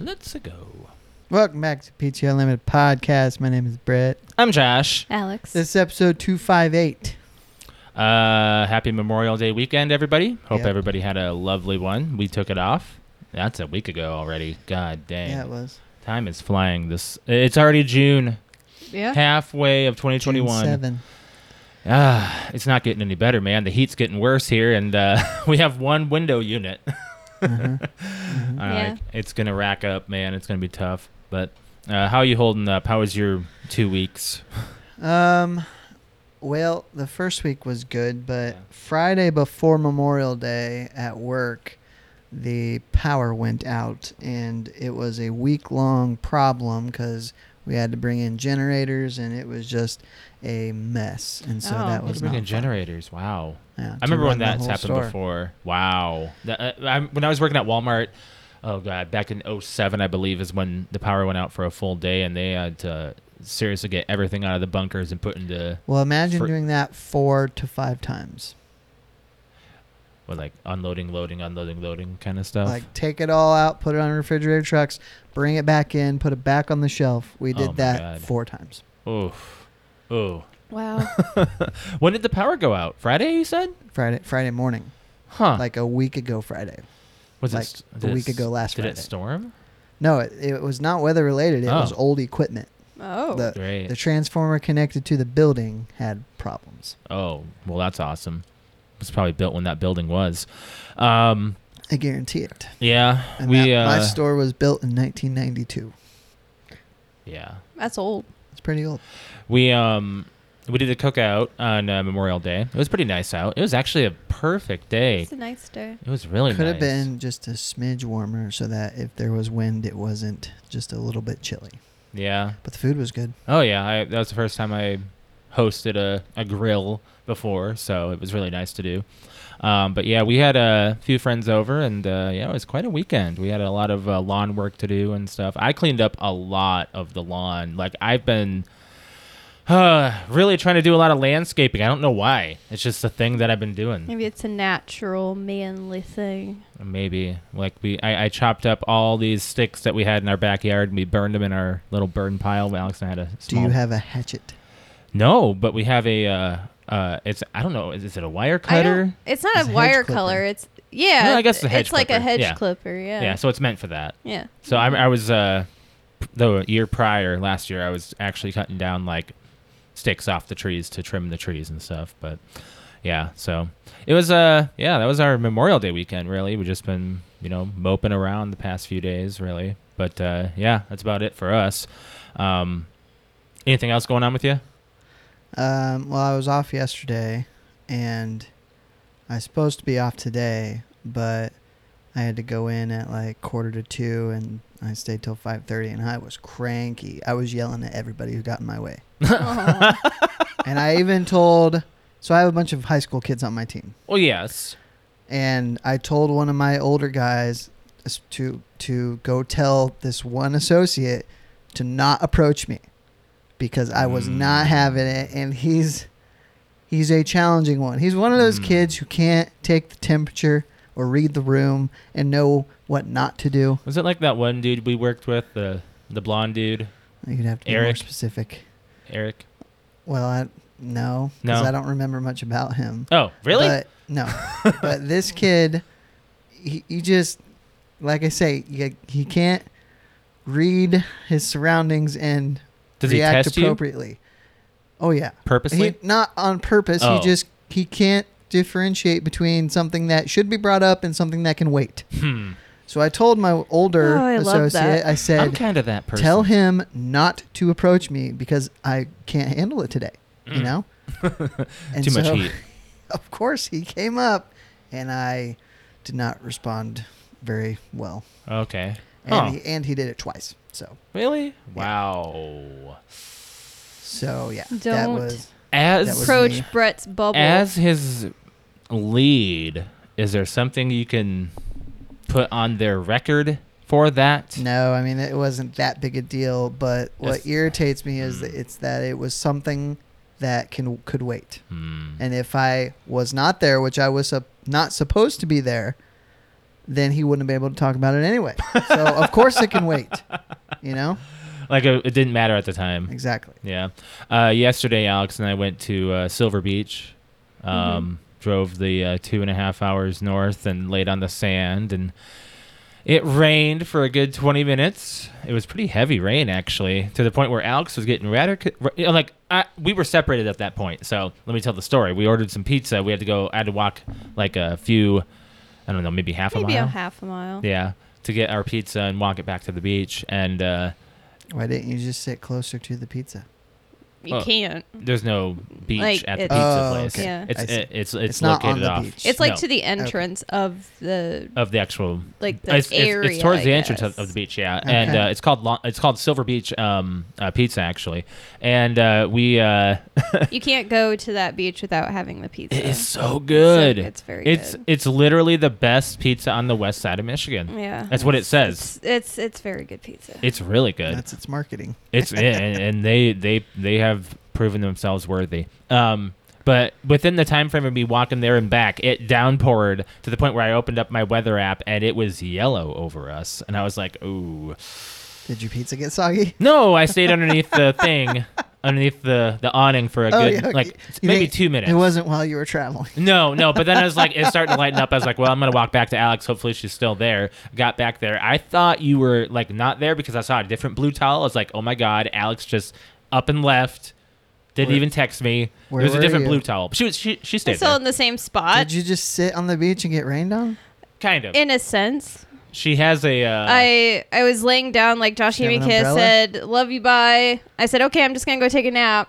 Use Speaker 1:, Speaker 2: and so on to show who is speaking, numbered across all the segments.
Speaker 1: Let's go.
Speaker 2: Welcome back to PTO Unlimited Podcast. My name is Brett.
Speaker 1: I'm Josh.
Speaker 3: Alex.
Speaker 2: This is episode 258.
Speaker 1: Uh, happy Memorial Day weekend, everybody. Hope
Speaker 2: Yep.
Speaker 1: everybody had a lovely one. We took it off. That's a week ago already. God dang.
Speaker 2: Yeah, it was.
Speaker 1: Time is flying. This it's already June,
Speaker 3: yeah.
Speaker 1: halfway of
Speaker 2: June
Speaker 1: 2021.
Speaker 2: 7.
Speaker 1: Ah, it's not getting any better, man. The heat's getting worse here, and uh, we have one window unit.
Speaker 2: Mm-hmm.
Speaker 1: All right.
Speaker 3: Yeah.
Speaker 1: It's gonna rack up, man. It's gonna be tough. But uh, how are you holding up? How was your two weeks?
Speaker 2: Um, well, the first week was good, but
Speaker 1: Yeah.
Speaker 2: Friday before Memorial Day at work, the power went out, and it was a week long problem because we had to bring in generators, and it was just a mess. And so
Speaker 3: Oh.
Speaker 2: that
Speaker 3: Had
Speaker 2: was
Speaker 3: to
Speaker 2: not
Speaker 1: Bringing
Speaker 2: fun.
Speaker 1: generators. Wow.
Speaker 2: Yeah, to
Speaker 1: I remember
Speaker 2: run
Speaker 1: when
Speaker 2: the
Speaker 1: that's
Speaker 2: whole
Speaker 1: happened
Speaker 2: store.
Speaker 1: before. Wow. That, uh, I, when I was working at Walmart, oh god, back in 07, I believe, is when the power went out for a full day, and they had to seriously get everything out of the bunkers and put into
Speaker 2: Well, imagine
Speaker 1: For-
Speaker 2: doing that four to five times.
Speaker 1: well, like unloading, loading, unloading, loading kind of stuff.
Speaker 2: Like take it all out, put it on refrigerator trucks, bring it back in, put it back on the shelf. We did
Speaker 1: Oh my
Speaker 2: that
Speaker 1: God.
Speaker 2: four times.
Speaker 1: Oof. Oh.
Speaker 3: Wow.
Speaker 1: When did the power go out? Friday, you said?
Speaker 2: Friday Friday morning,
Speaker 1: Huh.
Speaker 2: like a week ago Friday.
Speaker 1: was
Speaker 2: like
Speaker 1: st-
Speaker 2: a
Speaker 1: did
Speaker 2: week
Speaker 1: s-
Speaker 2: ago last
Speaker 1: Did it
Speaker 2: Friday.
Speaker 1: storm?
Speaker 2: No, it, it was not weather related. It
Speaker 1: Oh.
Speaker 2: was old equipment.
Speaker 3: Oh.
Speaker 2: The-
Speaker 1: Great.
Speaker 2: The transformer connected to the building had problems.
Speaker 1: oh, well, that's awesome. It was probably built when that building was. Um,
Speaker 2: I guarantee it.
Speaker 1: yeah.
Speaker 2: And
Speaker 1: we,
Speaker 2: that, my
Speaker 1: uh,
Speaker 2: store was built in 1992.
Speaker 1: yeah.
Speaker 3: That's old.
Speaker 2: It's pretty old.
Speaker 1: We um we did a cookout on uh, Memorial Day. It was pretty nice out. It was actually a perfect day.
Speaker 3: It's a nice day.
Speaker 1: It was really
Speaker 2: Could
Speaker 1: nice.
Speaker 2: have been just a smidge warmer so that if there was wind, it wasn't just a little bit chilly.
Speaker 1: Yeah.
Speaker 2: But the food was good.
Speaker 1: Oh yeah. I, that was the first time I hosted a, a grill before, so it was really nice to do. Um, but yeah, we had a few friends over, and uh, yeah, it was quite a weekend. We had a lot of uh, lawn work to do and stuff. I cleaned up a lot of the lawn. Like I've been uh, really trying to do a lot of landscaping. I don't know why. It's just a thing that I've been doing.
Speaker 3: Maybe it's a natural manly thing.
Speaker 1: Maybe like we, I, I chopped up all these sticks that we had in our backyard and we burned them in our little burn pile. Alex and I had a
Speaker 2: Do
Speaker 1: small.
Speaker 2: you have a hatchet?
Speaker 1: No, but we have a. Uh, uh, it's I don't know. Is, is it a wire
Speaker 3: I don't-
Speaker 1: cutter?
Speaker 3: It's not
Speaker 2: It's
Speaker 3: a
Speaker 2: a
Speaker 3: wire
Speaker 2: hedge clipper.
Speaker 3: color. It's yeah.
Speaker 1: No, I guess it's a hedge
Speaker 3: It's like a
Speaker 1: clipper.
Speaker 3: hedge
Speaker 1: Yeah.
Speaker 3: clipper. Yeah.
Speaker 1: Yeah. so it's meant for that.
Speaker 3: Yeah.
Speaker 1: So I, I was uh, p- the year prior last year I was actually cutting down like sticks off the trees to trim the trees and stuff. But yeah, so it was uh yeah that was our Memorial Day weekend really. We just been you know moping around the past few days really. But uh, yeah, that's about it for us. Um, anything else going on with you?
Speaker 2: Um, well, I was off yesterday, and I was supposed to be off today, but I had to go in at like quarter to two, and I stayed till five thirty, and I was cranky. I was yelling at everybody who got in my way,
Speaker 3: Aw.
Speaker 2: and I even told. So I have a bunch of high school kids on my team,
Speaker 1: Well, yes.
Speaker 2: and I told one of my older guys s- to to go tell this one associate to not approach me because I was not
Speaker 1: Mm.
Speaker 2: having it, and he's he's a challenging one. He's one of those
Speaker 1: Mm.
Speaker 2: kids who can't take the temperature or read the room and know what not to do.
Speaker 1: Was it like that one dude we worked with the the blonde dude
Speaker 2: You'd have to be more
Speaker 1: Eric.
Speaker 2: specific.
Speaker 1: Eric?
Speaker 2: Well, I no,
Speaker 1: No.
Speaker 2: because I don't remember much about him.
Speaker 1: Oh, really?
Speaker 2: But, no. but this kid, he, he just, like I say, he, he can't read his surroundings and
Speaker 1: Does he
Speaker 2: react
Speaker 1: test you
Speaker 2: appropriately. Oh yeah,
Speaker 1: purposely?
Speaker 2: he, not on purpose.
Speaker 1: Oh.
Speaker 2: He just he can't differentiate between something that should be brought up and something that can wait.
Speaker 1: hmm.
Speaker 2: So I told my older
Speaker 3: Oh, I love
Speaker 2: associate,
Speaker 3: that.
Speaker 2: I
Speaker 1: I'm
Speaker 2: said,
Speaker 1: kind of that person.
Speaker 2: tell him not to approach me because I can't handle it today. you know? And
Speaker 1: Mm. Too much
Speaker 2: so-
Speaker 1: heat.
Speaker 2: Of course, he came up, and I did not respond very well.
Speaker 1: Okay.
Speaker 2: And,
Speaker 1: Huh.
Speaker 2: he, and he did it twice. So,
Speaker 1: Really? Wow.
Speaker 2: so yeah, that
Speaker 3: Don't.
Speaker 2: was
Speaker 1: As
Speaker 2: That was
Speaker 3: Approach
Speaker 2: me.
Speaker 3: Brett's bubble.
Speaker 1: as his lead, is there something you can put on their record for that?
Speaker 2: no. I mean, it wasn't that big a deal. But what
Speaker 1: It's-
Speaker 2: irritates me is that
Speaker 1: Mm.
Speaker 2: it's that it was something that can could wait.
Speaker 1: Hmm.
Speaker 2: And if I was not there, which I was sup- not supposed to be there, then he wouldn't have been able to talk about it anyway. So of course it can wait. You know
Speaker 1: Like uh, it, it didn't matter at the time.
Speaker 2: exactly.
Speaker 1: Yeah. Uh, yesterday, Alex and I went to uh, Silver Beach. Um,
Speaker 3: Mm-hmm.
Speaker 1: Drove the uh, two and a half hours north and laid on the sand, and it rained for a good twenty minutes. It was pretty heavy rain, actually, to the point where Alex was getting rather ra- you know, like I, we were separated at that point. So let me tell the story. We ordered some pizza. We had to go. I had to walk like a few, I don't know, maybe half
Speaker 3: maybe
Speaker 1: a
Speaker 3: a
Speaker 1: mile.
Speaker 3: half a mile.
Speaker 1: yeah, to get our pizza and walk it back to the beach. And uh,
Speaker 2: Why didn't you just sit closer to the pizza?
Speaker 3: You
Speaker 1: Oh.
Speaker 3: can't.
Speaker 1: There's no beach
Speaker 3: Like,
Speaker 1: at the
Speaker 3: it's-
Speaker 1: pizza
Speaker 2: Oh,
Speaker 1: place.
Speaker 2: okay.
Speaker 3: Yeah.
Speaker 1: It's,
Speaker 2: I see.
Speaker 1: it, it's it's
Speaker 2: It's not
Speaker 1: located
Speaker 2: on the
Speaker 1: off.
Speaker 2: beach.
Speaker 3: It's like
Speaker 1: No,
Speaker 3: to the entrance of the
Speaker 1: of the actual.
Speaker 3: like the
Speaker 1: It's, it's,
Speaker 3: area.
Speaker 1: it's towards
Speaker 3: I
Speaker 1: the entrance
Speaker 3: guess.
Speaker 1: of, of the beach, yeah, and
Speaker 2: Okay.
Speaker 1: uh, it's called Lo- it's called Silver Beach um, uh, Pizza actually, and uh, we uh,
Speaker 3: You can't go to that beach without having the pizza.
Speaker 1: it is so good.
Speaker 3: It's very
Speaker 1: it's
Speaker 3: good.
Speaker 1: it's literally the best pizza on the west side of Michigan.
Speaker 3: Yeah.
Speaker 1: That's what it says.
Speaker 3: It's it's, it's very good pizza.
Speaker 1: It's really good.
Speaker 2: That's its marketing.
Speaker 1: It's yeah, and, and they they they have proven themselves worthy. Um, but within the time frame of me walking there and back, it downpoured to the point where I opened up my weather app and it was yellow over us, and I was like, "Ooh,
Speaker 2: Did your pizza get soggy?
Speaker 1: no!" I stayed underneath the thing, underneath the the awning for a
Speaker 2: Oh,
Speaker 1: good
Speaker 2: yeah, okay.
Speaker 1: like
Speaker 2: You
Speaker 1: maybe
Speaker 2: didn't-
Speaker 1: two minutes.
Speaker 2: It wasn't while you were traveling.
Speaker 1: No, no. But then I was like, it's starting to lighten up. I was like, well, I'm gonna walk back to Alex. Hopefully, she's still there. Got back there. I thought you were like not there because I saw a different blue towel. I was like, oh my god, Alex just up and left. Didn't
Speaker 2: Where-
Speaker 1: even text me.
Speaker 2: where
Speaker 1: There's a
Speaker 2: were
Speaker 1: different
Speaker 2: you?
Speaker 1: blue towel. She was she she
Speaker 3: It's
Speaker 1: stayed
Speaker 3: still
Speaker 1: there.
Speaker 3: in the same spot,
Speaker 2: Did you just sit on the beach and get rained on?
Speaker 1: Kind of.
Speaker 3: in a sense.
Speaker 1: she has a. Uh,
Speaker 3: I I was laying down like Josh
Speaker 2: You have an
Speaker 3: Yamika
Speaker 2: umbrella?
Speaker 3: said, "Love you, bye." I said, "Okay, I'm just gonna go take a nap,"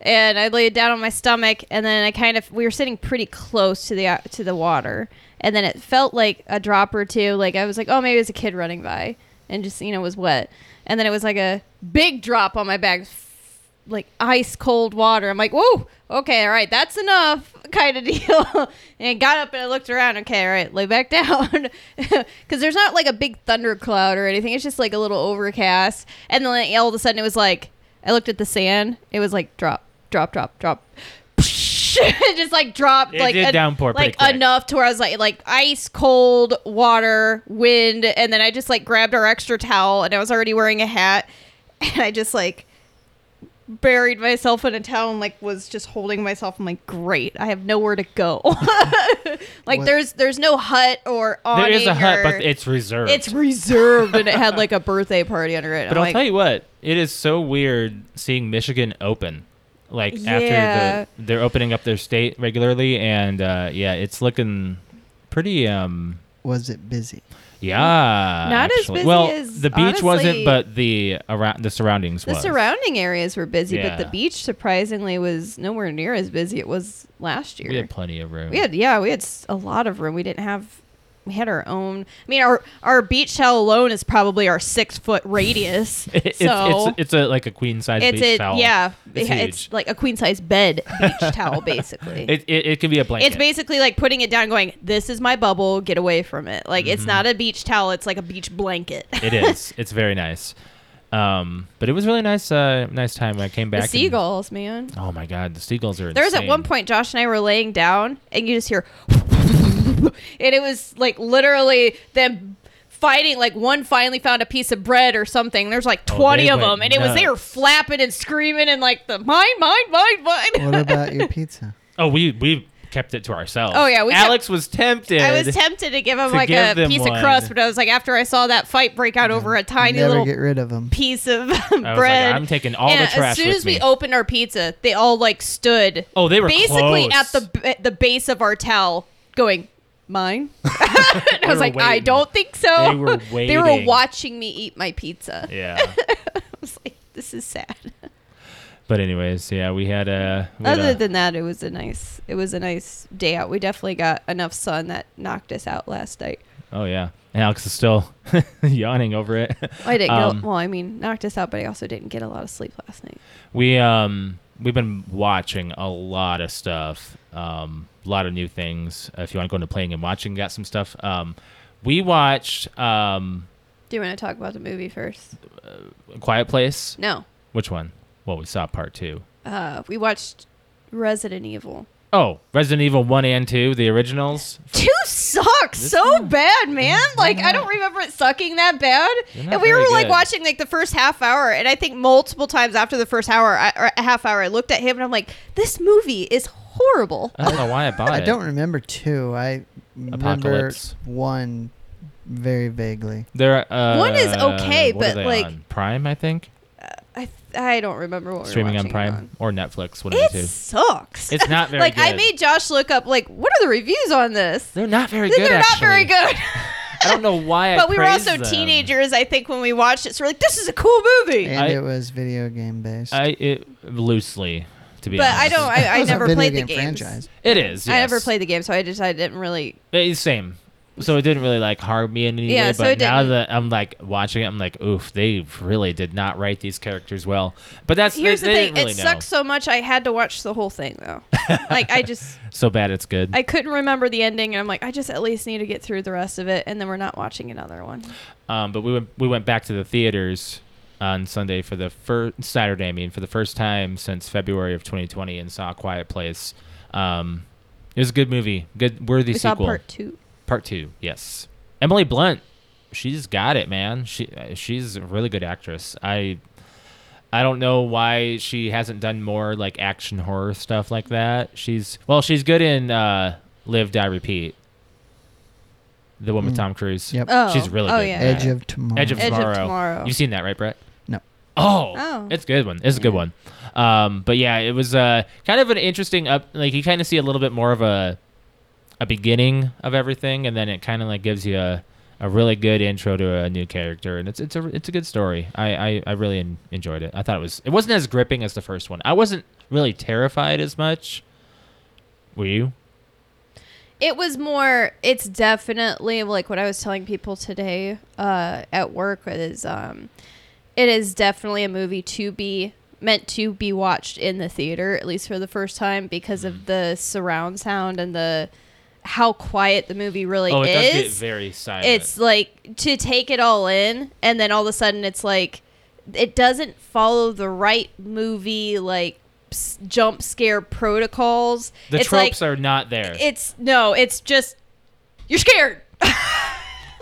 Speaker 3: and I laid down on my stomach, and then I kind of we were sitting pretty close to the to the water, and then it felt like a drop or two. Like I was like, "Oh, maybe it was a kid running by," and just you know was wet, and then it was like a big drop on my back, like ice cold water. I'm like, "Whoa, okay, all right, that's enough," kind of deal. and I got up and I looked around. Okay, all right, lay back down, because there's not like a big thundercloud or anything. It's just like a little overcast. And then like, all of a sudden, it was like I looked at the sand. It was like drop, drop, drop, drop. It just like dropped
Speaker 1: It
Speaker 3: like
Speaker 1: did
Speaker 3: en-
Speaker 1: downpour pretty
Speaker 3: like
Speaker 1: quick.
Speaker 3: enough to where I was like like ice cold water wind and then I just like grabbed our extra towel and I was already wearing a hat and I just like buried myself in a towel and like was just holding myself I'm like great I have nowhere to go like
Speaker 2: What-
Speaker 3: there's there's no hut or awning
Speaker 1: there is a hut,
Speaker 3: or-
Speaker 1: but it's reserved.
Speaker 3: it's reserved and it had like a birthday party under it.
Speaker 1: But
Speaker 3: I'm
Speaker 1: I'll
Speaker 3: like,
Speaker 1: tell you what, it is so weird seeing Michigan open. Like
Speaker 3: Yeah.
Speaker 1: after the they're opening up their state regularly, and uh, yeah, it's looking pretty. Um,
Speaker 2: Was it busy?
Speaker 1: yeah,
Speaker 3: Not as
Speaker 1: actually.
Speaker 3: busy
Speaker 1: well,
Speaker 3: as-
Speaker 1: the beach wasn't,
Speaker 3: honestly-
Speaker 1: but the around the surroundings
Speaker 3: the
Speaker 1: was.
Speaker 3: surrounding areas were busy,
Speaker 1: Yeah.
Speaker 3: but the beach surprisingly was nowhere near as busy it was last year.
Speaker 1: we had plenty of room.
Speaker 3: We had- yeah, we had s- a lot of room. We didn't have we had our own. I mean, our our beach towel alone is probably our six foot radius.
Speaker 1: It- it's,
Speaker 3: so
Speaker 1: it's it's a like a queen size
Speaker 3: it's,
Speaker 1: beach
Speaker 3: a
Speaker 1: towel.
Speaker 3: yeah,
Speaker 1: It's
Speaker 3: it's,
Speaker 1: huge.
Speaker 3: like a queen size bed beach towel basically.
Speaker 1: It, it it can be a blanket.
Speaker 3: It's basically like putting it down, and going, "This is my bubble. Get away from it." Like it's
Speaker 1: Mm-hmm.
Speaker 3: not a beach towel; it's like a beach blanket.
Speaker 1: it is. It's very nice. Um, but it was really nice. Uh, nice time when I came back.
Speaker 3: the
Speaker 1: and-
Speaker 3: seagulls, man.
Speaker 1: oh my god, the seagulls are.
Speaker 3: There was at
Speaker 1: insane.
Speaker 3: one point Josh and I were laying down, and you just hear, and it was like literally them fighting. Like one finally found a piece of bread or something. There's like
Speaker 1: Oh, they
Speaker 3: 20 of
Speaker 1: went
Speaker 3: them, and it was they were
Speaker 1: nuts.
Speaker 3: flapping and screaming and like the mine, mine, mine, mine.
Speaker 2: What about your pizza?
Speaker 1: Oh, we we kept it to ourselves.
Speaker 3: Oh, yeah, we kept-
Speaker 1: Alex was tempted.
Speaker 3: I was tempted to give him
Speaker 1: To
Speaker 3: like
Speaker 1: give
Speaker 3: a
Speaker 1: them
Speaker 3: piece
Speaker 1: one.
Speaker 3: of crust, but I was like, after I saw that fight break out over a tiny
Speaker 2: Never
Speaker 3: little
Speaker 2: get rid of them.
Speaker 3: piece of
Speaker 1: I was
Speaker 3: bread.
Speaker 1: Like, I'm taking all
Speaker 3: and
Speaker 1: the trash
Speaker 3: as soon
Speaker 1: with
Speaker 3: as
Speaker 1: me.
Speaker 3: we opened our pizza, they all like stood.
Speaker 1: oh, they were
Speaker 3: basically
Speaker 1: close.
Speaker 3: at the b- the base of our towel, going mine. and I
Speaker 1: were
Speaker 3: was like, I
Speaker 1: waiting.
Speaker 3: don't think so.
Speaker 1: They were
Speaker 3: They were
Speaker 1: waiting.
Speaker 3: watching me eat my pizza.
Speaker 1: Yeah.
Speaker 3: I was like, this is sad.
Speaker 1: But anyways, yeah, we had a. we had
Speaker 3: Other
Speaker 1: a-
Speaker 3: than that, it was a nice it was a nice day out. We definitely got enough sun that knocked us out last night.
Speaker 1: oh yeah, and Alex is still yawning over it.
Speaker 3: I didn't get
Speaker 1: Um,
Speaker 3: well. I mean, knocked us out, but I also didn't get a lot of sleep last night.
Speaker 1: We um we've been watching a lot of stuff, um, a lot of new things. Uh, If you want to go into playing and watching, got some stuff. Um, we watched um,
Speaker 3: Do you want to talk about the movie first?
Speaker 1: Quiet Place.
Speaker 3: No,
Speaker 1: Which one? Well, we saw part two.
Speaker 3: uh, we watched Resident Evil.
Speaker 1: Oh, Resident Evil one and two, the originals.
Speaker 3: Two sucks
Speaker 1: This
Speaker 3: so bad, man.
Speaker 1: they're
Speaker 3: Like I
Speaker 1: not-
Speaker 3: don't remember it sucking that bad.
Speaker 1: They're not
Speaker 3: And we
Speaker 1: very
Speaker 3: were like
Speaker 1: good.
Speaker 3: watching like the first half hour, and I think multiple times after the first hour I, or a half hour, I looked at him and I'm like, this movie is horrible.
Speaker 1: I don't know why I bought
Speaker 2: I
Speaker 1: it.
Speaker 2: don't remember two. I remember
Speaker 1: Apocalypse.
Speaker 2: one very vaguely.
Speaker 1: They're uh,
Speaker 3: One is okay,
Speaker 1: what are
Speaker 3: but,
Speaker 1: they
Speaker 3: like-
Speaker 1: on? Prime, I think,
Speaker 3: I I don't remember what we were
Speaker 1: streaming on
Speaker 3: watching it
Speaker 1: Prime or Netflix, one
Speaker 3: It
Speaker 1: of the two.
Speaker 3: sucks.
Speaker 1: It's not very
Speaker 3: like I
Speaker 1: good.
Speaker 3: made Josh look up like what are the reviews on this?
Speaker 1: They're not very good.
Speaker 3: They're
Speaker 1: actually.
Speaker 3: not very good.
Speaker 1: I don't know why. I
Speaker 3: but we were
Speaker 1: praised
Speaker 3: also
Speaker 1: them.
Speaker 3: teenagers, I think, when we watched it. So we're like, this is a cool movie.
Speaker 2: And
Speaker 1: I-
Speaker 2: it was video game based.
Speaker 1: I it loosely, to be
Speaker 3: but
Speaker 1: honest.
Speaker 3: I don't. I,
Speaker 2: It
Speaker 3: I
Speaker 2: was a
Speaker 3: never
Speaker 2: video
Speaker 3: played the
Speaker 2: game
Speaker 3: games.
Speaker 2: franchise.
Speaker 1: It is. Yes.
Speaker 3: I never played the game, so I just I didn't really.
Speaker 1: It's same. So it didn't really like harm me in any
Speaker 3: Yeah,
Speaker 1: way.
Speaker 3: so
Speaker 1: But
Speaker 3: it
Speaker 1: now
Speaker 3: didn't.
Speaker 1: that I'm like watching it, I'm like, oof, they really did not write these characters well. But that's they-
Speaker 3: Here's
Speaker 1: they
Speaker 3: the
Speaker 1: didn't
Speaker 3: thing:
Speaker 1: really
Speaker 3: it
Speaker 1: know.
Speaker 3: sucks so much. I had to watch the whole thing though. like I just
Speaker 1: So bad it's good.
Speaker 3: I couldn't remember the ending, and I'm like, I just at least need to get through the rest of it, and then we're not watching another one.
Speaker 1: Um, but we went we went back to the theaters on Sunday for the first Saturday. I mean, for the first time since February of 2020, and saw A Quiet Place. Um, it was a good movie. Good worthy
Speaker 3: we
Speaker 1: sequel.
Speaker 3: saw part two.
Speaker 1: Part two, yes. Emily Blunt, she's got it, man. She uh, she's a really good actress. I I don't know why she hasn't done more like action horror stuff like that. She's well, she's good in uh, Live Die Repeat, the one with
Speaker 2: Mm.
Speaker 1: Tom Cruise.
Speaker 2: Yep.
Speaker 3: Oh,
Speaker 1: She's really
Speaker 3: oh
Speaker 1: good.
Speaker 3: yeah.
Speaker 2: Edge of Tomorrow.
Speaker 1: Edge of
Speaker 3: Edge
Speaker 1: Tomorrow.
Speaker 3: of Tomorrow.
Speaker 1: You've seen that, right, Brett?
Speaker 2: No.
Speaker 1: Oh,
Speaker 3: Oh.
Speaker 1: it's a good one. It's a good one. Um, but yeah, it was uh, kind of an interesting up. Like you kind of see a little bit more of a a beginning of everything, and then it kind of like gives you a, a really good intro to a new character, and it's it's a it's a good story. I I, I really en- enjoyed it. I thought it was it wasn't as gripping as the first one. I wasn't really terrified as much. Were you?
Speaker 3: It was more. It's definitely like what I was telling people today uh, at work is um, it is definitely a movie to be meant to be watched in the theater at least for the first time because
Speaker 1: Mm-hmm.
Speaker 3: of the surround sound and the how quiet the movie really
Speaker 1: oh, it
Speaker 3: is.
Speaker 1: does get very silent.
Speaker 3: it's like to take it all in and then all of a sudden it's like it doesn't follow the right movie like s- jump scare protocols
Speaker 1: the
Speaker 3: it's like
Speaker 1: tropes are not there.
Speaker 3: it's no, it's just you're scared.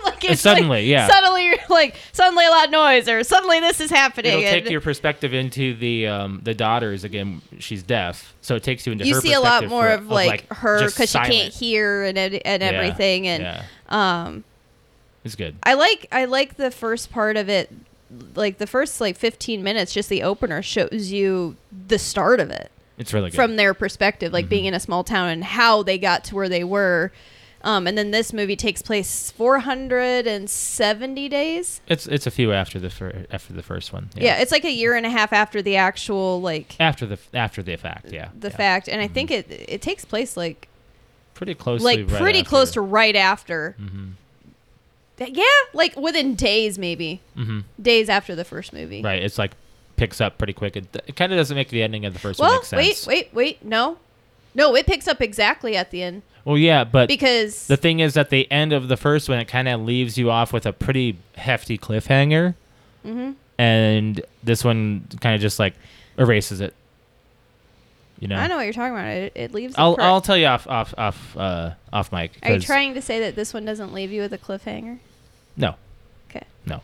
Speaker 3: like it's
Speaker 1: Suddenly,
Speaker 3: like,
Speaker 1: yeah.
Speaker 3: Suddenly, you're like suddenly a loud noise, or suddenly this is happening.
Speaker 1: It'll
Speaker 3: and
Speaker 1: take your perspective into the um, the daughters again. She's deaf, so it takes you into.
Speaker 3: you
Speaker 1: her
Speaker 3: see a lot
Speaker 1: perspective
Speaker 3: more
Speaker 1: for-
Speaker 3: of like, her
Speaker 1: just
Speaker 3: because she can't
Speaker 1: silent.
Speaker 3: hear and ed- and
Speaker 1: Yeah,
Speaker 3: everything. And
Speaker 1: yeah.
Speaker 3: um,
Speaker 1: it's good.
Speaker 3: I like I like the first part of it. Like the first like 15 minutes, just the opener shows you the start of it.
Speaker 1: It's really good.
Speaker 3: from their perspective, like
Speaker 1: Mm-hmm.
Speaker 3: being in a small town and how they got to where they were. Um, and then this movie takes place 470 days.
Speaker 1: it's it's a few after the fir- after the first one.
Speaker 3: Yeah. it's like a year and a half after the actual like
Speaker 1: after the after the fact. Yeah,
Speaker 3: the
Speaker 1: yeah.
Speaker 3: fact. And I think
Speaker 1: Mm-hmm.
Speaker 3: it it takes place like
Speaker 1: pretty close.
Speaker 3: like pretty close to right after.
Speaker 1: Mm-hmm.
Speaker 3: Th- Yeah, like within days maybe.
Speaker 1: hmm
Speaker 3: Days after the first movie.
Speaker 1: Right, it's like picks up pretty quick. It, it kind of doesn't make the ending of the first one
Speaker 3: Well,
Speaker 1: make
Speaker 3: wait,
Speaker 1: sense.
Speaker 3: wait, wait. No. No, it picks up exactly at the end
Speaker 1: Well, yeah, but
Speaker 3: because
Speaker 1: the thing is, at the end of the first one, it kind of leaves you off with a pretty hefty cliffhanger,
Speaker 3: Mm-hmm.
Speaker 1: and this one kind of just like erases it. You know,
Speaker 3: I know what you're talking about. It, it leaves the
Speaker 1: I'll
Speaker 3: per-
Speaker 1: I'll tell you off off off uh, off mic.
Speaker 3: Are you
Speaker 1: 'cause-
Speaker 3: trying to say that this one doesn't leave you with a cliffhanger?
Speaker 1: No,
Speaker 3: Okay.
Speaker 1: no.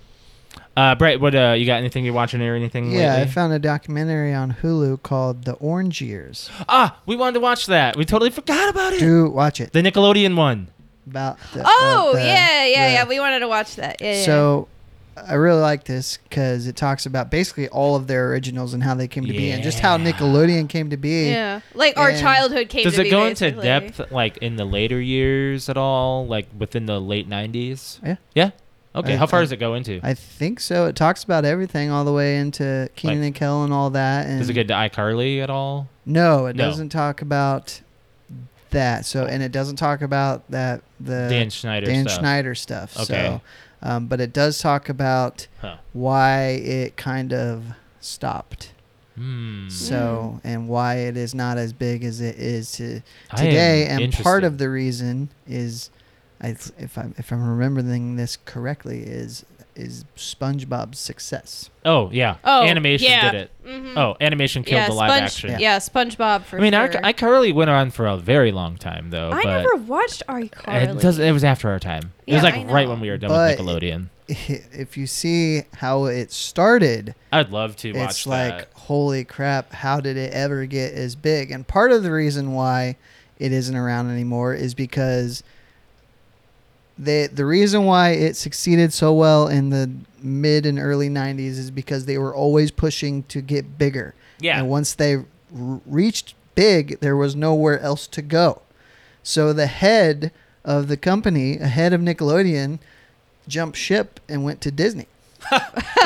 Speaker 1: Uh, Brett, what uh, you got? Anything you're watching or anything?
Speaker 2: yeah, I
Speaker 1: lately?
Speaker 2: found a documentary on Hulu called The Orange Years.
Speaker 1: ah, we wanted to watch that. We totally forgot about it.
Speaker 2: Do watch it.
Speaker 1: The Nickelodeon one.
Speaker 2: About the, uh,
Speaker 3: Oh,
Speaker 2: the-
Speaker 3: yeah, yeah,
Speaker 2: the-
Speaker 3: yeah. We wanted to watch that. Yeah, yeah.
Speaker 2: So I really like this because it talks about basically all of their originals and how they came to be and just how
Speaker 1: Yeah.
Speaker 2: Nickelodeon came to be.
Speaker 3: yeah, like our
Speaker 2: and-
Speaker 3: childhood came.
Speaker 1: Does
Speaker 3: to
Speaker 1: it
Speaker 3: be,
Speaker 1: go into
Speaker 3: basically.
Speaker 1: depth like in the later years at all? Like within the late '90s?
Speaker 2: Yeah.
Speaker 1: Yeah. Okay,
Speaker 2: I-
Speaker 1: how far
Speaker 2: I-
Speaker 1: does it go into?
Speaker 2: I think so. It talks about everything all the way into Keenan
Speaker 1: Like-
Speaker 2: and Kel and all that. And
Speaker 1: Does it get to iCarly at all?
Speaker 2: No, it
Speaker 1: No.
Speaker 2: doesn't talk about that. So and it doesn't talk about that the
Speaker 1: Dan Schneider
Speaker 2: Uh, Dan
Speaker 1: stuff.
Speaker 2: Schneider stuff.
Speaker 1: Okay.
Speaker 2: So, um, but it does talk about
Speaker 1: Huh.
Speaker 2: why it kind of stopped.
Speaker 1: Hmm.
Speaker 2: So and why it is not as big as it is to
Speaker 1: I am
Speaker 2: today. And part
Speaker 1: interested.
Speaker 2: of the reason is, I, if I'm if I'm remembering this correctly, is is SpongeBob's success.
Speaker 1: Oh yeah.
Speaker 3: Oh,
Speaker 1: animation
Speaker 3: yeah.
Speaker 1: did it.
Speaker 3: Mm-hmm.
Speaker 1: Oh, animation killed
Speaker 3: yeah,
Speaker 1: the live
Speaker 3: Sponge-
Speaker 1: action.
Speaker 3: Yeah. SpongeBob for
Speaker 1: I mean,
Speaker 3: sure.
Speaker 1: I iCarly went on for a very long time though.
Speaker 3: I
Speaker 1: but
Speaker 3: never watched iCarly.
Speaker 1: It does. It was after our time. It was
Speaker 3: Yeah,
Speaker 1: like
Speaker 3: I
Speaker 1: right
Speaker 3: know.
Speaker 1: when we were done
Speaker 2: But-
Speaker 1: with Nickelodeon.
Speaker 2: If you see how it started,
Speaker 1: I'd love to watch
Speaker 2: it's like
Speaker 1: that.
Speaker 2: holy crap how did it ever get as big and part of the reason why it isn't around anymore is because they, the reason why it succeeded so well in the mid and early 90s is because they were always pushing to get bigger
Speaker 1: Yeah.
Speaker 2: and once they r- reached big there was nowhere else to go so the head of the company a head of nickelodeon jumped ship and went to disney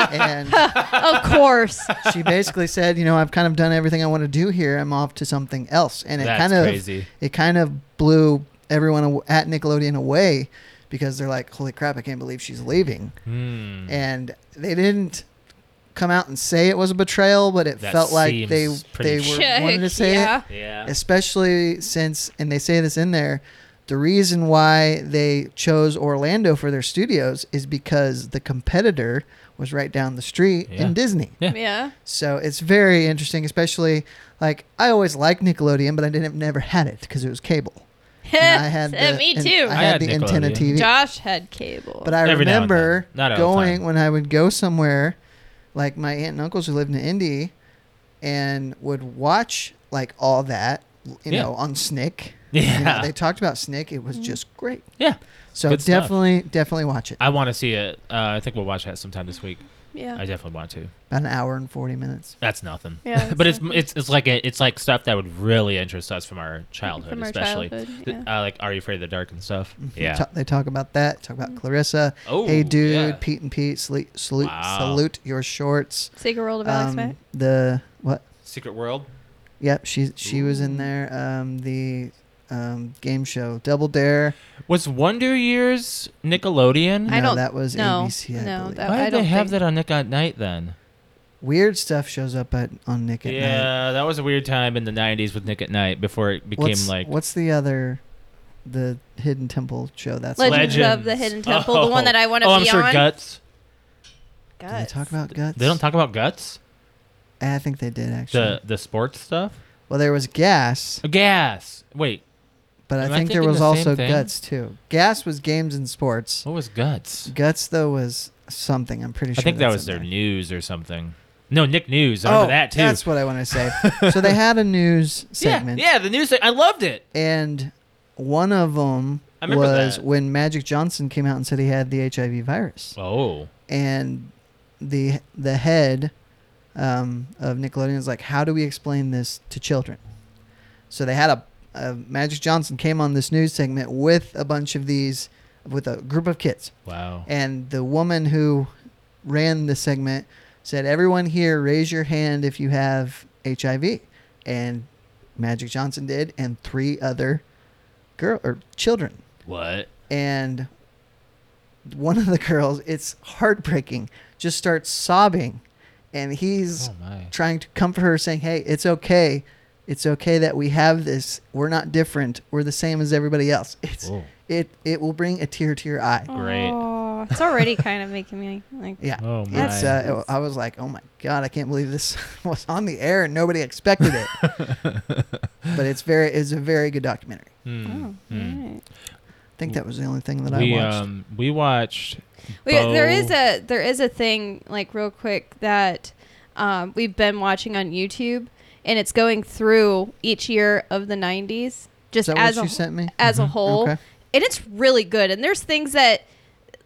Speaker 2: and
Speaker 3: of course.
Speaker 2: she basically said, you know, I've kind of done everything I want to do here. I'm off to something else, and it
Speaker 1: That's
Speaker 2: kind of
Speaker 1: crazy.
Speaker 2: it kind of blew everyone aw- at Nickelodeon away because they're like, holy crap, I can't believe she's leaving.
Speaker 1: Hmm.
Speaker 2: And they didn't come out and say it was a betrayal, but it
Speaker 1: That
Speaker 2: felt like
Speaker 1: seems
Speaker 2: they they
Speaker 1: pretty
Speaker 2: were
Speaker 3: Yeah,
Speaker 2: wanted to say it
Speaker 3: yeah.
Speaker 1: yeah.
Speaker 2: especially since and they say this in there the reason why they chose Orlando for their studios is because the competitor was right down the street
Speaker 1: Yeah.
Speaker 2: in Disney.
Speaker 1: Yeah.
Speaker 3: Yeah.
Speaker 2: So it's very interesting, especially like I always liked Nickelodeon, but I didn't never had it because it was cable. And I had
Speaker 3: And
Speaker 2: the,
Speaker 3: me
Speaker 2: and
Speaker 3: too.
Speaker 2: I had,
Speaker 1: I
Speaker 2: the
Speaker 1: had
Speaker 2: antenna
Speaker 1: Nickelodeon.
Speaker 2: TV,
Speaker 3: Josh had cable.
Speaker 2: but I
Speaker 1: Every now and
Speaker 2: remember
Speaker 1: then. Not all the
Speaker 2: going
Speaker 1: time.
Speaker 2: when I would go somewhere, like my aunt and uncles who lived in Indy, and would watch like all that, you
Speaker 1: Yeah.
Speaker 2: know, on Snick. You know,
Speaker 1: Yeah.
Speaker 2: they talked about Snick. It was just great.
Speaker 1: Yeah.
Speaker 2: So
Speaker 1: Good stuff.
Speaker 2: definitely, definitely watch it.
Speaker 1: I want to see it. Uh, I think we'll watch that sometime this week.
Speaker 3: yeah.
Speaker 1: I definitely want to.
Speaker 2: About an hour and forty minutes.
Speaker 1: That's nothing.
Speaker 3: Yeah, that's
Speaker 1: but it's
Speaker 3: nothing.
Speaker 1: it's it's like a, it's like stuff that would really interest us from our childhood,
Speaker 3: From our
Speaker 1: especially
Speaker 3: childhood,
Speaker 1: Th- uh, like Are You Afraid of the Dark and stuff.
Speaker 2: Ta- they Mm-hmm. talk about that. Talk about Clarissa.
Speaker 1: Oh,
Speaker 2: hey, dude,
Speaker 1: yeah.
Speaker 2: Pete and Pete, salute, salute,
Speaker 1: Wow.
Speaker 2: salute your shorts.
Speaker 3: Secret World of Alex
Speaker 2: Um,
Speaker 3: Mack.
Speaker 2: the what?
Speaker 1: Secret World.
Speaker 2: Yep, she she was in there. Um, the um, game show Double Dare.
Speaker 1: Was Wonder Years Nickelodeon?
Speaker 3: I
Speaker 2: no,
Speaker 3: don't-
Speaker 2: that was
Speaker 3: no,
Speaker 2: ABC. I
Speaker 3: no,
Speaker 2: believe.
Speaker 3: that-
Speaker 1: Why
Speaker 3: I
Speaker 1: did they
Speaker 3: don't
Speaker 1: have
Speaker 3: think-
Speaker 1: that on Nick at Night then?
Speaker 2: weird stuff shows up at on Nick at Night.
Speaker 1: Yeah, that was a weird time in the '90s with Nick at Night before it became
Speaker 2: What's,
Speaker 1: like
Speaker 2: what's the other, the Hidden Temple show? That's
Speaker 3: Legends
Speaker 2: on
Speaker 3: of
Speaker 2: there.
Speaker 3: the Hidden Temple, the one that I wanna
Speaker 1: Oh, I'm
Speaker 3: be
Speaker 1: sure
Speaker 3: on.
Speaker 1: Guts.
Speaker 2: Did they
Speaker 3: Guts.
Speaker 2: talk about guts? Eh,
Speaker 1: They don't talk about Guts.
Speaker 2: I think they did actually.
Speaker 1: The the sports stuff.
Speaker 2: well, there was gas,
Speaker 1: Gas. Wait,
Speaker 2: but
Speaker 1: Am
Speaker 2: I
Speaker 1: I
Speaker 2: think there
Speaker 1: thinking
Speaker 2: was
Speaker 1: the same
Speaker 2: also
Speaker 1: thing?
Speaker 2: guts too. Gas was games and sports.
Speaker 1: what was Guts?
Speaker 2: Guts though was something. I'm pretty sure.
Speaker 1: I think that
Speaker 2: that's
Speaker 1: was
Speaker 2: in
Speaker 1: their
Speaker 2: there. Oh,
Speaker 1: news or something. No, Nick News. I remember that too.
Speaker 2: That's what I want to say. so they had a news segment,
Speaker 1: Yeah, yeah, the news. seg- I loved it.
Speaker 2: and one of them
Speaker 1: I remember
Speaker 2: was
Speaker 1: that.
Speaker 2: when Magic Johnson came out and said he had the HIV virus,
Speaker 1: Oh,
Speaker 2: and the the head um, of Nickelodeon is like, "How do we explain this to children?" So they had a, a Magic Johnson came on this news segment with a bunch of these, with a group of kids,
Speaker 1: wow.
Speaker 2: and the woman who ran the segment said, "Everyone here, raise your hand if you have HIV." And Magic Johnson did, and three other girl or children.
Speaker 1: What?
Speaker 2: And one of the girls, it's heartbreaking, just starts sobbing, and he's
Speaker 1: Oh my.
Speaker 2: trying to comfort her, saying, "Hey, it's okay." It's okay that we have this. We're not different. We're the same as everybody else. It's
Speaker 1: Whoa.
Speaker 2: it it will bring a tear to your eye.
Speaker 1: Great.
Speaker 3: Aw, it's already kind of making me like.
Speaker 2: Yeah.
Speaker 1: Oh my.
Speaker 2: It's, uh, I was like, oh my god, I can't believe this was on the air and nobody expected it. but it's very, it's a very good documentary.
Speaker 1: Hmm,
Speaker 3: Oh,
Speaker 1: hmm.
Speaker 3: alright.
Speaker 2: I think that was the only thing that
Speaker 1: we
Speaker 2: I watched.
Speaker 1: um we watched.
Speaker 3: Wait, there is
Speaker 1: Bo-
Speaker 3: a there is a thing like real quick that um, we've been watching on YouTube, and it's going through each year of the '90s,
Speaker 2: Is
Speaker 3: just
Speaker 2: that
Speaker 3: as
Speaker 2: what
Speaker 3: a
Speaker 2: you sent me?
Speaker 1: Mm-hmm.
Speaker 3: as a whole,
Speaker 2: Okay.
Speaker 3: and it's really good. And there's things that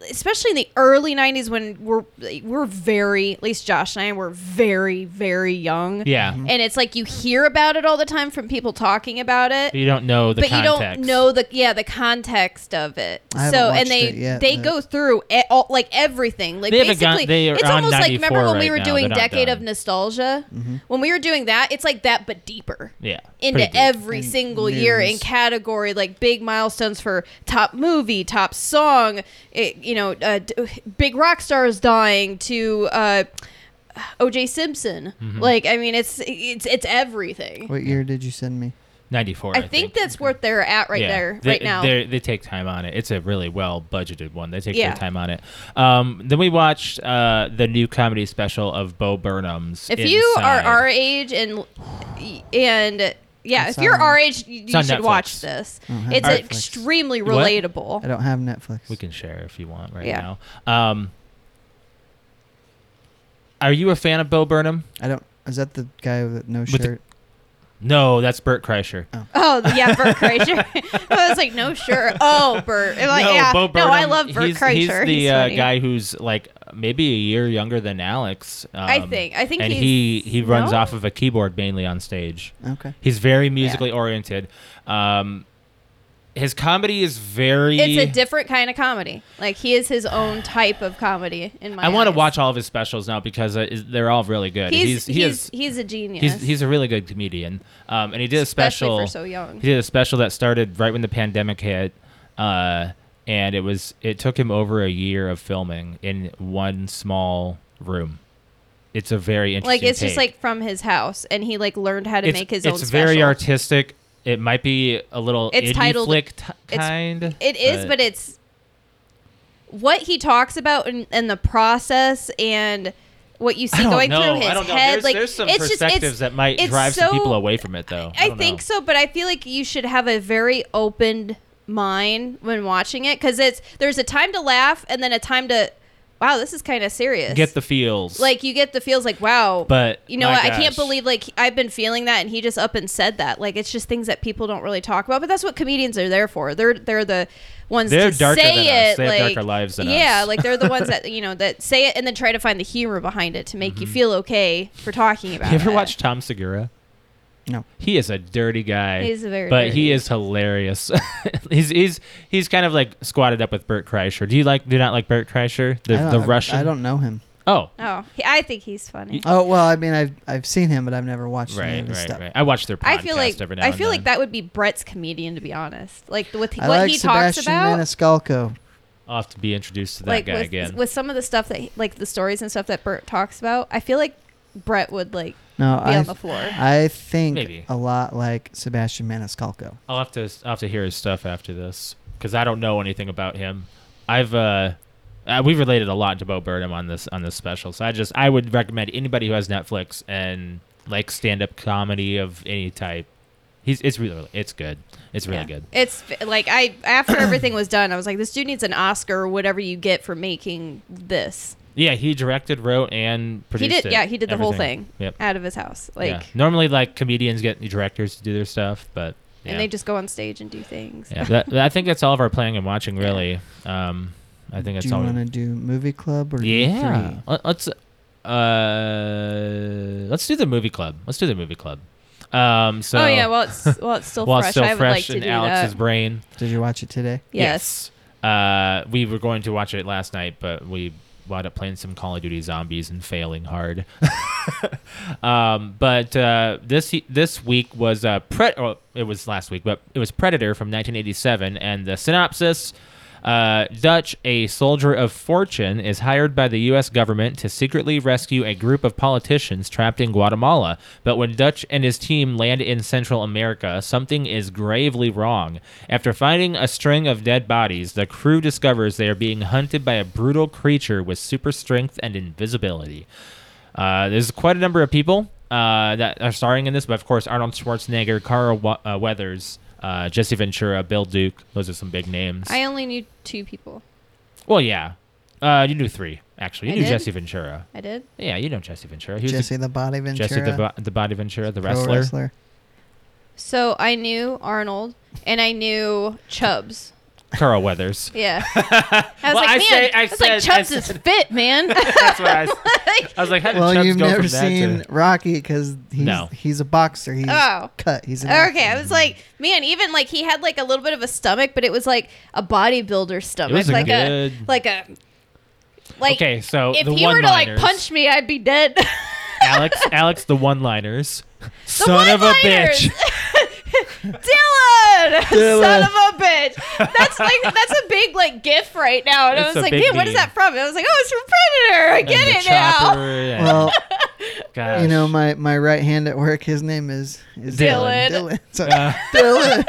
Speaker 3: especially in the early 90s when we're we're very at least Josh and I were very very young.
Speaker 1: Yeah.
Speaker 3: And it's like you hear about it all the time from people talking about it.
Speaker 1: But you don't know the
Speaker 3: but
Speaker 1: context.
Speaker 3: you don't know the yeah the context of it.
Speaker 2: I haven't
Speaker 3: so
Speaker 2: watched
Speaker 3: and they
Speaker 2: it yet,
Speaker 3: they
Speaker 2: but-
Speaker 3: go through it all, like everything. Like
Speaker 1: They haven't gone-
Speaker 3: basically,
Speaker 1: they are
Speaker 3: it's
Speaker 1: on
Speaker 3: almost like remember
Speaker 1: 94
Speaker 3: when we
Speaker 1: right
Speaker 3: were
Speaker 1: now.
Speaker 3: doing
Speaker 1: They're not
Speaker 3: decade of
Speaker 1: done.
Speaker 3: nostalgia.
Speaker 2: Mhm.
Speaker 3: When we were doing that, it's like that but deeper
Speaker 1: Yeah.
Speaker 3: into
Speaker 1: pretty deep.
Speaker 3: every
Speaker 2: And
Speaker 3: single year in
Speaker 2: news.
Speaker 3: category like big milestones for top movie top song it, you know uh, d- big rock stars dying to uh, oj simpson
Speaker 1: Mm-hmm.
Speaker 3: like i mean it's it's it's everything
Speaker 2: What year did you send me?
Speaker 1: 94.
Speaker 3: I, think, that's where they're at right
Speaker 1: Yeah.
Speaker 3: there
Speaker 1: They-
Speaker 3: right now
Speaker 1: they're- They take time on it. It's a really well budgeted one. They take
Speaker 3: Yeah.
Speaker 1: their time on it. Um, then we watched uh, the new comedy special of Bo Burnham's.
Speaker 3: if you are
Speaker 1: Inside.
Speaker 3: our age and and yeah
Speaker 2: It's
Speaker 3: if you're
Speaker 2: on-
Speaker 3: our age you, you
Speaker 1: on
Speaker 3: should
Speaker 1: Netflix.
Speaker 3: watch this
Speaker 2: don't have
Speaker 3: it's
Speaker 1: Netflix.
Speaker 3: extremely
Speaker 1: What?
Speaker 3: relatable
Speaker 2: I don't have Netflix.
Speaker 1: We can share if you want right
Speaker 3: Yeah.
Speaker 1: now. Um, are you a fan of Bo Burnham?
Speaker 2: I don't. Is that the guy with no
Speaker 1: With the-
Speaker 2: shirt?
Speaker 1: No, that's Bert Kreischer.
Speaker 3: Oh yeah, Bert Kreischer. I was like, no, sure. Oh, Bert. I'm Like,
Speaker 1: no,
Speaker 3: yeah.
Speaker 1: Bo Burnham.
Speaker 3: no, I love Bert
Speaker 1: he's,
Speaker 3: Kreischer.
Speaker 1: He's the
Speaker 3: He's
Speaker 1: uh,
Speaker 3: funny.
Speaker 1: guy who's like maybe a year younger than Alex. Um,
Speaker 3: I think. I think
Speaker 1: and
Speaker 3: he's,
Speaker 1: he he runs
Speaker 3: no?
Speaker 1: off of a keyboard mainly on stage.
Speaker 2: Okay.
Speaker 1: He's very musically oriented. Um, his comedy is very.
Speaker 3: It's a different kind of comedy. Like he is his own type of comedy. In my.
Speaker 1: I want to
Speaker 3: eyes.
Speaker 1: watch all of his specials now because uh, is- they're all really good.
Speaker 3: He's he's
Speaker 1: he
Speaker 3: he's,
Speaker 1: is-
Speaker 3: a genius.
Speaker 1: he's he's a really good comedian. Um, and he did a special.
Speaker 3: especially for so young.
Speaker 1: He did a special that started right when the pandemic hit, uh, and it was it took him over a year of filming in one small room. It's a very interesting.
Speaker 3: Like it's just
Speaker 1: take.
Speaker 3: like from his house, and he like learned how to
Speaker 1: it's,
Speaker 3: make his
Speaker 1: it's
Speaker 3: own.
Speaker 1: very
Speaker 3: special.
Speaker 1: artistic. It might be a little
Speaker 3: It's
Speaker 1: indie
Speaker 3: titled-
Speaker 1: flick t-
Speaker 3: it's-
Speaker 1: kind.
Speaker 3: It is, but it's what he talks about and and the process and what you
Speaker 1: I
Speaker 3: see
Speaker 1: don't
Speaker 3: going
Speaker 1: know.
Speaker 3: through his
Speaker 1: I don't know.
Speaker 3: head.
Speaker 1: There's,
Speaker 3: like
Speaker 1: there's some
Speaker 3: it's just
Speaker 1: perspectives
Speaker 3: it's
Speaker 1: that might
Speaker 3: it's
Speaker 1: drive
Speaker 3: so-
Speaker 1: some people away from it, though.
Speaker 3: I
Speaker 1: don't
Speaker 3: think
Speaker 1: know.
Speaker 3: so, but I feel like you should have a very open mind when watching it because it's there's a time to laugh and then a time to, wow, this is kind of serious.
Speaker 1: Get the feels.
Speaker 3: like you get the feels like wow,
Speaker 1: But,
Speaker 3: you know
Speaker 1: my
Speaker 3: what? I
Speaker 1: gosh.
Speaker 3: can't believe like I've been feeling that and he just up and said that. Like it's just things that people don't really talk about, but that's what comedians are there for. They're they're the ones
Speaker 1: They're
Speaker 3: to
Speaker 1: darker
Speaker 3: say
Speaker 1: than
Speaker 3: it.
Speaker 1: us. They
Speaker 3: like,
Speaker 1: have darker lives than us.
Speaker 3: yeah, like they're the ones that you know that say it and then try to find the humor behind it to make you feel okay for talking about.
Speaker 1: Mm-hmm. you ever
Speaker 3: it.
Speaker 1: watch Tom Segura?
Speaker 2: No.
Speaker 1: He is a dirty guy.
Speaker 3: He's a very
Speaker 1: but
Speaker 3: dirty.
Speaker 1: he is hilarious. he's he's he's kind of like squatted up with Bert Kreischer. Do you like do you not like Bert Kreischer? The
Speaker 2: I don't-
Speaker 1: the
Speaker 2: I-
Speaker 1: Russian.
Speaker 2: I don't know him.
Speaker 1: Oh,
Speaker 3: Oh, he- I think he's funny.
Speaker 2: Oh well, I mean, I've I've seen him, but I've never watched any
Speaker 1: right,
Speaker 2: of his
Speaker 1: right,
Speaker 2: stuff.
Speaker 1: right. I watch their podcast
Speaker 3: I feel like
Speaker 1: every now
Speaker 3: I
Speaker 1: and
Speaker 3: feel like
Speaker 1: then.
Speaker 3: that would be Brett's comedian to be honest. Like with
Speaker 2: I
Speaker 3: what
Speaker 2: like
Speaker 3: he talks
Speaker 2: Sebastian
Speaker 3: about,
Speaker 2: Maniscalco.
Speaker 1: I'll have to be introduced to that
Speaker 3: like
Speaker 1: guy
Speaker 3: with,
Speaker 1: again.
Speaker 3: with some of the stuff that he- like the stories and stuff that Bert talks about. I feel like Brett would like
Speaker 2: No,
Speaker 3: be
Speaker 2: I
Speaker 3: on the floor.
Speaker 2: I think
Speaker 1: Maybe.
Speaker 2: a lot like Sebastian Maniscalco.
Speaker 1: I'll have to I'll have to hear his stuff after this because I don't know anything about him. I've uh, uh we related a lot to Bo Burnham on this on this special, so I just I would recommend anybody who has Netflix and like stand up comedy of any type. He's it's really it's good. It's really
Speaker 3: Yeah.
Speaker 1: good.
Speaker 3: It's f- like I after everything was done, I was like, this dude needs an Oscar or whatever you get for making this
Speaker 1: Yeah, he directed, wrote, and produced.
Speaker 3: did-
Speaker 1: it.
Speaker 3: yeah, he did the whole
Speaker 1: Everything.
Speaker 3: thing.
Speaker 1: Yep.
Speaker 3: out of his house. Like,
Speaker 1: yeah. normally, like comedians get directors to do their stuff, but yeah.
Speaker 3: and they just go on stage and do things.
Speaker 1: yeah. that, I think that's all of our playing and watching. Really, um, I think that's
Speaker 2: do you
Speaker 1: all. we-
Speaker 2: want to do movie club or E
Speaker 1: Yeah.
Speaker 2: E3?
Speaker 1: Let- Let's uh let's do the movie club. Let's do the movie club. Um so
Speaker 3: oh yeah, well it's well it's still
Speaker 1: while
Speaker 3: fresh.
Speaker 1: it's still
Speaker 3: I would
Speaker 1: fresh
Speaker 3: like to
Speaker 1: in
Speaker 3: do
Speaker 1: Alex's
Speaker 3: that.
Speaker 1: brain.
Speaker 2: Did you watch it today?
Speaker 3: Yes.
Speaker 1: Uh we were going to watch it last night, but we wound up playing some Call of Duty zombies and failing hard. um but uh this this week was uh pre- oh, it was last week, but it was Predator from 1987 and the synopsis uh, Dutch, a soldier of fortune, is hired by the U.S. government to secretly rescue a group of politicians trapped in Guatemala. But when Dutch and his team land in Central America, something is gravely wrong. After finding a string of dead bodies, the crew discovers they are being hunted by a brutal creature with super strength and invisibility. Uh, there's quite a number of people uh, that are starring in this, but of course, Arnold Schwarzenegger, Carl Wa- uh, Weathers, uh, Jesse Ventura, Bill Duke. Those are some big names.
Speaker 3: I only knew two people.
Speaker 1: Well, yeah. Uh, you knew three, actually. You
Speaker 3: I
Speaker 1: knew
Speaker 3: did?
Speaker 1: Jesse Ventura.
Speaker 3: I did.
Speaker 1: Yeah, you know Jesse Ventura. He was
Speaker 2: Jesse the Body
Speaker 1: the,
Speaker 2: Ventura.
Speaker 1: Jesse the, bo- the Body Ventura, the
Speaker 2: pro
Speaker 1: wrestler.
Speaker 2: wrestler.
Speaker 3: So I knew Arnold and I knew Chubbs.
Speaker 1: Carl Weathers.
Speaker 3: Yeah. I was like,
Speaker 1: I
Speaker 3: man,
Speaker 1: say- I
Speaker 3: that's
Speaker 1: said-
Speaker 3: like
Speaker 1: I
Speaker 3: Chubbs is
Speaker 1: said-
Speaker 3: fit, man.
Speaker 1: That's what I, I was like. How did
Speaker 2: well,
Speaker 1: Chubbs
Speaker 2: you've
Speaker 1: go
Speaker 2: never
Speaker 1: from that
Speaker 2: seen
Speaker 1: to?
Speaker 2: Rocky because he's
Speaker 1: No.
Speaker 2: he's a boxer. He's
Speaker 3: Oh.
Speaker 2: cut. He's an
Speaker 3: okay,
Speaker 2: athlete.
Speaker 3: I was like, man, even like he had like a little bit of a stomach, but it was like a bodybuilder stomach,
Speaker 1: was a
Speaker 3: like
Speaker 1: good-
Speaker 3: a like a like.
Speaker 1: okay, so
Speaker 3: if
Speaker 1: the
Speaker 3: he were to like
Speaker 1: one-liners.
Speaker 3: punch me, I'd be dead.
Speaker 1: Alex, Alex, the one-liners. Son of a
Speaker 3: one-liners!
Speaker 1: bitch.
Speaker 3: Dylan,
Speaker 2: Dylan.
Speaker 3: son of a bitch. That's like that's a big like gif right now, and
Speaker 1: It's
Speaker 3: I was
Speaker 1: a
Speaker 3: like,
Speaker 1: big
Speaker 3: man, what is
Speaker 1: meme.
Speaker 3: that from? And I was like, oh, it's from Predator. I get
Speaker 1: and the
Speaker 3: it now.
Speaker 1: chopper and-
Speaker 2: well,
Speaker 1: gosh.
Speaker 2: you know my my right hand at work. His name is, is
Speaker 1: Dylan.
Speaker 2: Dylan. So,
Speaker 1: Uh,
Speaker 2: Dylan.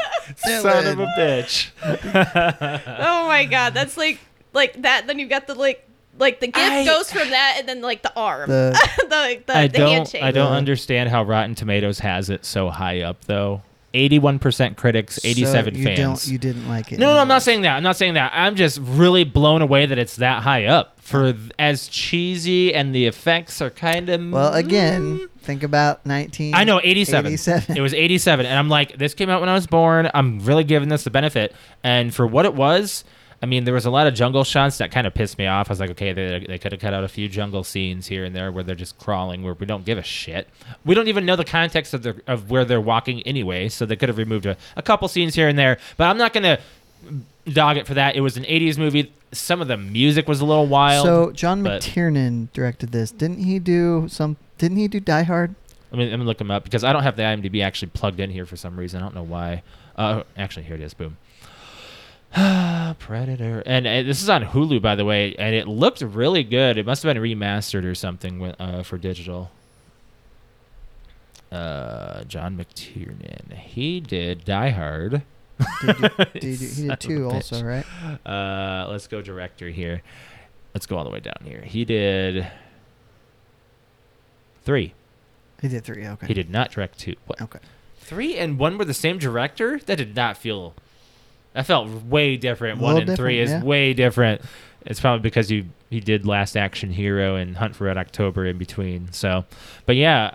Speaker 1: son of a
Speaker 2: Dylan.
Speaker 1: bitch.
Speaker 3: Oh my god, that's like like that. Then you've got the like like the gif
Speaker 1: I-
Speaker 3: goes from that, and then like the arm, the
Speaker 2: The
Speaker 3: like, Uh, the,
Speaker 1: I
Speaker 3: the
Speaker 1: don't.
Speaker 3: handshake.
Speaker 1: I don't
Speaker 2: Yeah.
Speaker 1: understand how Rotten Tomatoes has it so high up though. Eighty-one percent critics, eighty-seven
Speaker 2: so you
Speaker 1: fans.
Speaker 2: Don't, you Mm. didn't like it.
Speaker 1: No, no,
Speaker 2: either.
Speaker 1: I'm not saying that. I'm not saying that. I'm just really blown away that it's that high up for th- as cheesy and the effects are kind of.
Speaker 2: Well, again, think about 19.
Speaker 1: I know 87.
Speaker 2: 87.
Speaker 1: It was 87 and I'm like this came out when I was born. I'm really giving this the benefit and for what it was, I mean there was a lot of jungle shots that kind of pissed me off. I was like okay, they, they could have cut out a few jungle scenes here and there where they're just crawling where we don't give a shit. We don't even know the context of the of where they're walking anyway, so they could have removed a, a couple scenes here and there, but I'm not going to dog it for that. It was an 80s movie. Some of the music was a little wild.
Speaker 2: So John
Speaker 1: but-
Speaker 2: McTiernan directed this. Didn't he do some? Didn't he do Die Hard?
Speaker 1: Let me, let me look him up because I don't have the IMDb actually plugged in here for some reason. I don't know why. Uh, actually, here it is. Boom. Predator. And uh, this is on Hulu, by the way, and it looked really good. It must have been remastered or something wi- uh, for digital. Uh, John McTiernan. He did Die Hard.
Speaker 2: Did you, did you, he
Speaker 1: Son of a
Speaker 2: did two
Speaker 1: bitch.
Speaker 2: also, right?
Speaker 1: Uh, let's go director here. Let's go all the way down here. He did three.
Speaker 2: He did three. Okay.
Speaker 1: He did not direct two. What?
Speaker 2: Okay.
Speaker 1: Three and one were the same director. That did not feel. That felt way different.
Speaker 2: A
Speaker 1: One and
Speaker 2: little
Speaker 1: three is
Speaker 2: different, yeah.
Speaker 1: way different. It's probably because you he did Last Action Hero and Hunt for Red October in between. So, but yeah,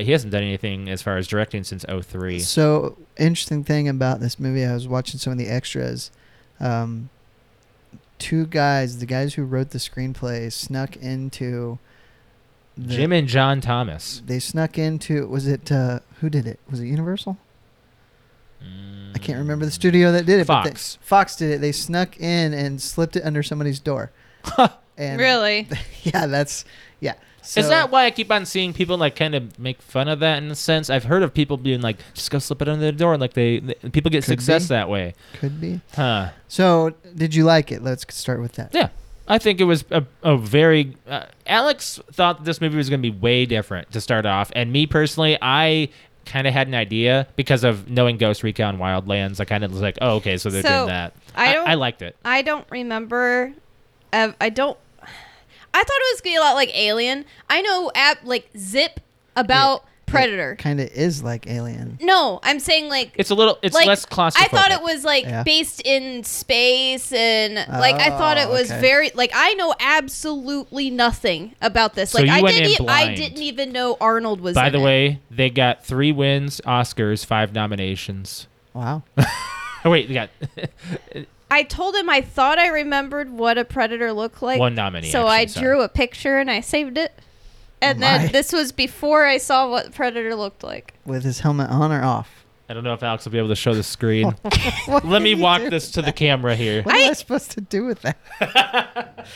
Speaker 1: uh, he hasn't done anything as far as directing since 03.
Speaker 2: So interesting thing about this movie, I was watching some of the extras. Um, two guys, the guys who wrote the screenplay, snuck into. the-
Speaker 1: Jim and John Thomas.
Speaker 2: They snuck into. Was it uh, who did it? Was it Universal? I can't remember the studio that did it. But they,
Speaker 1: Mm. Fox.
Speaker 2: Fox did it. They snuck in and slipped it under somebody's door. and
Speaker 3: really?
Speaker 2: Yeah, that's yeah. So,
Speaker 1: is that why I keep on seeing people like kind of make fun of that in a sense? I've heard of people being like, just go slip it under the door. Like they, th- people get
Speaker 2: Could
Speaker 1: success
Speaker 2: be.
Speaker 1: that way.
Speaker 2: could be?
Speaker 1: Huh.
Speaker 2: So, did you like it? Let's start with that.
Speaker 1: Yeah, I think it was a, a very. Uh, Alex thought this movie was going to be way different to start off, and me personally, I kind of had an idea because of knowing Ghost Recon Wildlands. I kind of was like, oh, okay, so they're
Speaker 3: So,
Speaker 1: doing that.
Speaker 3: I don't-
Speaker 1: I, liked it.
Speaker 3: I don't remember. ev- I don't. I thought it was gonna be a lot like Alien. I know app like zip about Predator.
Speaker 2: Kind of is like Alien.
Speaker 3: No, I'm saying like
Speaker 1: It's a little. It's
Speaker 3: like
Speaker 1: less
Speaker 3: I
Speaker 1: claustrophobic.
Speaker 3: thought it was like
Speaker 2: Yeah.
Speaker 3: based in space and like I thought it
Speaker 2: Oh,
Speaker 3: was
Speaker 2: okay.
Speaker 3: very like I know absolutely nothing about this.
Speaker 1: So
Speaker 3: Like
Speaker 1: you
Speaker 3: I
Speaker 1: went in
Speaker 3: didn't e- I
Speaker 1: blind.
Speaker 3: didn't even know Arnold was
Speaker 1: By
Speaker 3: in
Speaker 1: the
Speaker 3: it.
Speaker 1: way, they got three wins, Oscars, five nominations.
Speaker 2: Wow.
Speaker 1: Oh wait, they got
Speaker 3: I told him I thought I remembered what a predator looked like.
Speaker 1: one nominee.
Speaker 3: so I
Speaker 1: actually,
Speaker 3: drew a picture and I saved it. And
Speaker 2: Oh my.
Speaker 3: then this was before I saw what predator looked like.
Speaker 2: With his helmet on or off?
Speaker 1: I don't know if Alex will be able to show the screen.
Speaker 2: What
Speaker 1: Let
Speaker 2: did
Speaker 1: me
Speaker 2: you
Speaker 1: walk
Speaker 2: do?
Speaker 1: this to the camera here.
Speaker 2: What am
Speaker 3: I-
Speaker 2: I supposed to do with that?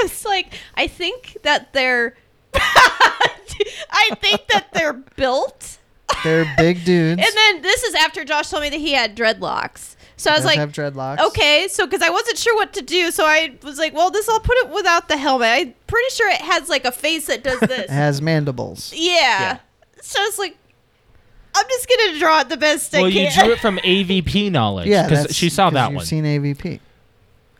Speaker 3: It's like I think that they're I think that they're built
Speaker 2: They're big dudes.
Speaker 3: And then this is after Josh told me that he had dreadlocks. So I was
Speaker 2: does
Speaker 3: like,
Speaker 2: have dreadlocks.
Speaker 3: okay, so because I wasn't sure what to do, so I was like, well, this I'll put it without the helmet. I'm pretty sure it has like a face that does
Speaker 2: It
Speaker 3: this. yeah.
Speaker 2: has mandibles.
Speaker 3: So I was like, I'm just gonna draw it the best
Speaker 1: well,
Speaker 3: I
Speaker 1: you
Speaker 3: can.
Speaker 1: drew it from AVP knowledge.
Speaker 2: Yeah,
Speaker 1: because
Speaker 2: that's
Speaker 1: she saw
Speaker 2: 'cause
Speaker 1: that
Speaker 2: you've
Speaker 1: one.
Speaker 2: Seen AVP.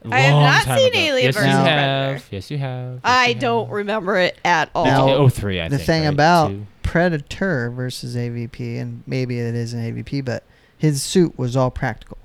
Speaker 3: I have
Speaker 1: Long
Speaker 3: not
Speaker 1: time
Speaker 3: seen
Speaker 1: ago.
Speaker 3: Alien
Speaker 1: yes,
Speaker 3: versus
Speaker 1: you
Speaker 3: Predator.
Speaker 1: have. Yes, you have. Yes,
Speaker 3: I
Speaker 1: you
Speaker 3: don't
Speaker 1: Have.
Speaker 3: remember it at all.
Speaker 2: Now-
Speaker 1: Oh, three. I
Speaker 2: the
Speaker 1: think,
Speaker 2: thing
Speaker 1: right?
Speaker 2: about
Speaker 1: Two.
Speaker 2: Predator versus AVP, and maybe it is an AVP, but his suit was all practical.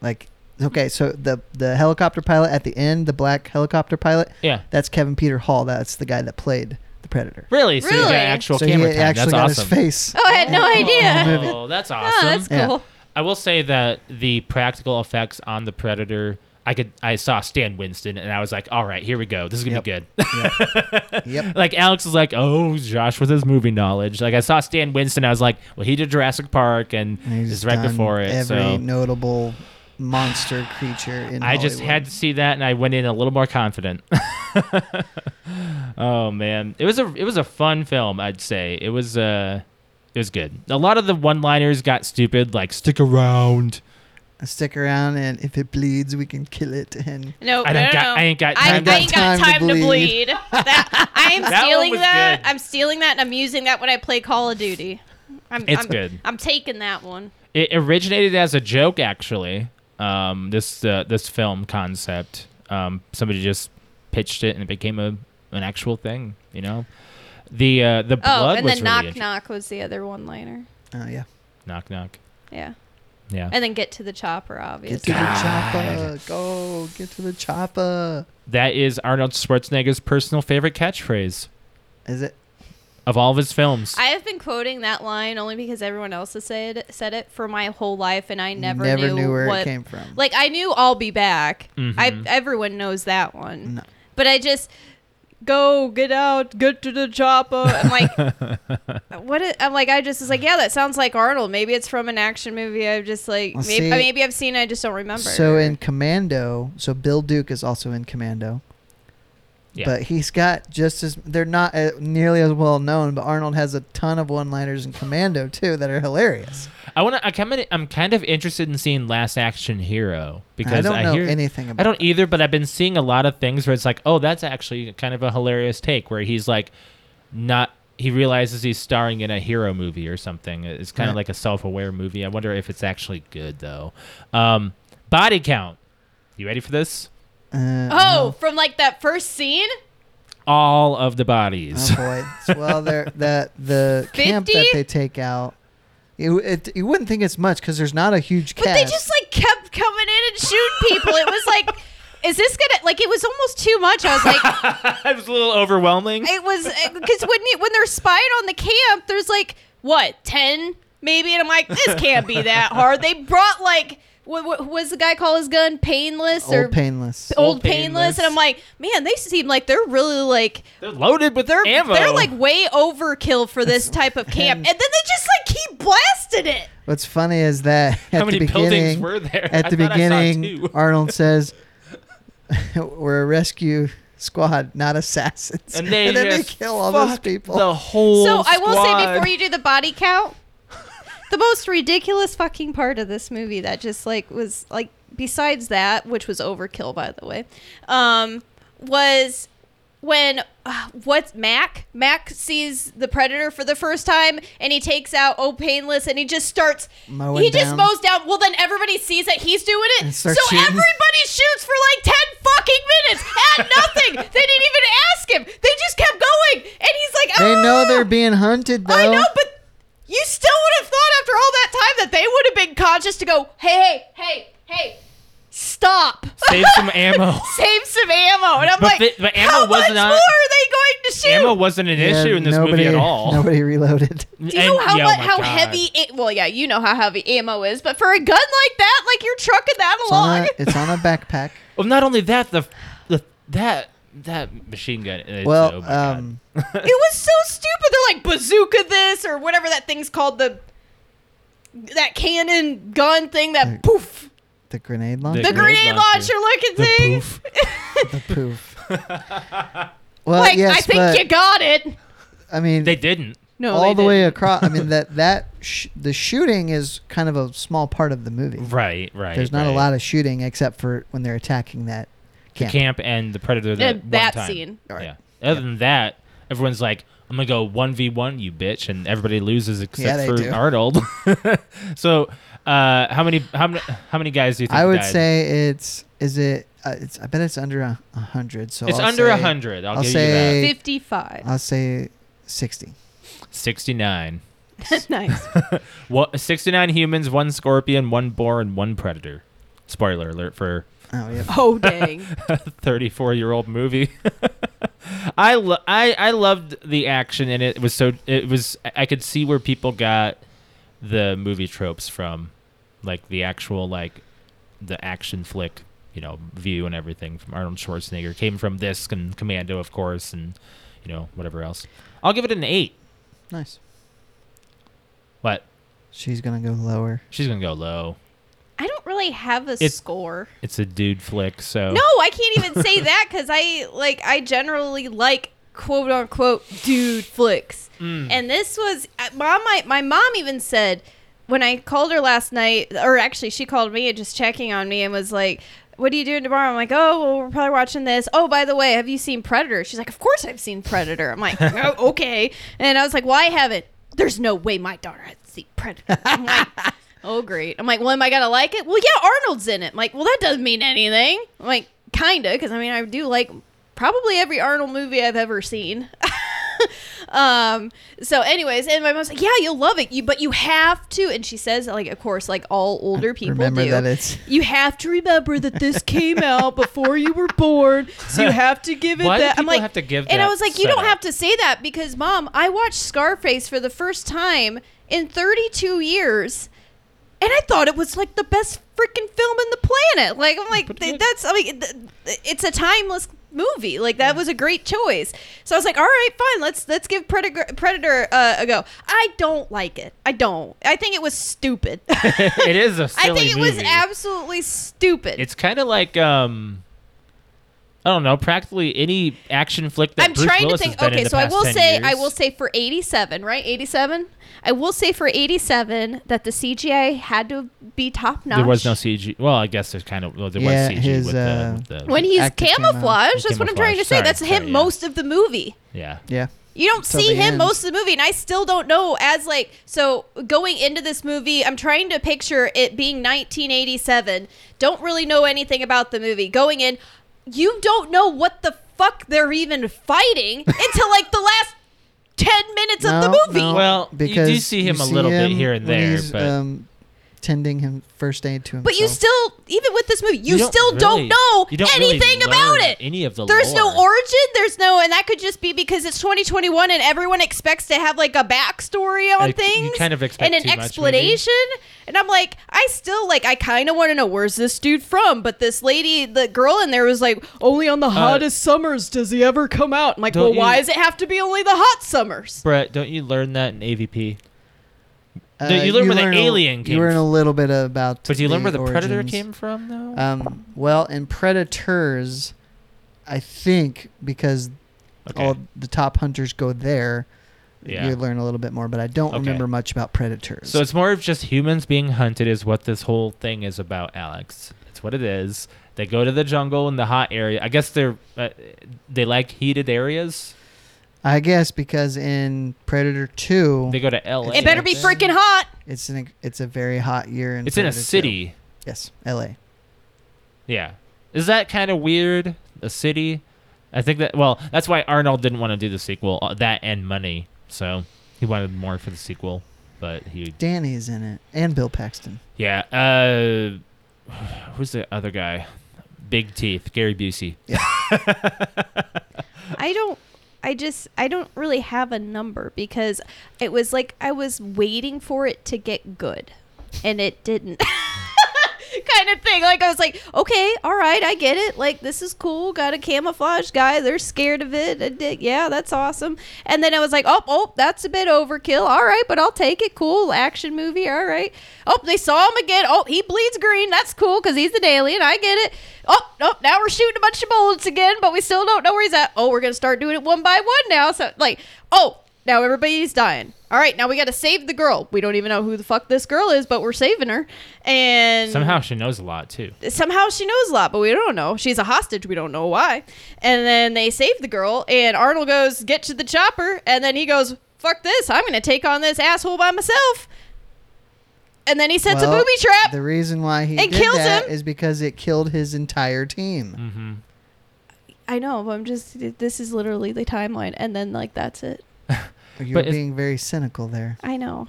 Speaker 2: Like, okay, so the the helicopter pilot at the end, the black helicopter pilot,
Speaker 1: yeah,
Speaker 2: that's Kevin Peter Hall. That's the guy that played the Predator.
Speaker 1: really. So you got
Speaker 3: Really?
Speaker 1: actual
Speaker 2: so
Speaker 1: camera
Speaker 2: he
Speaker 1: time.
Speaker 2: actually
Speaker 1: That's
Speaker 2: got
Speaker 1: awesome.
Speaker 2: his face.
Speaker 3: oh, I had no idea.
Speaker 2: movie.
Speaker 1: Oh, that's
Speaker 3: Oh, that's
Speaker 1: awesome.
Speaker 3: cool.
Speaker 1: I will say that the practical effects on the Predator, I could I saw Stan Winston and I was like, all right, here we go. This is gonna be good.
Speaker 2: Yep.
Speaker 1: like Alex is like, oh, Josh with his movie knowledge. Like I saw Stan Winston, I was like, well, he did Jurassic Park and,
Speaker 2: And he's
Speaker 1: this is right
Speaker 2: done
Speaker 1: before it.
Speaker 2: Every
Speaker 1: so
Speaker 2: notable monster creature in
Speaker 1: I just
Speaker 2: Hollywood.
Speaker 1: had to see that, and I went in a little more confident. oh man, it was a it was a fun film. I'd say it was uh it was good. A lot of the one liners got stupid, like stick around.
Speaker 2: stick around, and if it bleeds, we can kill it. And
Speaker 3: No,
Speaker 1: I
Speaker 3: no,
Speaker 1: don't got-
Speaker 3: no, no.
Speaker 1: I ain't got
Speaker 3: I,
Speaker 1: time to-
Speaker 3: I ain't got time to bleed. That, I am
Speaker 1: That one
Speaker 3: stealing
Speaker 1: was
Speaker 3: that.
Speaker 1: good.
Speaker 3: I'm stealing that, and I'm using that when I play Call of Duty. I'm,
Speaker 1: It's
Speaker 3: I'm,
Speaker 1: good.
Speaker 3: I'm taking that one.
Speaker 1: It originated as a joke, actually. Um, this uh, this film concept. Um, somebody just pitched it, and it became a an actual thing. You know, the uh, the
Speaker 3: Oh,
Speaker 1: blood
Speaker 3: and
Speaker 1: was really
Speaker 3: then knock
Speaker 1: inter-
Speaker 3: knock was the other one liner.
Speaker 2: oh yeah,
Speaker 1: knock knock.
Speaker 3: Yeah,
Speaker 1: Yeah,
Speaker 3: and then get to the chopper,
Speaker 2: get
Speaker 3: obviously.
Speaker 2: to
Speaker 1: God.
Speaker 2: the chopper. Go get to the chopper.
Speaker 1: that is Arnold Schwarzenegger's personal favorite catchphrase
Speaker 2: Is it?
Speaker 1: of all of his films.
Speaker 3: I have been quoting that line only because everyone else has said said it for my whole life, and I never, knew,
Speaker 2: where
Speaker 3: what.
Speaker 2: it came from. Mm-hmm.
Speaker 3: Like I knew I'll be back. I
Speaker 1: Mhm.
Speaker 3: everyone knows that one,
Speaker 2: No.
Speaker 3: but I just go get out, get to the chopper. I'm like, uh, what? Is, I'm like, I just was like, yeah, that sounds like Arnold. Maybe it's from an action movie. I've just like,
Speaker 2: Well,
Speaker 3: maybe,
Speaker 2: see-
Speaker 3: maybe I've seen. it, I just don't remember.
Speaker 2: So in Commando, so Bill Duke is also in Commando.
Speaker 1: Yeah.
Speaker 2: But he's got just as they're not uh, nearly as well known, but Arnold has a ton of one-liners in Commando too that are hilarious.
Speaker 1: I want to. I'm kind of. I'm kind of interested in seeing Last Action Hero because
Speaker 2: I don't know
Speaker 1: hear,
Speaker 2: anything about.
Speaker 1: I don't either, but I've been seeing a lot of things where it's like, oh, that's actually kind of a hilarious take where he's like, not. He realizes he's starring in a hero movie or something. It's kind of
Speaker 2: Right.
Speaker 1: like a self-aware movie. I wonder if it's actually good though. Um, body count. You ready for this?
Speaker 2: it. Uh,
Speaker 3: oh, from like that first scene,
Speaker 1: All of the
Speaker 2: no.
Speaker 1: bodies.
Speaker 2: oh boy! well, they're, that the camp that
Speaker 3: 50?
Speaker 2: they take out. You, it, you wouldn't think it's much because there's not a huge
Speaker 3: but
Speaker 2: cast.
Speaker 3: they just like kept coming in and shooting people. it was like, is this gonna like? It was almost too much. I was like.
Speaker 2: Uh-huh.
Speaker 1: it was a little overwhelming.
Speaker 3: It was because when you, when they're spying on the camp, there's like what ten maybe, and I'm like, this can't be that hard. They brought like what, what was the guy call his gun painless or
Speaker 2: old painless.
Speaker 3: old,
Speaker 1: Old
Speaker 3: painless,
Speaker 1: Painless.
Speaker 3: and I'm like, man, they seem like they're really like
Speaker 1: They're loaded with
Speaker 3: they're
Speaker 1: ammo.
Speaker 3: they're like way overkill for this type of camp, and then they just like keep blasting it.
Speaker 2: What's funny is that at
Speaker 1: How many
Speaker 2: the
Speaker 1: buildings
Speaker 2: beginning,
Speaker 1: were there?
Speaker 2: at
Speaker 1: I
Speaker 2: the
Speaker 1: thought I saw
Speaker 2: beginning,
Speaker 1: two.
Speaker 2: Arnold says, "We're a rescue squad, not assassins."
Speaker 1: and they
Speaker 2: then
Speaker 1: just
Speaker 2: they kill all those
Speaker 1: fucked
Speaker 2: people.
Speaker 1: The whole.
Speaker 3: So I will say
Speaker 1: squad.
Speaker 3: before you do the body count, the most ridiculous fucking part of this movie that just like was like besides that, which was overkill by the way, um, was when uh, what's Mac? Mac sees the predator for the first time and he takes out Oh Painless and he just starts
Speaker 2: Mowing
Speaker 3: he just
Speaker 2: down.
Speaker 3: mows down. Well then everybody sees that he's doing it.
Speaker 2: And
Speaker 3: So
Speaker 2: starts shooting.
Speaker 3: everybody shoots for like ten fucking minutes at nothing. they didn't even ask him. They just kept going and he's like
Speaker 2: They know
Speaker 3: "Ah!"
Speaker 2: they're being hunted, though.
Speaker 3: I know, but you still would have thought after all that time that they would have been conscious to go, hey, hey, hey, hey, stop.
Speaker 1: save some ammo.
Speaker 3: Save some ammo. And I'm
Speaker 1: But
Speaker 3: like,
Speaker 1: the- but ammo
Speaker 3: how
Speaker 1: wasn't
Speaker 3: much
Speaker 1: on-
Speaker 3: more are they going to shoot?
Speaker 1: ammo wasn't an
Speaker 2: Yeah,
Speaker 1: issue in this
Speaker 2: nobody,
Speaker 1: movie at all.
Speaker 2: Nobody reloaded.
Speaker 3: do you know
Speaker 1: oh
Speaker 3: how, mu- how heavy it, well yeah you know how heavy ammo is but for a gun like that like you're trucking that
Speaker 2: It's on,
Speaker 3: along
Speaker 2: a, it's on a backpack.
Speaker 1: Well, not only that, the, the that that machine gun. Is,
Speaker 2: well,
Speaker 1: oh my God.
Speaker 2: um,
Speaker 3: it was so stupid they're like bazooka this or whatever that thing's called the that cannon gun thing that
Speaker 2: Like,
Speaker 3: poof
Speaker 2: the grenade launcher.
Speaker 3: the
Speaker 1: grenade
Speaker 3: grenade
Speaker 1: launcher.
Speaker 3: launcher looking
Speaker 1: The
Speaker 3: thing
Speaker 1: poof.
Speaker 2: The poof. well,
Speaker 3: like
Speaker 2: yes,
Speaker 3: I think
Speaker 2: but,
Speaker 3: you got it.
Speaker 2: I mean,
Speaker 1: They didn't.
Speaker 3: No,
Speaker 2: all the way across. I mean, that that sh- the shooting is kind of a small part of the movie.
Speaker 1: Right, right.
Speaker 2: There's not
Speaker 1: right.
Speaker 2: a lot of shooting except for when they're attacking that
Speaker 1: The
Speaker 2: camp.
Speaker 1: camp and the predator. That, one
Speaker 3: that
Speaker 1: time.
Speaker 3: scene.
Speaker 2: Right.
Speaker 1: Yeah. Other than that, everyone's like, "I'm gonna go one v one, you bitch," and everybody loses except
Speaker 2: they
Speaker 1: for
Speaker 2: do.
Speaker 1: Arnold. so, uh, how many how many how many guys do you think?
Speaker 2: I would
Speaker 1: died?
Speaker 2: say it's is it uh, it's I bet it's under a a hundred. So
Speaker 1: it's
Speaker 2: I'll
Speaker 1: under
Speaker 2: say,
Speaker 1: a hundred. I'll,
Speaker 2: I'll
Speaker 1: give
Speaker 2: say-
Speaker 1: you
Speaker 3: 55.
Speaker 2: I'll say sixty.
Speaker 1: that. Sixty nine.
Speaker 3: nice.
Speaker 1: What? Sixty nine humans, one scorpion, one boar, and one predator. Spoiler alert for
Speaker 2: Oh yeah.
Speaker 3: Oh, dang.
Speaker 1: thirty-four-year-old movie. I, lo- I I loved the action in it. It was so it was I- I could see where people got the movie tropes from. like the actual like the action flick, you know, view and everything from Arnold Schwarzenegger came from this and Commando, of course, and you know whatever else. I'll give it an eight.
Speaker 2: Nice.
Speaker 1: What?
Speaker 2: She's gonna go lower.
Speaker 1: She's gonna go low.
Speaker 3: I don't really have a
Speaker 1: It's-
Speaker 3: score.
Speaker 1: It's a dude flick, so
Speaker 3: No, I can't even say that because I like I generally like quote unquote dude flicks, and this was uh, mom. My, my mom even said when I called her last night, or actually she called me and just checking on me and was like. What are you doing tomorrow? I'm like, oh, well, we're probably watching this. Oh, by the way, have you seen Predator? She's like, of course I've seen Predator. I'm like, oh, okay. And I was like, why haven't? There's no way my daughter has seen Predator. I'm like, Oh, great. I'm like, well, am I going to like it? Well, yeah, Arnold's in it. I'm like, well, that doesn't mean anything. I'm like, kind of, because I mean, I do like probably every Arnold movie I've ever seen. um, so, anyways, and my mom's like, yeah, you'll love it. You, but you have to. And she says, like, of course, like all older people
Speaker 2: Remember
Speaker 3: do.
Speaker 2: that it's
Speaker 3: you have to remember that this came out before you were born, so you have to give it
Speaker 1: Why do
Speaker 3: that. I'm
Speaker 1: people
Speaker 3: like,
Speaker 1: have to give
Speaker 3: and I
Speaker 1: that
Speaker 3: was like, you don't
Speaker 1: setup?
Speaker 3: have to say that because, mom, I watched Scarface for the first time in 32 years, and I thought it was like the best freaking film in the planet. Like, I'm like,
Speaker 1: Pretty good.
Speaker 3: that's, I mean, th- th- it's a timeless movie. Like, that was a great choice. So I was like, all right, fine, let's let's give Predator, Predator uh, a go. I don't like it. I don't. I think it was stupid.
Speaker 1: it is a silly
Speaker 3: I think it was
Speaker 1: movie.
Speaker 3: absolutely stupid.
Speaker 1: It's kind of like um, I don't know, practically any action flick that
Speaker 3: I'm
Speaker 1: Bruce
Speaker 3: trying
Speaker 1: Willis
Speaker 3: to
Speaker 1: has
Speaker 3: think.
Speaker 1: been in
Speaker 3: Okay,
Speaker 1: the
Speaker 3: so I
Speaker 1: past
Speaker 3: will
Speaker 1: 10
Speaker 3: say I
Speaker 1: years.
Speaker 3: will say for 87, right? 87. I will say for 87 that the CGI had to be top notch.
Speaker 1: there was no CG. Well, I guess there's kind of well, there
Speaker 2: Yeah,
Speaker 1: was CG
Speaker 2: his,
Speaker 1: with,
Speaker 2: uh,
Speaker 1: the, with the
Speaker 3: when he's
Speaker 2: Active came out.
Speaker 3: camouflaged. That's what I'm
Speaker 1: Camouflage.
Speaker 3: trying to say.
Speaker 1: Sorry,
Speaker 3: That's him
Speaker 1: sorry, yeah.
Speaker 3: most of the movie.
Speaker 1: yeah.
Speaker 2: yeah.
Speaker 3: You don't
Speaker 2: Till
Speaker 3: see
Speaker 2: the
Speaker 3: him
Speaker 2: end.
Speaker 3: most of the movie, and I still don't know. As like, so going into this movie, I'm trying to picture it being 1987. Don't really know anything about the movie. Going in, you don't know what the fuck they're even fighting until like the last 10 minutes of the movie.
Speaker 1: Well, you do see him a little bit here and
Speaker 2: when
Speaker 1: there,
Speaker 2: he's,
Speaker 1: but-
Speaker 2: um, tending him first aid to himself.
Speaker 3: But you still, even with this movie, you, still
Speaker 1: really-
Speaker 3: don't know
Speaker 1: you don't really
Speaker 3: anything
Speaker 1: learn
Speaker 3: about it.
Speaker 1: Any of the
Speaker 3: There's no
Speaker 1: lore.
Speaker 3: origin. There's no, and that could just be because it's 2021 and everyone expects to have like a backstory on
Speaker 1: Like, you
Speaker 3: things
Speaker 1: kind of expect
Speaker 3: and
Speaker 1: too
Speaker 3: an
Speaker 1: much, maybe.
Speaker 3: explanation. and I'm like, I still like, I kind of want to know where's this dude from. But this lady, the girl in there, was like, only on the hottest summers does he ever come out. I'm like,
Speaker 1: Uh, don't
Speaker 3: well, why
Speaker 1: you-
Speaker 3: does it have to be only the hot summers?
Speaker 1: Brett, don't you learn that in AVP?
Speaker 2: Uh,
Speaker 1: you learn where the
Speaker 2: learn a-
Speaker 1: alien
Speaker 2: You
Speaker 1: came
Speaker 2: learn a little bit about.
Speaker 1: But do you learn where the Uh, predator
Speaker 2: origins.
Speaker 1: came from, though?
Speaker 2: Um, well, in Predators, I think because
Speaker 1: Okay.
Speaker 2: all the top hunters go there,
Speaker 1: Yeah.
Speaker 2: you learn a little bit more. But I don't
Speaker 1: Okay.
Speaker 2: remember much about Predators.
Speaker 1: so it's more of just humans being hunted is what this whole thing is about, Alex. That's what it is. They go to the jungle in the hot area. I guess they're uh, they like heated areas.
Speaker 2: I guess because in Predator Two,
Speaker 1: They go to LA.
Speaker 3: It better be
Speaker 1: I think.
Speaker 3: freaking hot.
Speaker 2: it's an it's a very hot year. In
Speaker 1: It's in a
Speaker 2: Predator 2.
Speaker 1: city.
Speaker 2: Yes, L.A.
Speaker 1: Yeah. Is that kind of weird? A city? I think that, well, that's why Arnold didn't want to do the sequel, uh, that and money. So he wanted more for the sequel, but he,
Speaker 2: Danny's in it, and Bill Paxton.
Speaker 1: yeah. Uh, who's the other guy? Big Teeth, Gary Busey.
Speaker 3: I don't. I just I don't really have a number because it was like I was waiting for it to get good, and it didn't. kind of thing. Like I was like, okay, all right, I get it. Like this is cool. Got a camouflage guy. They're scared of it. I did- Yeah, that's awesome. And then I was like, oh, oh, that's a bit overkill. All right, but I'll take it. Cool action movie. All right. Oh, they saw him again. Oh, he bleeds green. That's cool because he's an alien. I get it. Oh, oh, now we're shooting a bunch of bullets again, but we still don't know where he's at. Oh, we're gonna start doing it one by one now. So like, oh, now everybody's dying. All right, now we got to save the girl. We don't even know who the fuck this girl is, but we're saving her. And
Speaker 1: Somehow she knows a lot, too.
Speaker 3: somehow she knows a lot, but we don't know. She's a hostage. We don't know why. And then they save the girl, and Arnold goes, Get to the chopper. And then he goes, Fuck this. I'm going to take on this asshole by myself. And then he sets
Speaker 2: Well,
Speaker 3: a booby trap.
Speaker 2: The reason why he
Speaker 3: and
Speaker 2: did
Speaker 3: kills
Speaker 2: that
Speaker 3: him.
Speaker 2: is because it killed his entire team.
Speaker 1: Mm-hmm.
Speaker 3: I know, but I'm just, this is literally the timeline. And then, like, that's it.
Speaker 2: You're
Speaker 1: Mm. But it's-
Speaker 2: being very cynical there.
Speaker 3: I know.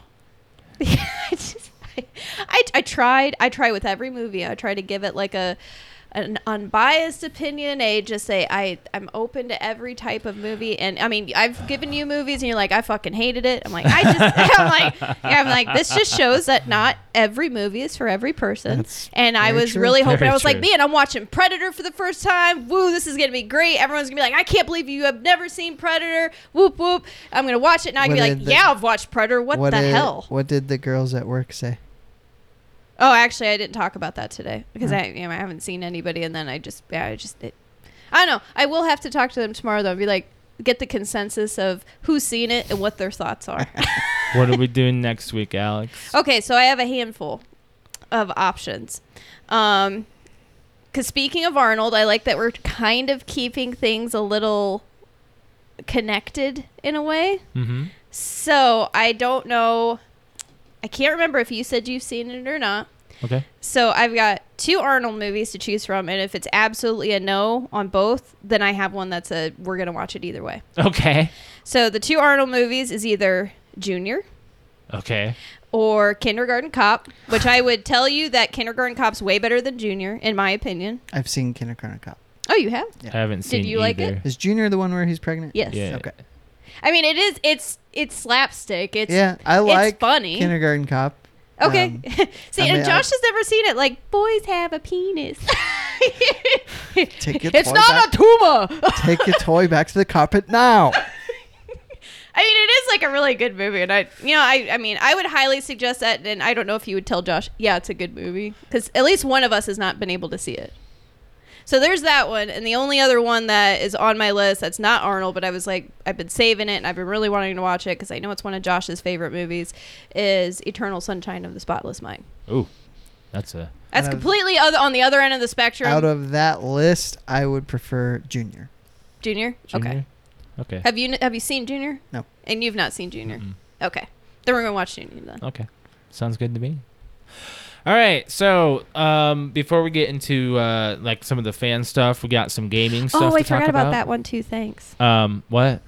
Speaker 3: I, just, I, I, I tried. I try with every movie. I try to give it like a an unbiased opinion, a just say I I'm open to every type of movie. And I mean, I've given you movies, and you're like, I fucking hated it. I'm like, I just I'm like yeah, I'm like this just shows that not every movie is for every person.
Speaker 2: That's
Speaker 3: and I
Speaker 2: very
Speaker 3: was
Speaker 2: true.
Speaker 3: really hoping
Speaker 1: Very
Speaker 3: I was like,
Speaker 1: true.
Speaker 3: man, I'm watching Predator for the first time. Woo, this is gonna be great. Everyone's gonna be like, I can't believe you have never seen Predator. Whoop whoop. I'm gonna watch it, and I'm gonna
Speaker 2: What
Speaker 3: be like,
Speaker 2: did the-
Speaker 3: yeah, I've watched Predator. What, the
Speaker 2: did-
Speaker 3: hell?
Speaker 2: What did the girls at work say?
Speaker 3: Oh, actually, I didn't talk about that today because
Speaker 2: Hmm.
Speaker 3: I, you know, I haven't seen anybody, and then I just, yeah, I just, it, I don't know. I will have to talk to them tomorrow though. and Be like, get the consensus of who's seen it and what their thoughts are.
Speaker 1: What are we doing next week, Alex?
Speaker 3: okay, so I have a handful of options. Um, because speaking of Arnold, I like that we're kind of keeping things a little connected in a way.
Speaker 1: Mm-hmm.
Speaker 3: So I don't know. I can't remember if you said you've seen it or not.
Speaker 1: Okay.
Speaker 3: So I've got two Arnold movies to choose from, and if it's absolutely a no on both, then I have one that's a we're gonna watch it either way.
Speaker 1: Okay.
Speaker 3: So the two Arnold movies is either Junior
Speaker 1: Okay.
Speaker 3: or Kindergarten Cop, which I would tell you that Kindergarten Cop's way better than Junior, in my opinion.
Speaker 2: I've seen Kindergarten Cop.
Speaker 3: Oh, you have?
Speaker 1: I haven't
Speaker 3: Did
Speaker 1: seen.
Speaker 3: you like
Speaker 1: either.
Speaker 2: Is Junior the one where he's pregnant?
Speaker 3: Yes.
Speaker 1: Yeah.
Speaker 2: Okay.
Speaker 3: I mean, it is. It's it's slapstick. It's
Speaker 2: yeah, I like
Speaker 3: funny.
Speaker 2: Kindergarten Cop.
Speaker 3: okay.
Speaker 2: Um,
Speaker 3: See,
Speaker 2: I mean,
Speaker 3: and Josh
Speaker 2: I-
Speaker 3: has never seen it. Like boys have a penis.
Speaker 2: Take your
Speaker 3: it's
Speaker 2: toy
Speaker 3: not a tumor.
Speaker 2: Take your toy back to the carpet now.
Speaker 3: I mean, it is like a really good movie, and I, you know, I, I mean, I would highly suggest that, and I don't know if you would tell Josh, yeah, it's a good movie, because at least one of us has not been able to see it. So there's that one, and the only other one that is on my list that's not Arnold, but I was like, I've been saving it, and I've been really wanting to watch it because I know it's one of Josh's favorite movies, is Eternal Sunshine of the Spotless Mind.
Speaker 1: Ooh, that's a.
Speaker 3: That's
Speaker 2: Out of-
Speaker 3: completely other on the other end of the spectrum.
Speaker 2: Out of that list, I would prefer Junior.
Speaker 3: Junior? Okay.
Speaker 1: Junior? Okay.
Speaker 3: Have you have you seen Junior?
Speaker 2: No.
Speaker 3: And you've not seen Junior.
Speaker 1: Mm-mm.
Speaker 3: Okay. Then we're gonna watch Junior then.
Speaker 1: Mm. Okay. Sounds good to me. All right. So, um, before we get into uh, like some of the fan stuff, we got some gaming stuff.
Speaker 3: oh, I
Speaker 1: to talk
Speaker 3: forgot about
Speaker 1: about
Speaker 3: that one too. Thanks.
Speaker 1: that. Um, what?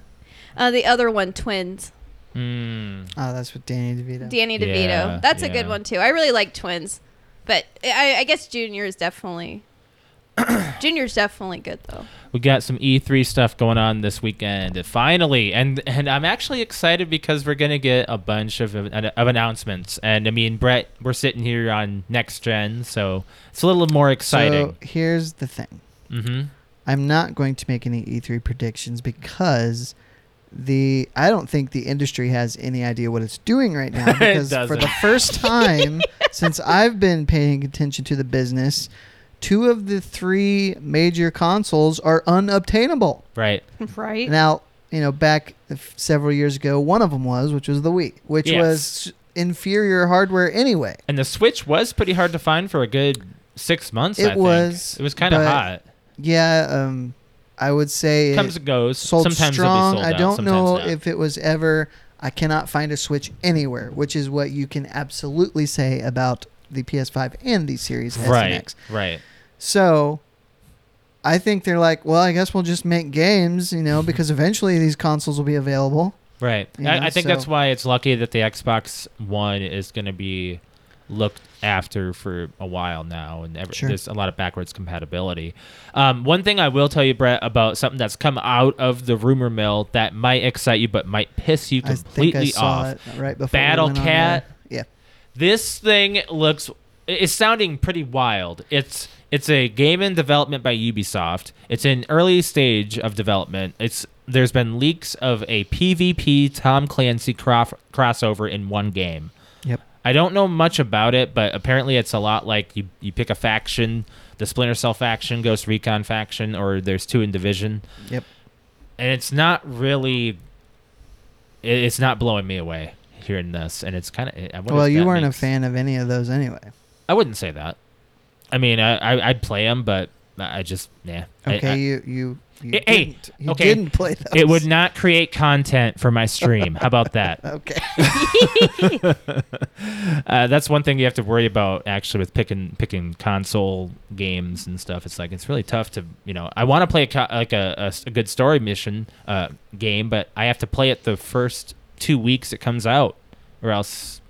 Speaker 3: Uh, the other one, Twins.
Speaker 1: Mm.
Speaker 2: Oh, that's with Danny DeVito.
Speaker 3: Danny DeVito.
Speaker 1: Yeah,
Speaker 3: That's a
Speaker 1: yeah.
Speaker 3: good one too. I really like Twins, but I, I guess Junior is definitely Junior's definitely good though.
Speaker 1: We got some E3 stuff going on this weekend. Finally, and and I'm actually excited because we're gonna get a bunch of of, of announcements. And I mean, Brett, we're sitting here on next gen, so it's a little more
Speaker 2: so
Speaker 1: exciting.
Speaker 2: here's the thing.
Speaker 1: mm-hmm.
Speaker 2: I'm not going to make any E3 predictions because the I don't think the industry has any idea what it's doing right now
Speaker 1: It
Speaker 2: because for
Speaker 1: doesn't.
Speaker 2: the first time since I've been paying attention to the business, two of the three major consoles are unobtainable.
Speaker 1: Right.
Speaker 3: Right.
Speaker 2: Now, you know, back f- several years ago, one of them was, which was the Wii, which
Speaker 1: Yes.
Speaker 2: was inferior hardware anyway.
Speaker 1: And the Switch was pretty hard to find for a good six months.
Speaker 2: It
Speaker 1: I think.
Speaker 2: was,
Speaker 1: It was kind of
Speaker 2: but
Speaker 1: hot.
Speaker 2: Yeah, um, I would say it-
Speaker 1: comes and goes.
Speaker 2: sold
Speaker 1: sometimes
Speaker 2: strong.
Speaker 1: They'll be sold
Speaker 2: I
Speaker 1: out,
Speaker 2: don't
Speaker 1: sometimes
Speaker 2: know
Speaker 1: not.
Speaker 2: if it was ever. I cannot find a Switch anywhere, which is what you can absolutely say about the PS5 and the Series S and
Speaker 1: right,
Speaker 2: X.
Speaker 1: right.
Speaker 2: So, I think they're like, well, I guess we'll just make games, you know, because eventually these consoles will be available.
Speaker 1: Right.
Speaker 2: You know,
Speaker 1: I, I think that's
Speaker 2: so-
Speaker 1: why it's lucky that the Xbox One is going to be looked after for a while now, and every,
Speaker 2: Sure.
Speaker 1: there's a lot of backwards compatibility. Um, one thing I will tell you, Brett, about something that's come out of the rumor mill that might excite you but might piss you
Speaker 2: I think I
Speaker 1: completely
Speaker 2: saw
Speaker 1: off.
Speaker 2: it right before we
Speaker 1: Battle
Speaker 2: went on
Speaker 1: Cat.
Speaker 2: there. Yeah,
Speaker 1: This thing looks it's sounding pretty wild. It's it's a game in development by Ubisoft. It's an early stage of development. It's there's been leaks of a PvP Tom Clancy crof- crossover in one game.
Speaker 2: Yep.
Speaker 1: I don't know much about it, but apparently it's a lot like you, you pick a faction, the Splinter Cell faction, Ghost Recon faction, or there's two in Division
Speaker 2: yep.
Speaker 1: and it's not really it, it's not blowing me away hearing this and it's kind of
Speaker 2: Well, you weren't a fan of any of those anyway.
Speaker 1: i wouldn't say that i mean i, I i'd play them but i I just nah I-
Speaker 2: Okay,
Speaker 1: I-
Speaker 2: you you you,
Speaker 1: Eh, hey,
Speaker 2: didn't, you
Speaker 1: okay.
Speaker 2: didn't play those.
Speaker 1: it would not create content for my stream how about that
Speaker 2: Okay.
Speaker 1: uh, that's one thing you have to worry about actually with picking picking console games and stuff. It's like it's really tough to you know. I want to play a, co- like a, a s- a good story mission uh, game, but I have to play it the first two weeks it comes out, or else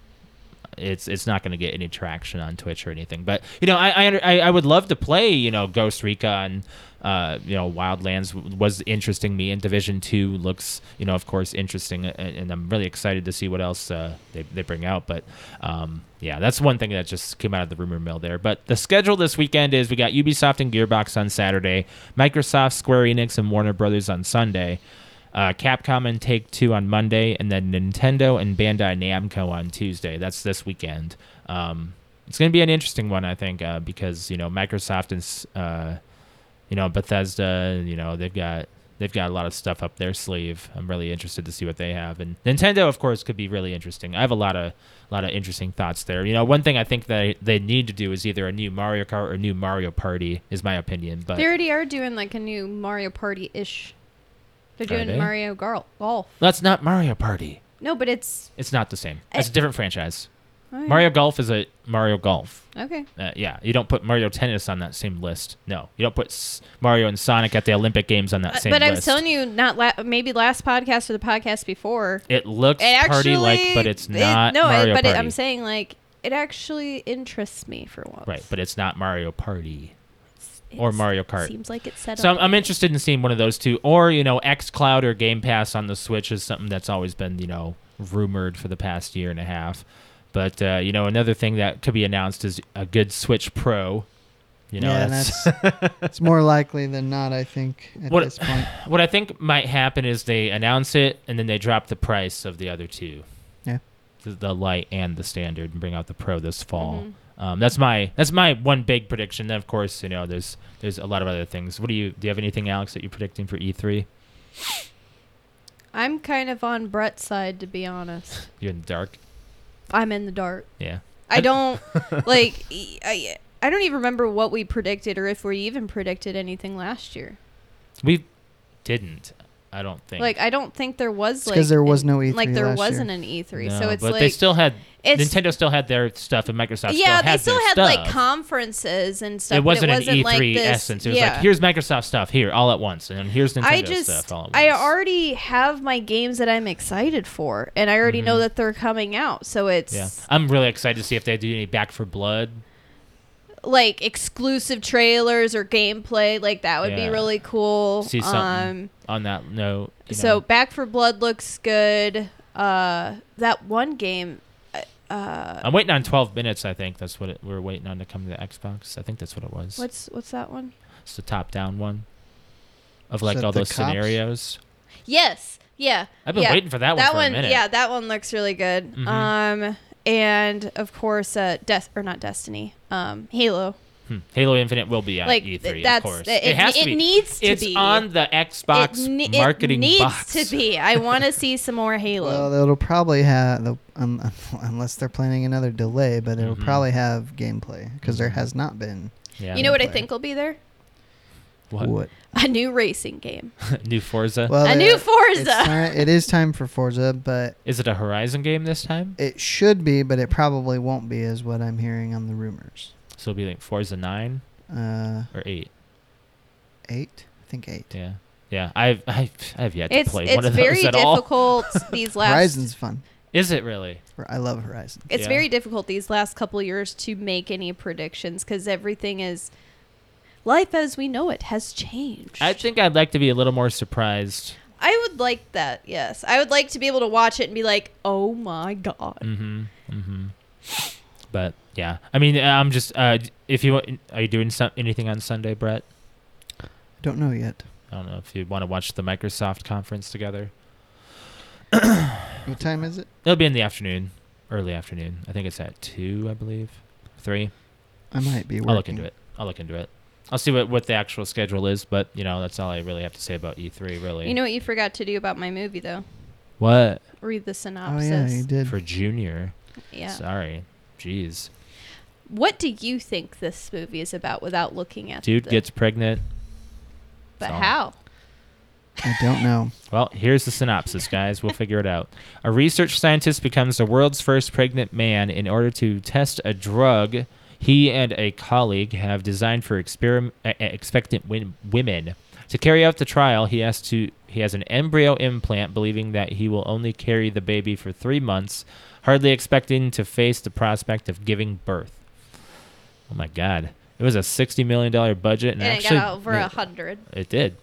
Speaker 1: it's it's not going to get any traction on Twitch or anything. But you know, I I, under- I I would love to play you know Ghost Recon. Uh, you know, Wildlands w- was interesting me, and Division Two looks, you know, of course, interesting, and, and I'm really excited to see what else uh, they they bring out. But um, yeah, that's one thing that just came out of the rumor mill there. But the schedule this weekend is we got Ubisoft and Gearbox on Saturday, Microsoft, Square Enix, and Warner Brothers on Sunday uh, Capcom and Take Two on Monday, and then Nintendo and Bandai Namco on Tuesday. That's this weekend. Um, it's going to be an interesting one, I think, uh, because you know Microsoft and s- uh, you know Bethesda, you know they've got they've got a lot of stuff up their sleeve. I'm really interested to see what they have, and Nintendo, of course, could be really interesting. I have a lot of a lot of interesting thoughts there. You know, one thing I think that they need to do is either a new Mario Kart or a new Mario Party, is my opinion. But
Speaker 3: They already are doing like a new Mario Party ish. They're
Speaker 1: Are
Speaker 3: doing
Speaker 1: they?
Speaker 3: Mario Gar- Golf.
Speaker 1: that's not Mario Party.
Speaker 3: No, but it's
Speaker 1: It's not the same.
Speaker 3: I-
Speaker 1: It's a different franchise.
Speaker 3: oh, yeah.
Speaker 1: Mario Golf is a Mario Golf.
Speaker 3: Okay.
Speaker 1: Uh, yeah, you don't put Mario Tennis on that same list. No, you don't put S- Mario and Sonic at the Olympic Games on that
Speaker 3: Uh,
Speaker 1: same
Speaker 3: but
Speaker 1: list.
Speaker 3: I was telling you, not la- maybe last podcast or the podcast before.
Speaker 1: it looks
Speaker 3: It
Speaker 1: party
Speaker 3: actually,
Speaker 1: like, but it's
Speaker 3: it-
Speaker 1: not
Speaker 3: no, it-
Speaker 1: Mario
Speaker 3: but It,
Speaker 1: Party.
Speaker 3: I'm saying like it actually interests me for once.
Speaker 1: right, but it's not Mario Party
Speaker 3: It's-
Speaker 1: or Mario Kart.
Speaker 3: Seems like it's set
Speaker 1: So
Speaker 3: up.
Speaker 1: I'm, I'm interested in seeing one of those two, or you know, X Cloud or Game Pass on the Switch is something that's always been you know rumored for the past year and a half. But uh, you know, another thing that could be announced is a good Switch Pro. You know,
Speaker 2: yeah,
Speaker 1: that's,
Speaker 2: that's it's more likely than not. I think at
Speaker 1: What-
Speaker 2: this point.
Speaker 1: What I think might happen is they announce it and then they drop the price of the other two.
Speaker 2: Yeah.
Speaker 1: The, the light and the standard and bring out the pro this fall.
Speaker 3: Mhm.
Speaker 1: Um, that's my that's my one big prediction. Then of course, you know, there's there's a lot of other things. What do you do you have anything Alex that you're predicting for E E3?
Speaker 3: I'm kind of on Brett's side to be honest.
Speaker 1: You're in the dark.
Speaker 3: I'm in the dark.
Speaker 1: Yeah.
Speaker 3: I don't like e- I I don't even remember what we predicted or if we even predicted anything last year.
Speaker 1: We didn't. I don't think.
Speaker 3: Like I don't think there was
Speaker 2: It's
Speaker 3: like
Speaker 2: 'cause there was
Speaker 3: an-
Speaker 2: no E3
Speaker 3: like there
Speaker 2: last year.
Speaker 3: wasn't an E3.
Speaker 1: No,
Speaker 3: so it's
Speaker 1: but
Speaker 3: like
Speaker 1: they still had
Speaker 3: it's
Speaker 1: Nintendo still had their stuff and Microsoft still
Speaker 3: yeah,
Speaker 1: had
Speaker 3: they still
Speaker 1: their
Speaker 3: had like
Speaker 1: stuff.
Speaker 3: conferences and stuff.
Speaker 1: it
Speaker 3: but
Speaker 1: wasn't, an E3
Speaker 3: like this-
Speaker 1: essence. It was
Speaker 3: yeah.
Speaker 1: like here's Microsoft stuff here all at once, and then here's Nintendo
Speaker 3: I just
Speaker 1: stuff all at once.
Speaker 3: I already have my games that I'm excited for, and I already know
Speaker 1: Mhm.
Speaker 3: that they're coming out. So it's
Speaker 1: Yeah, I'm really excited to see if they do any Back for Blood.
Speaker 3: like exclusive trailers or gameplay. Like that would
Speaker 1: Yeah.
Speaker 3: be really cool. Um,
Speaker 1: See something, On that note, you
Speaker 3: so
Speaker 1: know.
Speaker 3: Back for Blood looks good. Uh, that one game. uh, Uh,
Speaker 1: I'm waiting on 12 minutes. I think that's what it, we're waiting on to come to the Xbox. I think that's what it was.
Speaker 3: what's what's that one?
Speaker 1: It's the top-down one of
Speaker 2: Is
Speaker 1: like
Speaker 2: that
Speaker 1: all
Speaker 2: the
Speaker 1: those
Speaker 2: cops?
Speaker 1: scenarios.
Speaker 3: Yes, yeah.
Speaker 1: I've been
Speaker 3: yeah.
Speaker 1: waiting for that, one
Speaker 3: that
Speaker 1: for
Speaker 3: one,
Speaker 1: a minute.
Speaker 3: yeah, that one looks really good.
Speaker 1: Mhm.
Speaker 3: Um, and of course, uh, Des- or not Destiny, um, Halo.
Speaker 1: Hmm. Halo Infinite will be at
Speaker 3: like
Speaker 1: E3,
Speaker 3: th-
Speaker 1: E of
Speaker 3: that's
Speaker 1: course.
Speaker 3: It,
Speaker 1: It, has to
Speaker 3: it
Speaker 1: be.
Speaker 3: needs to
Speaker 1: it's
Speaker 3: be
Speaker 1: on the Xbox
Speaker 3: It ne-
Speaker 1: marketing
Speaker 3: it needs
Speaker 1: box.
Speaker 3: to be. I want to see some more Halo.
Speaker 2: Well, it'll probably have the um, unless they're planning another delay, but it'll
Speaker 1: Mhm.
Speaker 2: probably have gameplay because there
Speaker 1: Mhm.
Speaker 2: has not been
Speaker 1: Yeah.
Speaker 3: you know what I
Speaker 2: Gameplay.
Speaker 3: think will be there?
Speaker 1: What?
Speaker 2: what.
Speaker 3: A new racing game.
Speaker 1: New Forza.
Speaker 2: Well,
Speaker 3: a
Speaker 2: they-
Speaker 3: new
Speaker 2: it's
Speaker 3: Forza.
Speaker 2: time, it is time for Forza, but
Speaker 1: Is it a Horizon game this time?
Speaker 2: it should be, but it probably won't be, is what I'm hearing on the rumors.
Speaker 1: So it'll be like Forza 9
Speaker 2: Uh,
Speaker 1: or 8.
Speaker 2: eight, I think eight.
Speaker 1: Yeah. Yeah. I've I've I've yet to
Speaker 3: It's
Speaker 1: play one
Speaker 3: it's
Speaker 1: of
Speaker 3: very
Speaker 1: those at all.
Speaker 3: difficult these last.
Speaker 2: Horizon's fun.
Speaker 1: Is it really?
Speaker 2: I love Horizon.
Speaker 3: It's
Speaker 1: Yeah.
Speaker 3: very difficult these last couple years to make any predictions because everything is. Life as we know it has changed.
Speaker 1: I think I'd like to be a little more surprised.
Speaker 3: I would like that. Yes, I would like to be able to watch it and be like, "Oh my god!"
Speaker 1: Mm-hmm. Mm-hmm. But yeah, I mean, I'm just. Uh, if you want- are you doing some, anything on Sunday, Brett?
Speaker 2: Don't know yet.
Speaker 1: I don't know if you want to watch the Microsoft conference together.
Speaker 2: What time is it?
Speaker 1: It'll be in the afternoon, early afternoon. I think it's at two, I believe, three.
Speaker 2: I might be working.
Speaker 1: I'll look into it. I'll look into it. I'll see what, what the actual schedule is, but you know that's all I really have to say about E3. Really,
Speaker 3: You know what you forgot to do about my movie though?
Speaker 1: what
Speaker 3: Read the
Speaker 2: Oh
Speaker 3: synopsis.
Speaker 2: yeah, you did.
Speaker 1: for Junior?
Speaker 3: Yeah.
Speaker 1: Sorry, jeez,
Speaker 3: What do you think this movie is about without looking at
Speaker 1: dude
Speaker 3: the-
Speaker 1: gets pregnant.
Speaker 3: But
Speaker 1: so-
Speaker 3: how?
Speaker 2: I don't know.
Speaker 1: Well, here's the synopsis, guys. We'll figure it out. A research scientist becomes the world's first pregnant man in order to test a drug he and a colleague have designed for experim- uh, uh, expectant e, win- women. To carry out the trial, he has to he has an embryo implant, believing that he will only carry the baby for three months, hardly expecting to face the prospect of giving birth. Oh my God! It was a sixty million dollar budget, and,
Speaker 3: and it
Speaker 1: actually,
Speaker 3: got over a
Speaker 1: it,
Speaker 3: hundred.
Speaker 1: it did.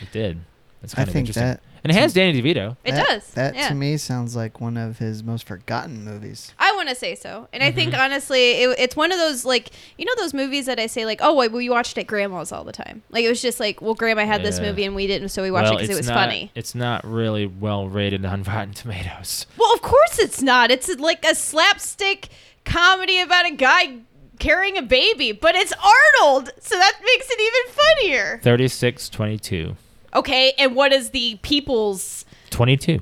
Speaker 1: It did. That's
Speaker 2: I
Speaker 1: kind of
Speaker 2: think
Speaker 1: interesting.
Speaker 2: that
Speaker 1: and it has Danny DeVito.
Speaker 3: It
Speaker 2: that-
Speaker 3: does.
Speaker 2: that
Speaker 3: yeah.
Speaker 2: to me sounds like one of his most forgotten movies.
Speaker 3: I want to say so, and I think
Speaker 1: Mm-hmm.
Speaker 3: honestly, it, it's one of those like you know those movies that I say like, oh, well, we watched at grandma's all the time. Like it was just like, well, grandma had this
Speaker 1: Yeah.
Speaker 3: movie and we didn't, so we watched
Speaker 1: Well,
Speaker 3: it because
Speaker 1: it's
Speaker 3: it was
Speaker 1: not-
Speaker 3: funny.
Speaker 1: It's not really well rated on Rotten Tomatoes.
Speaker 3: Well, of course it's not. It's like a slapstick comedy about a guy carrying a baby, but it's Arnold, so that makes it even funnier.
Speaker 1: Thirty-six, twenty-two,
Speaker 3: Okay, and what is the people's?
Speaker 1: twenty-two,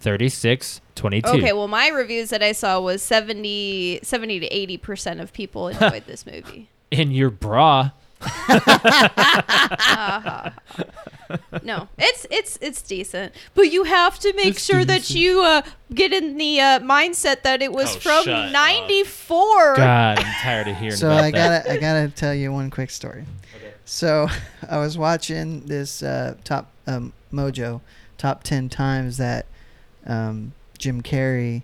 Speaker 1: thirty-six, twenty-two.
Speaker 3: Okay, well, my reviews that I saw was 70, 70 to eighty percent of people enjoyed this movie.
Speaker 1: in your bra.
Speaker 3: No, it's it's it's decent, but you have to make
Speaker 1: It's
Speaker 3: sure that
Speaker 1: decent.
Speaker 3: you uh, get in the uh, mindset that it was
Speaker 1: Oh,
Speaker 3: from
Speaker 1: shut up.
Speaker 3: '94.
Speaker 1: God, I'm tired of hearing
Speaker 2: so
Speaker 1: about
Speaker 2: I
Speaker 1: that.
Speaker 2: gotta I gotta tell you one quick story. So I was watching this uh, top um, Mojo top ten times that um, Jim Carrey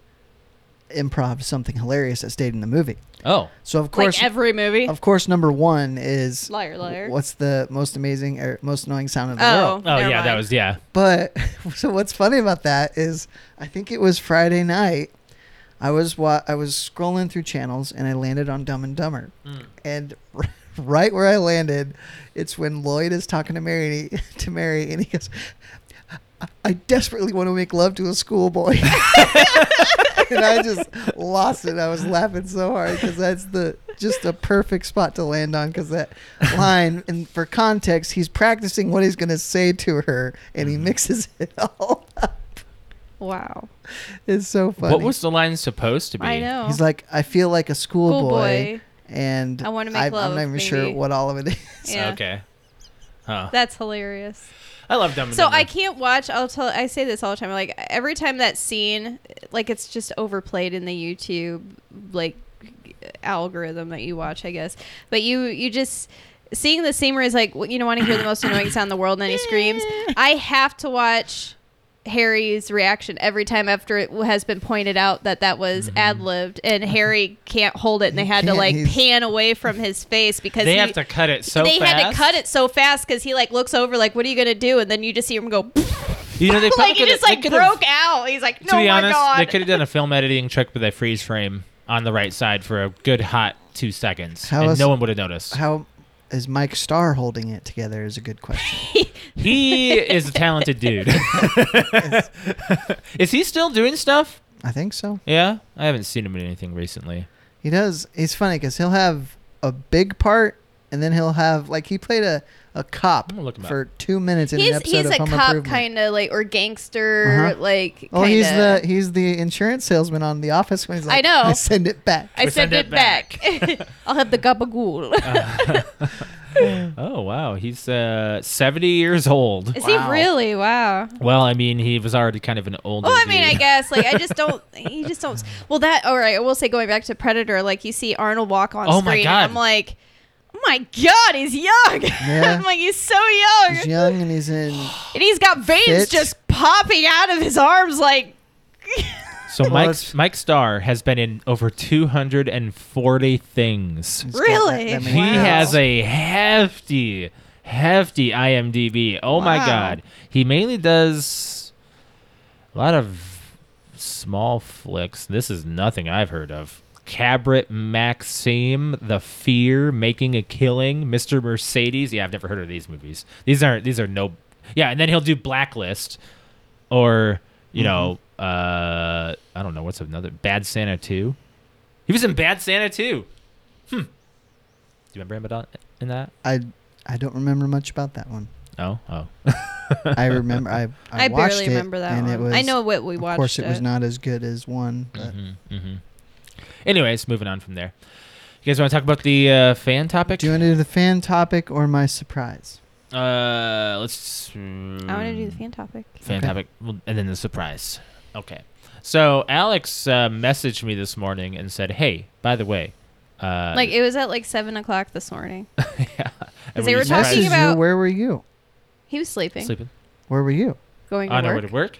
Speaker 2: improv something hilarious that stayed in the movie.
Speaker 1: Oh,
Speaker 2: So of course,
Speaker 3: like every movie.
Speaker 2: of course, number one is
Speaker 3: Liar, liar.
Speaker 2: What's the most amazing or most annoying sound in the
Speaker 3: Oh.
Speaker 2: world?
Speaker 1: oh
Speaker 3: Never
Speaker 1: yeah, that
Speaker 3: mind.
Speaker 1: was yeah.
Speaker 2: But so what's funny about that is I think it was Friday night. I was wa- I was scrolling through channels and I landed on Dumb and Dumber, and right where I landed, it's when Lloyd is talking to Mary to Mary and he goes, "I- "I desperately want to make love to a schoolboy," and I just lost it. I was laughing so hard because that's the just a perfect spot to land on because that line and for context, he's practicing what he's gonna say to her and
Speaker 1: Mm-hmm.
Speaker 2: he mixes it all up.
Speaker 3: wow,
Speaker 2: It's so funny.
Speaker 1: What was the line supposed to be?
Speaker 3: I know.
Speaker 2: He's like, I feel like a
Speaker 3: Cool
Speaker 2: schoolboy,
Speaker 3: boy.
Speaker 2: and
Speaker 3: I wanna make
Speaker 2: I'm-
Speaker 3: love,
Speaker 2: I'm not even sure
Speaker 3: maybe.
Speaker 2: what all of it is.
Speaker 3: Yeah.
Speaker 1: Okay. Huh.
Speaker 3: That's hilarious.
Speaker 1: I love Dumb and
Speaker 3: So
Speaker 1: Dumber.
Speaker 3: I can't watch. I'll tell. I say this all the time. Like every time that scene, like it's just overplayed in the YouTube like algorithm that you watch, I guess. But you you just seeing the scene where he's like, well, you know, want to hear the most annoying sound in the world, and then he screams. I have to watch Harry's reaction every time after it has been pointed out that that was
Speaker 1: Mm-hmm.
Speaker 3: ad libbed, and Harry can't hold it, and they had to
Speaker 2: can't,
Speaker 3: like
Speaker 2: he's-
Speaker 3: pan away from his face because
Speaker 1: they
Speaker 3: he,
Speaker 1: have to cut it so
Speaker 3: they
Speaker 1: fast.
Speaker 3: had to cut it so fast because he like looks over like what are you gonna do and then you just see him go
Speaker 1: You know, they probably
Speaker 3: like he
Speaker 1: could've-
Speaker 3: just
Speaker 1: they
Speaker 3: like
Speaker 1: could've-
Speaker 3: broke out he's like no
Speaker 1: To be
Speaker 3: my
Speaker 1: honest,
Speaker 3: god
Speaker 1: they could have done a film editing trick with a freeze frame on the right side for a good hot two seconds,
Speaker 2: How
Speaker 1: and
Speaker 2: is-
Speaker 1: no one would have noticed.
Speaker 2: How is Mike Starr holding it together? Is a good question.
Speaker 1: He is a talented dude. is he still doing stuff?
Speaker 2: I think so.
Speaker 1: Yeah, I haven't seen him in anything recently.
Speaker 2: He does. He's funny because he'll have a big part, and then he'll have like he played a, a cop
Speaker 1: I'm gonna look him up.
Speaker 2: for two minutes in an
Speaker 3: he's,
Speaker 2: episode
Speaker 3: he's
Speaker 2: of
Speaker 3: a
Speaker 2: Home
Speaker 3: cop
Speaker 2: Improvement.
Speaker 3: kind of like or gangster
Speaker 2: Uh-huh.
Speaker 3: like kinda.
Speaker 2: Oh, he's the he's the insurance salesman on The Office when he's
Speaker 3: I
Speaker 2: like,
Speaker 3: know.
Speaker 2: send it back.
Speaker 3: I
Speaker 1: We
Speaker 3: send it back. I'll have the gabagool.
Speaker 1: Uh-huh. Oh wow, he's uh, seventy years old.
Speaker 3: Is
Speaker 2: Wow.
Speaker 3: he really? Wow.
Speaker 1: Well, I mean, he was already kind of an older.
Speaker 3: Well, I mean, I
Speaker 1: dude.
Speaker 3: guess like I just don't. You just don't. Well, that all right. I will say going back to Predator, like you see Arnold walk on
Speaker 1: Oh, my
Speaker 3: screen,
Speaker 1: God.
Speaker 3: and I'm like, oh my god, he's young.
Speaker 2: Yeah.
Speaker 3: I'm like, he's so young,
Speaker 2: He's young and he's in.
Speaker 3: and he's got veins
Speaker 2: Fit.
Speaker 3: just popping out of his arms, like.
Speaker 1: So
Speaker 2: Well,
Speaker 1: Mike
Speaker 2: it's-
Speaker 1: Mike Starr has been in over two hundred and forty things.
Speaker 2: he's got
Speaker 3: Really?
Speaker 2: that- that
Speaker 3: He
Speaker 1: He
Speaker 2: many
Speaker 3: Wow.
Speaker 1: has a hefty, hefty IMDb. Oh my
Speaker 3: Wow.
Speaker 1: god. He mainly does a lot of small flicks. This is nothing I've heard of. Cabret Maxime, The Fear, Making a Killing, Mr. Mercedes. Yeah, I've never heard of these movies. These aren't these are no Yeah, and then he'll do Blacklist or you know,
Speaker 2: Mm-hmm.
Speaker 1: uh I don't know what's another Bad Santa 2. He was in Bad Santa 2. Do you remember him about in that?
Speaker 2: I I don't remember much about that one.
Speaker 1: No.
Speaker 2: Uh.
Speaker 1: Oh.
Speaker 2: I remember I I,
Speaker 3: I,
Speaker 2: watched
Speaker 3: barely
Speaker 2: it,
Speaker 3: remember that
Speaker 2: and
Speaker 3: one.
Speaker 2: it was
Speaker 3: I know what we watched.
Speaker 2: of course it, was not as good as one. But
Speaker 1: Mm-hmm. Anyways, moving on from there. You guys want to talk about the uh, fan topic?
Speaker 2: Do you want to do the fan topic or my surprise?
Speaker 1: uh, let's. mm,
Speaker 3: I want to do the fan topic.
Speaker 1: fan
Speaker 2: Okay.
Speaker 1: topic, well, and then the surprise. Okay. So Alex uh, messaged me this morning and said, "Hey, by the way, uh,
Speaker 3: Like it was at like seven o'clock this morning.
Speaker 1: yeah, And
Speaker 3: they
Speaker 1: you
Speaker 3: were
Speaker 1: surprised-
Speaker 3: talking
Speaker 2: Message
Speaker 3: about-
Speaker 2: you, where were you?
Speaker 3: He was sleeping,
Speaker 1: sleeping.
Speaker 2: Where were you?
Speaker 3: going to
Speaker 1: On our
Speaker 3: work.
Speaker 1: way to work.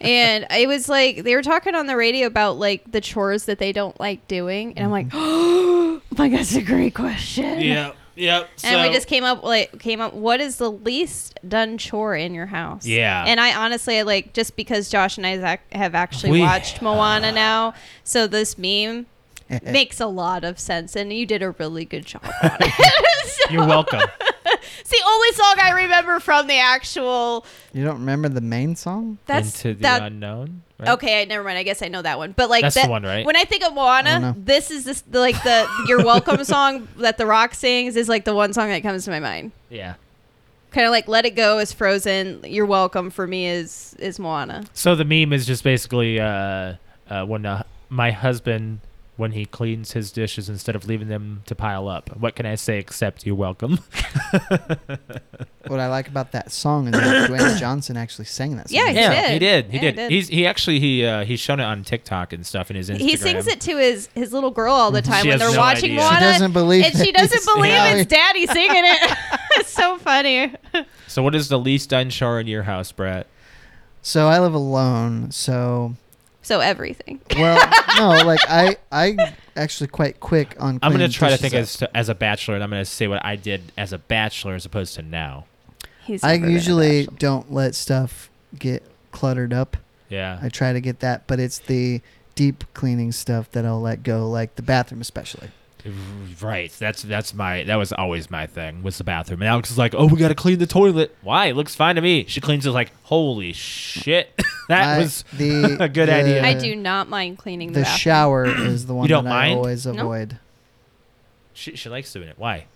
Speaker 3: and it was like they were talking on the radio about like the chores that they don't like doing and i'm like oh my god that's a great question
Speaker 1: Yep.
Speaker 3: and we just came up like came up what is the least done chore in your house
Speaker 1: Yeah.
Speaker 3: and i honestly like just because josh and i ac- have actually
Speaker 1: We-
Speaker 3: watched moana now so this meme
Speaker 2: Eh.
Speaker 3: makes a lot of sense and you did a really good job on it So-
Speaker 1: You're welcome.
Speaker 3: it's the only song i remember from the actual
Speaker 2: You don't remember the main song?
Speaker 3: that's
Speaker 1: Into the
Speaker 3: that,
Speaker 1: unknown. Right?
Speaker 3: Okay, I never mind. I guess I know that one. But like
Speaker 1: That's the
Speaker 3: that-
Speaker 1: one, right?
Speaker 3: When I think of
Speaker 2: I don't
Speaker 3: Moana,
Speaker 2: know.
Speaker 3: this is this the, like the "You're Welcome" song that The Rock sings is like the one song that comes to my mind.
Speaker 1: Yeah.
Speaker 3: Kind of like "Let It Go" is Frozen. "You're Welcome" for me is is Moana.
Speaker 1: So the meme is just basically uh, uh, when uh, my husband, when he cleans his dishes instead of leaving them to pile up. What can I say except you're welcome?
Speaker 2: What I like about that song is that Dwayne Johnson actually sang that song.
Speaker 3: Yeah, He Yeah. did.
Speaker 1: he did. He
Speaker 3: Yeah, he
Speaker 1: did.
Speaker 3: did.
Speaker 1: He's he actually he uh, he's shown it on TikTok and stuff in his Instagram.
Speaker 3: He sings it to his his little girl all the time
Speaker 1: She
Speaker 3: when
Speaker 1: has
Speaker 3: they're
Speaker 1: no
Speaker 3: watching
Speaker 1: idea. She
Speaker 3: Moana,
Speaker 2: doesn't believe
Speaker 3: and she
Speaker 2: that he's
Speaker 3: doesn't believe
Speaker 2: singing.
Speaker 3: it's Daddy singing it. it's so funny.
Speaker 1: So what is the least done chore in your house, Brett?
Speaker 2: So I live alone. So
Speaker 3: So everything.
Speaker 2: well, no, like I I actually quite quick on.
Speaker 1: I'm gonna
Speaker 2: cleaning
Speaker 1: try to
Speaker 2: dishes
Speaker 1: think
Speaker 2: up.
Speaker 1: as to, as a bachelor, and I'm gonna say what I did as a bachelor as opposed to now.
Speaker 3: He's
Speaker 2: I
Speaker 3: never been a
Speaker 2: usually
Speaker 3: bachelor.
Speaker 2: don't let stuff get cluttered up.
Speaker 1: Yeah.
Speaker 2: I try to get that, but it's the deep cleaning stuff that I'll let go, like the bathroom especially.
Speaker 1: Right. That's that's my that was always my thing was the bathroom. And Alex is like, "Oh, we gotta clean the toilet." Why? It looks fine to me. She cleans it like, "Holy shit, that
Speaker 2: I-
Speaker 1: was."
Speaker 2: the
Speaker 1: a good idea.
Speaker 3: I do not mind cleaning the,
Speaker 2: The
Speaker 3: bathroom.
Speaker 2: shower is the one
Speaker 1: don't
Speaker 2: that
Speaker 1: mind?
Speaker 2: I always
Speaker 3: No.
Speaker 2: avoid.
Speaker 1: She, she likes doing it. Why?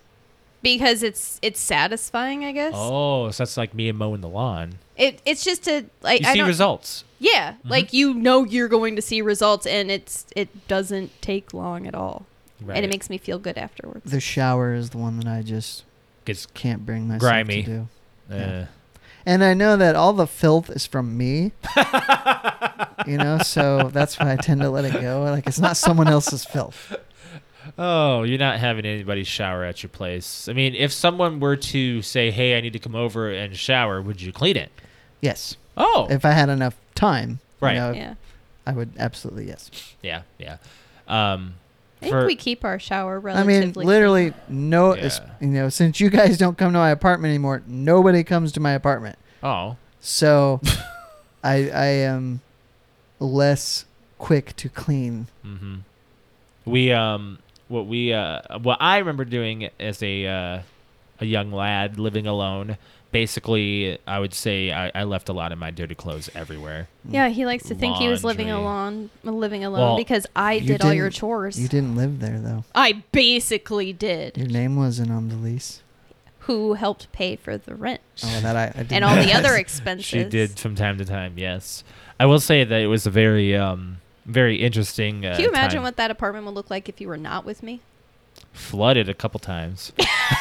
Speaker 3: because it's it's satisfying, I guess.
Speaker 1: Oh, so that's like me and mowing the lawn.
Speaker 3: It it's just a like
Speaker 1: You see
Speaker 3: I
Speaker 1: Mm-hmm.
Speaker 3: don't
Speaker 1: results.
Speaker 3: yeah like you know you're going to see results and it's it doesn't take long at all
Speaker 1: Right.
Speaker 3: and it makes me feel good afterwards.
Speaker 2: The shower is the one that I just
Speaker 1: Gets,
Speaker 2: can't bring myself
Speaker 1: Grimy.
Speaker 2: to do.
Speaker 1: uh,
Speaker 2: And I know that all the filth is from me. you know, so that's why I tend to let it go. Like it's not someone else's filth.
Speaker 1: Oh, you're not having anybody shower at your place. I mean, if someone were to say, "Hey, I need to come over and shower," would you clean it?
Speaker 2: Yes.
Speaker 1: Oh,
Speaker 2: If I had enough time, you
Speaker 1: Right.
Speaker 2: know,
Speaker 3: Yeah,
Speaker 2: I would absolutely yes.
Speaker 1: yeah, yeah. Um,
Speaker 3: I think
Speaker 1: for-
Speaker 3: we keep our shower
Speaker 2: I mean,
Speaker 3: relatively.
Speaker 2: literally no es-
Speaker 1: Yeah.
Speaker 2: you know, since you guys don't come to my apartment anymore, nobody comes to my apartment.
Speaker 1: oh,
Speaker 2: So I I am less quick to clean.
Speaker 1: hmm we um, what we uh, what I remember doing as a uh, a young lad living alone. Basically, I would say I, I left a lot of my dirty clothes everywhere.
Speaker 3: yeah, he likes to think he was living
Speaker 1: Laundry.
Speaker 3: alone, living alone
Speaker 1: Well,
Speaker 3: because I
Speaker 2: you
Speaker 3: did all your
Speaker 2: didn't-
Speaker 3: chores.
Speaker 2: You didn't live there though.
Speaker 3: I basically did.
Speaker 2: Your name wasn't on the lease.
Speaker 3: Who helped pay for the rent
Speaker 2: Oh, that I, I didn't
Speaker 3: and all the
Speaker 2: realize.
Speaker 3: other expenses?
Speaker 1: She did from time to time. Yes, I will say that it was a very um, very interesting. Uh,
Speaker 3: Can you imagine
Speaker 1: time.
Speaker 3: what that apartment would look like if you were not with me?
Speaker 1: flooded a couple times.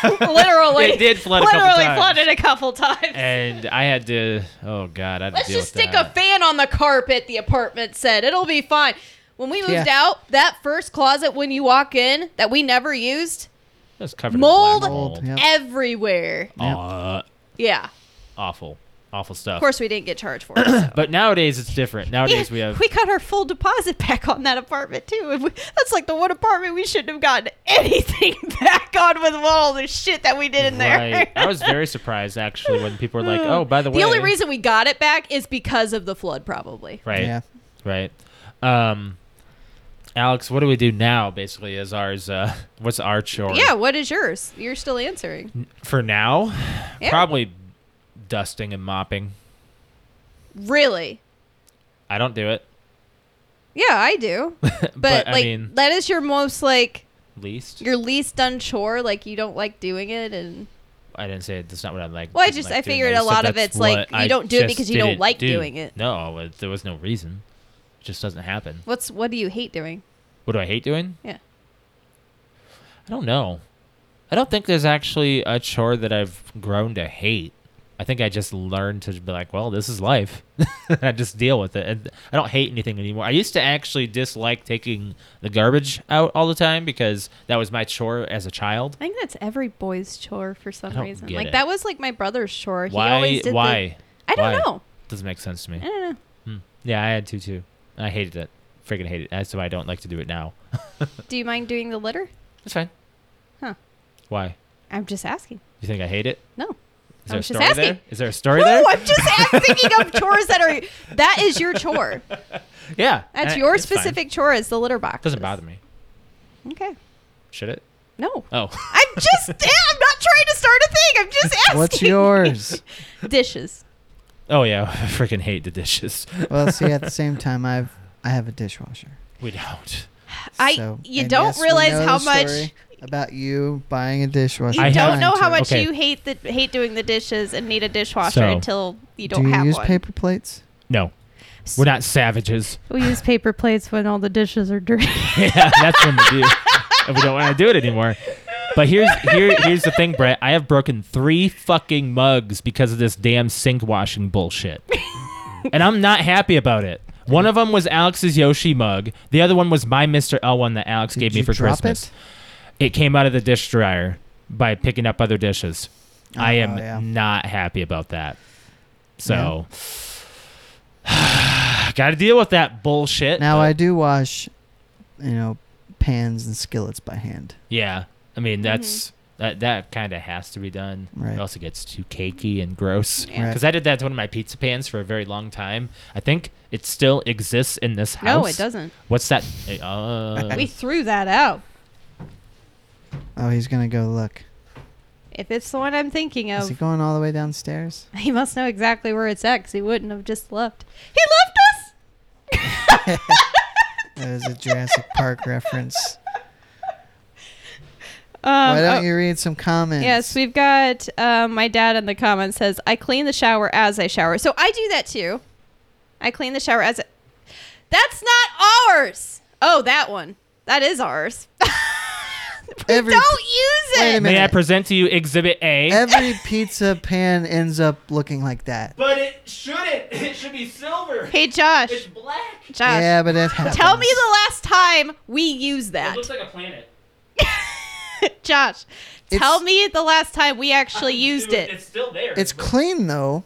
Speaker 3: literally,
Speaker 1: it did flood a couple
Speaker 3: literally
Speaker 1: times.
Speaker 3: flooded a couple times.
Speaker 1: And I had to. Oh God, I had to
Speaker 3: Let's
Speaker 1: deal
Speaker 3: just
Speaker 1: with
Speaker 3: stick a
Speaker 1: that.
Speaker 3: fan on the carpet, the apartment said. It'll be fine. When we moved
Speaker 2: Yeah.
Speaker 3: out, that first closet when you walk in that we never used,
Speaker 1: It was covered in
Speaker 3: mold.
Speaker 1: black
Speaker 2: Mold, yeah. Yep.
Speaker 3: everywhere.
Speaker 1: Aw,
Speaker 3: Yeah.
Speaker 1: awful, awful stuff.
Speaker 3: Of course, we didn't get charged for it. so.
Speaker 1: But nowadays it's different. Nowadays
Speaker 3: Yeah,
Speaker 1: we have.
Speaker 3: we got our full deposit back on that apartment too. And we, that's like the one apartment we shouldn't have gotten anything back on with all the shit that we did in
Speaker 1: Right.
Speaker 3: there.
Speaker 1: I was very surprised actually when people were like, "Oh, by the way."
Speaker 3: the only reason we got it back is because of the flood, probably.
Speaker 1: Right.
Speaker 2: Yeah.
Speaker 1: Right. Um, Alex, what do we do now? Basically, is ours? Uh, what's our chore?
Speaker 3: Yeah, what is yours? You're still answering.
Speaker 1: For now,
Speaker 3: Yeah.
Speaker 1: probably dusting and mopping.
Speaker 3: Really?
Speaker 1: I don't do it.
Speaker 3: Yeah, I do. But,
Speaker 1: But, I
Speaker 3: like
Speaker 1: mean-
Speaker 3: that is your most like
Speaker 1: Least.
Speaker 3: your least done chore, like you don't like doing it and
Speaker 1: I didn't say it. That's not what I like.
Speaker 3: Well, I
Speaker 1: didn't
Speaker 3: just-
Speaker 1: like
Speaker 3: I
Speaker 1: doing.
Speaker 3: figured a
Speaker 1: just
Speaker 3: lot
Speaker 1: said
Speaker 3: of
Speaker 1: that's
Speaker 3: it's like,
Speaker 1: what
Speaker 3: you
Speaker 1: I
Speaker 3: don't do it
Speaker 1: just
Speaker 3: because you don't
Speaker 1: didn't
Speaker 3: like
Speaker 1: do.
Speaker 3: doing it.
Speaker 1: No, it- there was no reason. It just doesn't happen.
Speaker 3: what's what do you hate doing?
Speaker 1: What do I hate doing?
Speaker 3: Yeah.
Speaker 1: I don't know. I don't think there's actually a chore that I've grown to hate. I think I just learned to be like, well, this is life. I just deal with it. And I don't hate anything anymore. I used to actually dislike taking the garbage out all the time because that was my chore as a child.
Speaker 3: I think that's every boy's chore for
Speaker 1: I
Speaker 3: some
Speaker 1: don't
Speaker 3: reason.
Speaker 1: get
Speaker 3: Like
Speaker 1: it.
Speaker 3: that was like my brother's chore. He
Speaker 1: Why?
Speaker 3: always did the-
Speaker 1: Why?
Speaker 3: I don't
Speaker 1: why?
Speaker 3: know.
Speaker 1: Doesn't make sense to me.
Speaker 3: I don't know.
Speaker 1: Hmm. Yeah, I had two too. And I hated it. Freaking hated it. That's why I don't like to do it now.
Speaker 3: Do you mind doing the litter?
Speaker 1: That's fine.
Speaker 3: Huh.
Speaker 1: Why?
Speaker 3: I'm just asking.
Speaker 1: You think I hate it?
Speaker 3: No.
Speaker 1: Is there
Speaker 3: I'm
Speaker 1: a
Speaker 3: just
Speaker 1: story there?
Speaker 3: asking.
Speaker 1: Is there a story
Speaker 3: no,
Speaker 1: there?
Speaker 3: I'm just I'm thinking of chores that are that is your chore.
Speaker 1: Yeah.
Speaker 3: That's
Speaker 1: I-
Speaker 3: your
Speaker 1: Eh, it's fine.
Speaker 3: specific chore is the litter box.
Speaker 1: Doesn't bother me.
Speaker 3: Okay.
Speaker 1: Should it?
Speaker 3: No.
Speaker 1: Oh.
Speaker 3: I'm just eh, I'm not trying to start a thing. I'm just asking.
Speaker 2: What's yours?
Speaker 3: Dishes.
Speaker 1: Oh yeah, I freaking hate the dishes.
Speaker 2: well, see, at the same time, I've I have a dishwasher.
Speaker 1: We don't.
Speaker 3: I
Speaker 2: So-
Speaker 3: you
Speaker 2: and
Speaker 3: don't
Speaker 2: yes, we
Speaker 3: realize
Speaker 2: know
Speaker 3: how
Speaker 2: the
Speaker 3: much
Speaker 2: story about you buying a
Speaker 3: you
Speaker 2: dishwasher.
Speaker 1: I
Speaker 3: don't
Speaker 1: have-
Speaker 3: know how much
Speaker 1: Okay.
Speaker 3: you hate the hate doing the dishes and need a dishwasher
Speaker 1: So,
Speaker 3: until you don't
Speaker 2: Do you
Speaker 3: have
Speaker 2: use
Speaker 3: one.
Speaker 2: paper plates?
Speaker 1: No, we're not savages.
Speaker 3: We use paper plates when all the dishes are dirty.
Speaker 1: yeah, that's when we do. And we don't want to do it anymore. But here's here here's the thing, Brett. I have broken three fucking mugs because of this damn sink washing bullshit, and I'm not happy about it. One of them was Alex's Yoshi mug. The other one was my Mr. L one that Alex
Speaker 2: Did
Speaker 1: gave me
Speaker 2: you
Speaker 1: for
Speaker 2: drop
Speaker 1: Christmas.
Speaker 2: it?
Speaker 1: it came out of the dish dryer by picking up other dishes. I
Speaker 2: Oh,
Speaker 1: am
Speaker 2: yeah.
Speaker 1: not happy about that. So got to deal with that bullshit.
Speaker 2: Now
Speaker 1: but-
Speaker 2: I do wash, you know, pans and skillets by hand.
Speaker 1: yeah, I
Speaker 3: Mm-hmm.
Speaker 1: mean that's that that kind of has to be done.
Speaker 2: Right.
Speaker 1: It also gets too cakey and gross.
Speaker 3: Yeah.
Speaker 1: Because I did that to one of my pizza pans for a very long time. I think it still exists in this house.
Speaker 3: No, it doesn't.
Speaker 1: What's that? Uh,
Speaker 3: We threw that out.
Speaker 2: Oh, he's gonna go look.
Speaker 3: If it's the one I'm thinking
Speaker 2: Is he
Speaker 3: of,
Speaker 2: going all the way downstairs?
Speaker 3: he must know exactly where it's at because he wouldn't have just left. He left us.
Speaker 2: That is a Jurassic Park reference.
Speaker 3: Um,
Speaker 2: Why
Speaker 3: oh,
Speaker 2: don't you read some comments?
Speaker 3: Yes, we've got um, my dad in the comments says, I clean the shower as I shower. So I do that too. I clean the shower as I. That's not ours. Oh, that one. That is ours. we
Speaker 2: Every-
Speaker 3: don't use it.
Speaker 2: Wait a
Speaker 1: May I
Speaker 2: minute.
Speaker 1: present to you Exhibit A?
Speaker 2: Every pizza pan ends up looking like that.
Speaker 1: but it shouldn't. It should be silver.
Speaker 3: Hey, Josh.
Speaker 1: black.
Speaker 3: Josh.
Speaker 2: yeah, but it happens.
Speaker 3: uh, Tell me the last time we used that.
Speaker 1: like a planet.
Speaker 3: Josh,
Speaker 2: It's-
Speaker 3: tell me the last time we actually used it.
Speaker 1: still there.
Speaker 2: It's clean though.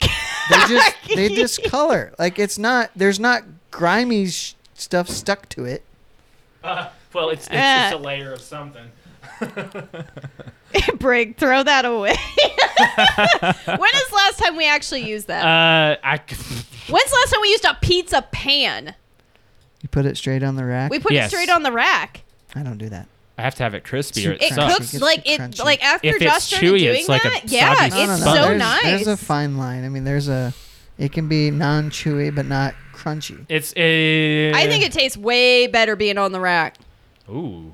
Speaker 2: They just they discolor. Like it's not. There's not grimy sh- stuff stuck to it.
Speaker 1: well, it's, it's
Speaker 3: just a
Speaker 1: layer of something.
Speaker 3: Brig, throw that away. when is the last time we actually used that?
Speaker 1: Uh, I
Speaker 3: When's the last time we used a pizza pan?
Speaker 2: You put it straight on the rack.
Speaker 3: We put
Speaker 1: Yes.
Speaker 3: it straight on the rack.
Speaker 2: I don't do that.
Speaker 1: I have to have it crispy or it,
Speaker 3: It
Speaker 1: sucks.
Speaker 3: cooks
Speaker 2: It gets
Speaker 3: like
Speaker 2: too
Speaker 3: it
Speaker 2: crunchy.
Speaker 3: like after
Speaker 1: If it's
Speaker 3: Josh started
Speaker 1: chewy,
Speaker 3: doing
Speaker 1: it's like a
Speaker 3: that. yeah,
Speaker 1: soggy
Speaker 3: it's
Speaker 1: sponge.
Speaker 3: so
Speaker 2: there's,
Speaker 3: nice.
Speaker 2: There's a fine line. I mean, there's a. It can be non-chewy but not crunchy.
Speaker 1: It's a.
Speaker 3: I think it tastes way better being on the rack.
Speaker 1: Ooh.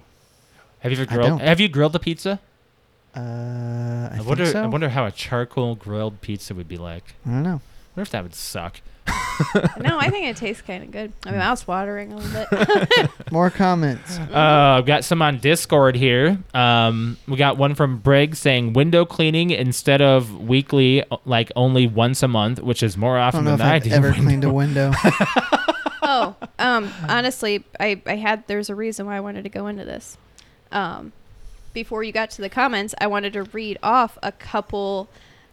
Speaker 1: Have you ever
Speaker 2: I
Speaker 1: grilled?
Speaker 2: don't.
Speaker 1: Have you grilled a pizza?
Speaker 2: Uh, I, think
Speaker 1: wonder.
Speaker 2: so.
Speaker 1: I wonder how a charcoal grilled pizza would be like.
Speaker 2: I don't
Speaker 1: I
Speaker 2: know.
Speaker 1: wonder if that would suck.
Speaker 3: No, I think it tastes kind of good. I mean, I was watering a little bit.
Speaker 2: More comments.
Speaker 1: Uh, I've got some on Discord here. Um, we got one from Briggs saying window cleaning instead of weekly, o- like only once a month, which is more
Speaker 2: I don't
Speaker 1: often
Speaker 2: know if
Speaker 1: than I
Speaker 2: I've
Speaker 1: do.
Speaker 2: ever cleaned a window.
Speaker 3: oh, um, honestly, I, I had there's a reason why I wanted to go into this. Um, before you got to the comments, I wanted to read off a couple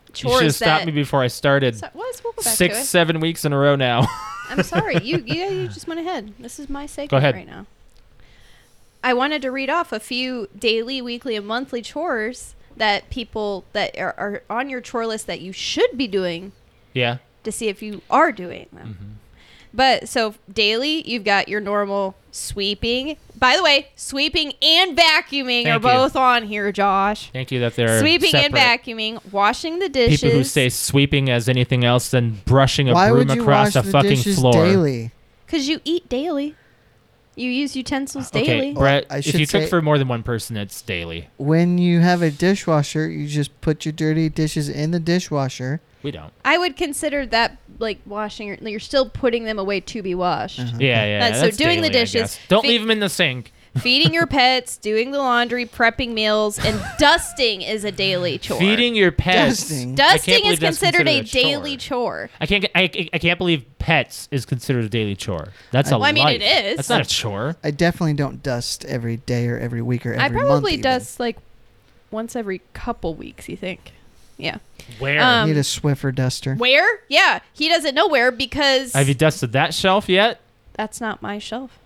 Speaker 1: you should have
Speaker 3: chores
Speaker 1: stopped
Speaker 3: that.
Speaker 1: me before I started.
Speaker 3: so, well, let's- we'll go back
Speaker 1: Six,
Speaker 3: to it.
Speaker 1: seven weeks in a row now.
Speaker 3: I'm sorry. You yeah, you just went ahead. This is my segment
Speaker 1: ahead.
Speaker 3: right now. I wanted to read off a few daily, weekly, and monthly chores that people that are, are on your chore list that you should be doing
Speaker 1: yeah. Mm-hmm.
Speaker 3: to see if you are doing them. But so daily, you've got your normal sweeping. By the way, sweeping and vacuuming
Speaker 1: Thank
Speaker 3: are
Speaker 1: you.
Speaker 3: both on here, Josh.
Speaker 1: Thank you that there are
Speaker 3: Sweeping and
Speaker 1: separate
Speaker 3: vacuuming, washing the dishes.
Speaker 1: People who say sweeping as anything else than brushing a
Speaker 2: Why
Speaker 1: broom
Speaker 2: would you
Speaker 1: across
Speaker 2: wash
Speaker 1: a
Speaker 2: the
Speaker 1: fucking
Speaker 2: dishes
Speaker 1: floor.
Speaker 2: daily?
Speaker 3: because you eat daily, you use utensils
Speaker 1: Okay,
Speaker 3: daily.
Speaker 1: Brett,
Speaker 2: I
Speaker 1: if
Speaker 2: should
Speaker 1: you cook
Speaker 2: say-
Speaker 1: for more than one person, it's daily.
Speaker 2: When you have a dishwasher, you just put your dirty dishes in the dishwasher.
Speaker 1: We don't.
Speaker 2: Mm-hmm.
Speaker 3: I would consider that like washing. Your, you're still putting them away to be washed.
Speaker 1: Yeah, yeah.
Speaker 3: That's- so
Speaker 1: that's
Speaker 3: doing
Speaker 1: daily,
Speaker 3: the
Speaker 1: I
Speaker 3: dishes,
Speaker 1: guess. Don't
Speaker 3: fi-
Speaker 1: leave them in the sink.
Speaker 3: Feeding your pets, doing the laundry, prepping meals, and dusting is a daily chore.
Speaker 1: Feeding your pets.
Speaker 2: Dusting.
Speaker 1: I can't
Speaker 3: Dusting is
Speaker 1: believe that's
Speaker 3: considered, a,
Speaker 1: chore.
Speaker 3: daily chore.
Speaker 1: I can't. I, I can't believe pets is considered a daily chore. That's a
Speaker 3: Well, I mean,
Speaker 1: life.
Speaker 3: it is.
Speaker 1: That's not a chore.
Speaker 2: I definitely don't dust every day or every week or every
Speaker 3: I probably
Speaker 2: month.
Speaker 3: dust like once every couple weeks, you think. Yeah.
Speaker 1: Where
Speaker 2: Even.
Speaker 3: Um,
Speaker 2: Need a Swiffer duster.
Speaker 3: Where? Yeah. He doesn't know where because
Speaker 1: have you dusted that shelf yet?
Speaker 3: that's not my shelf.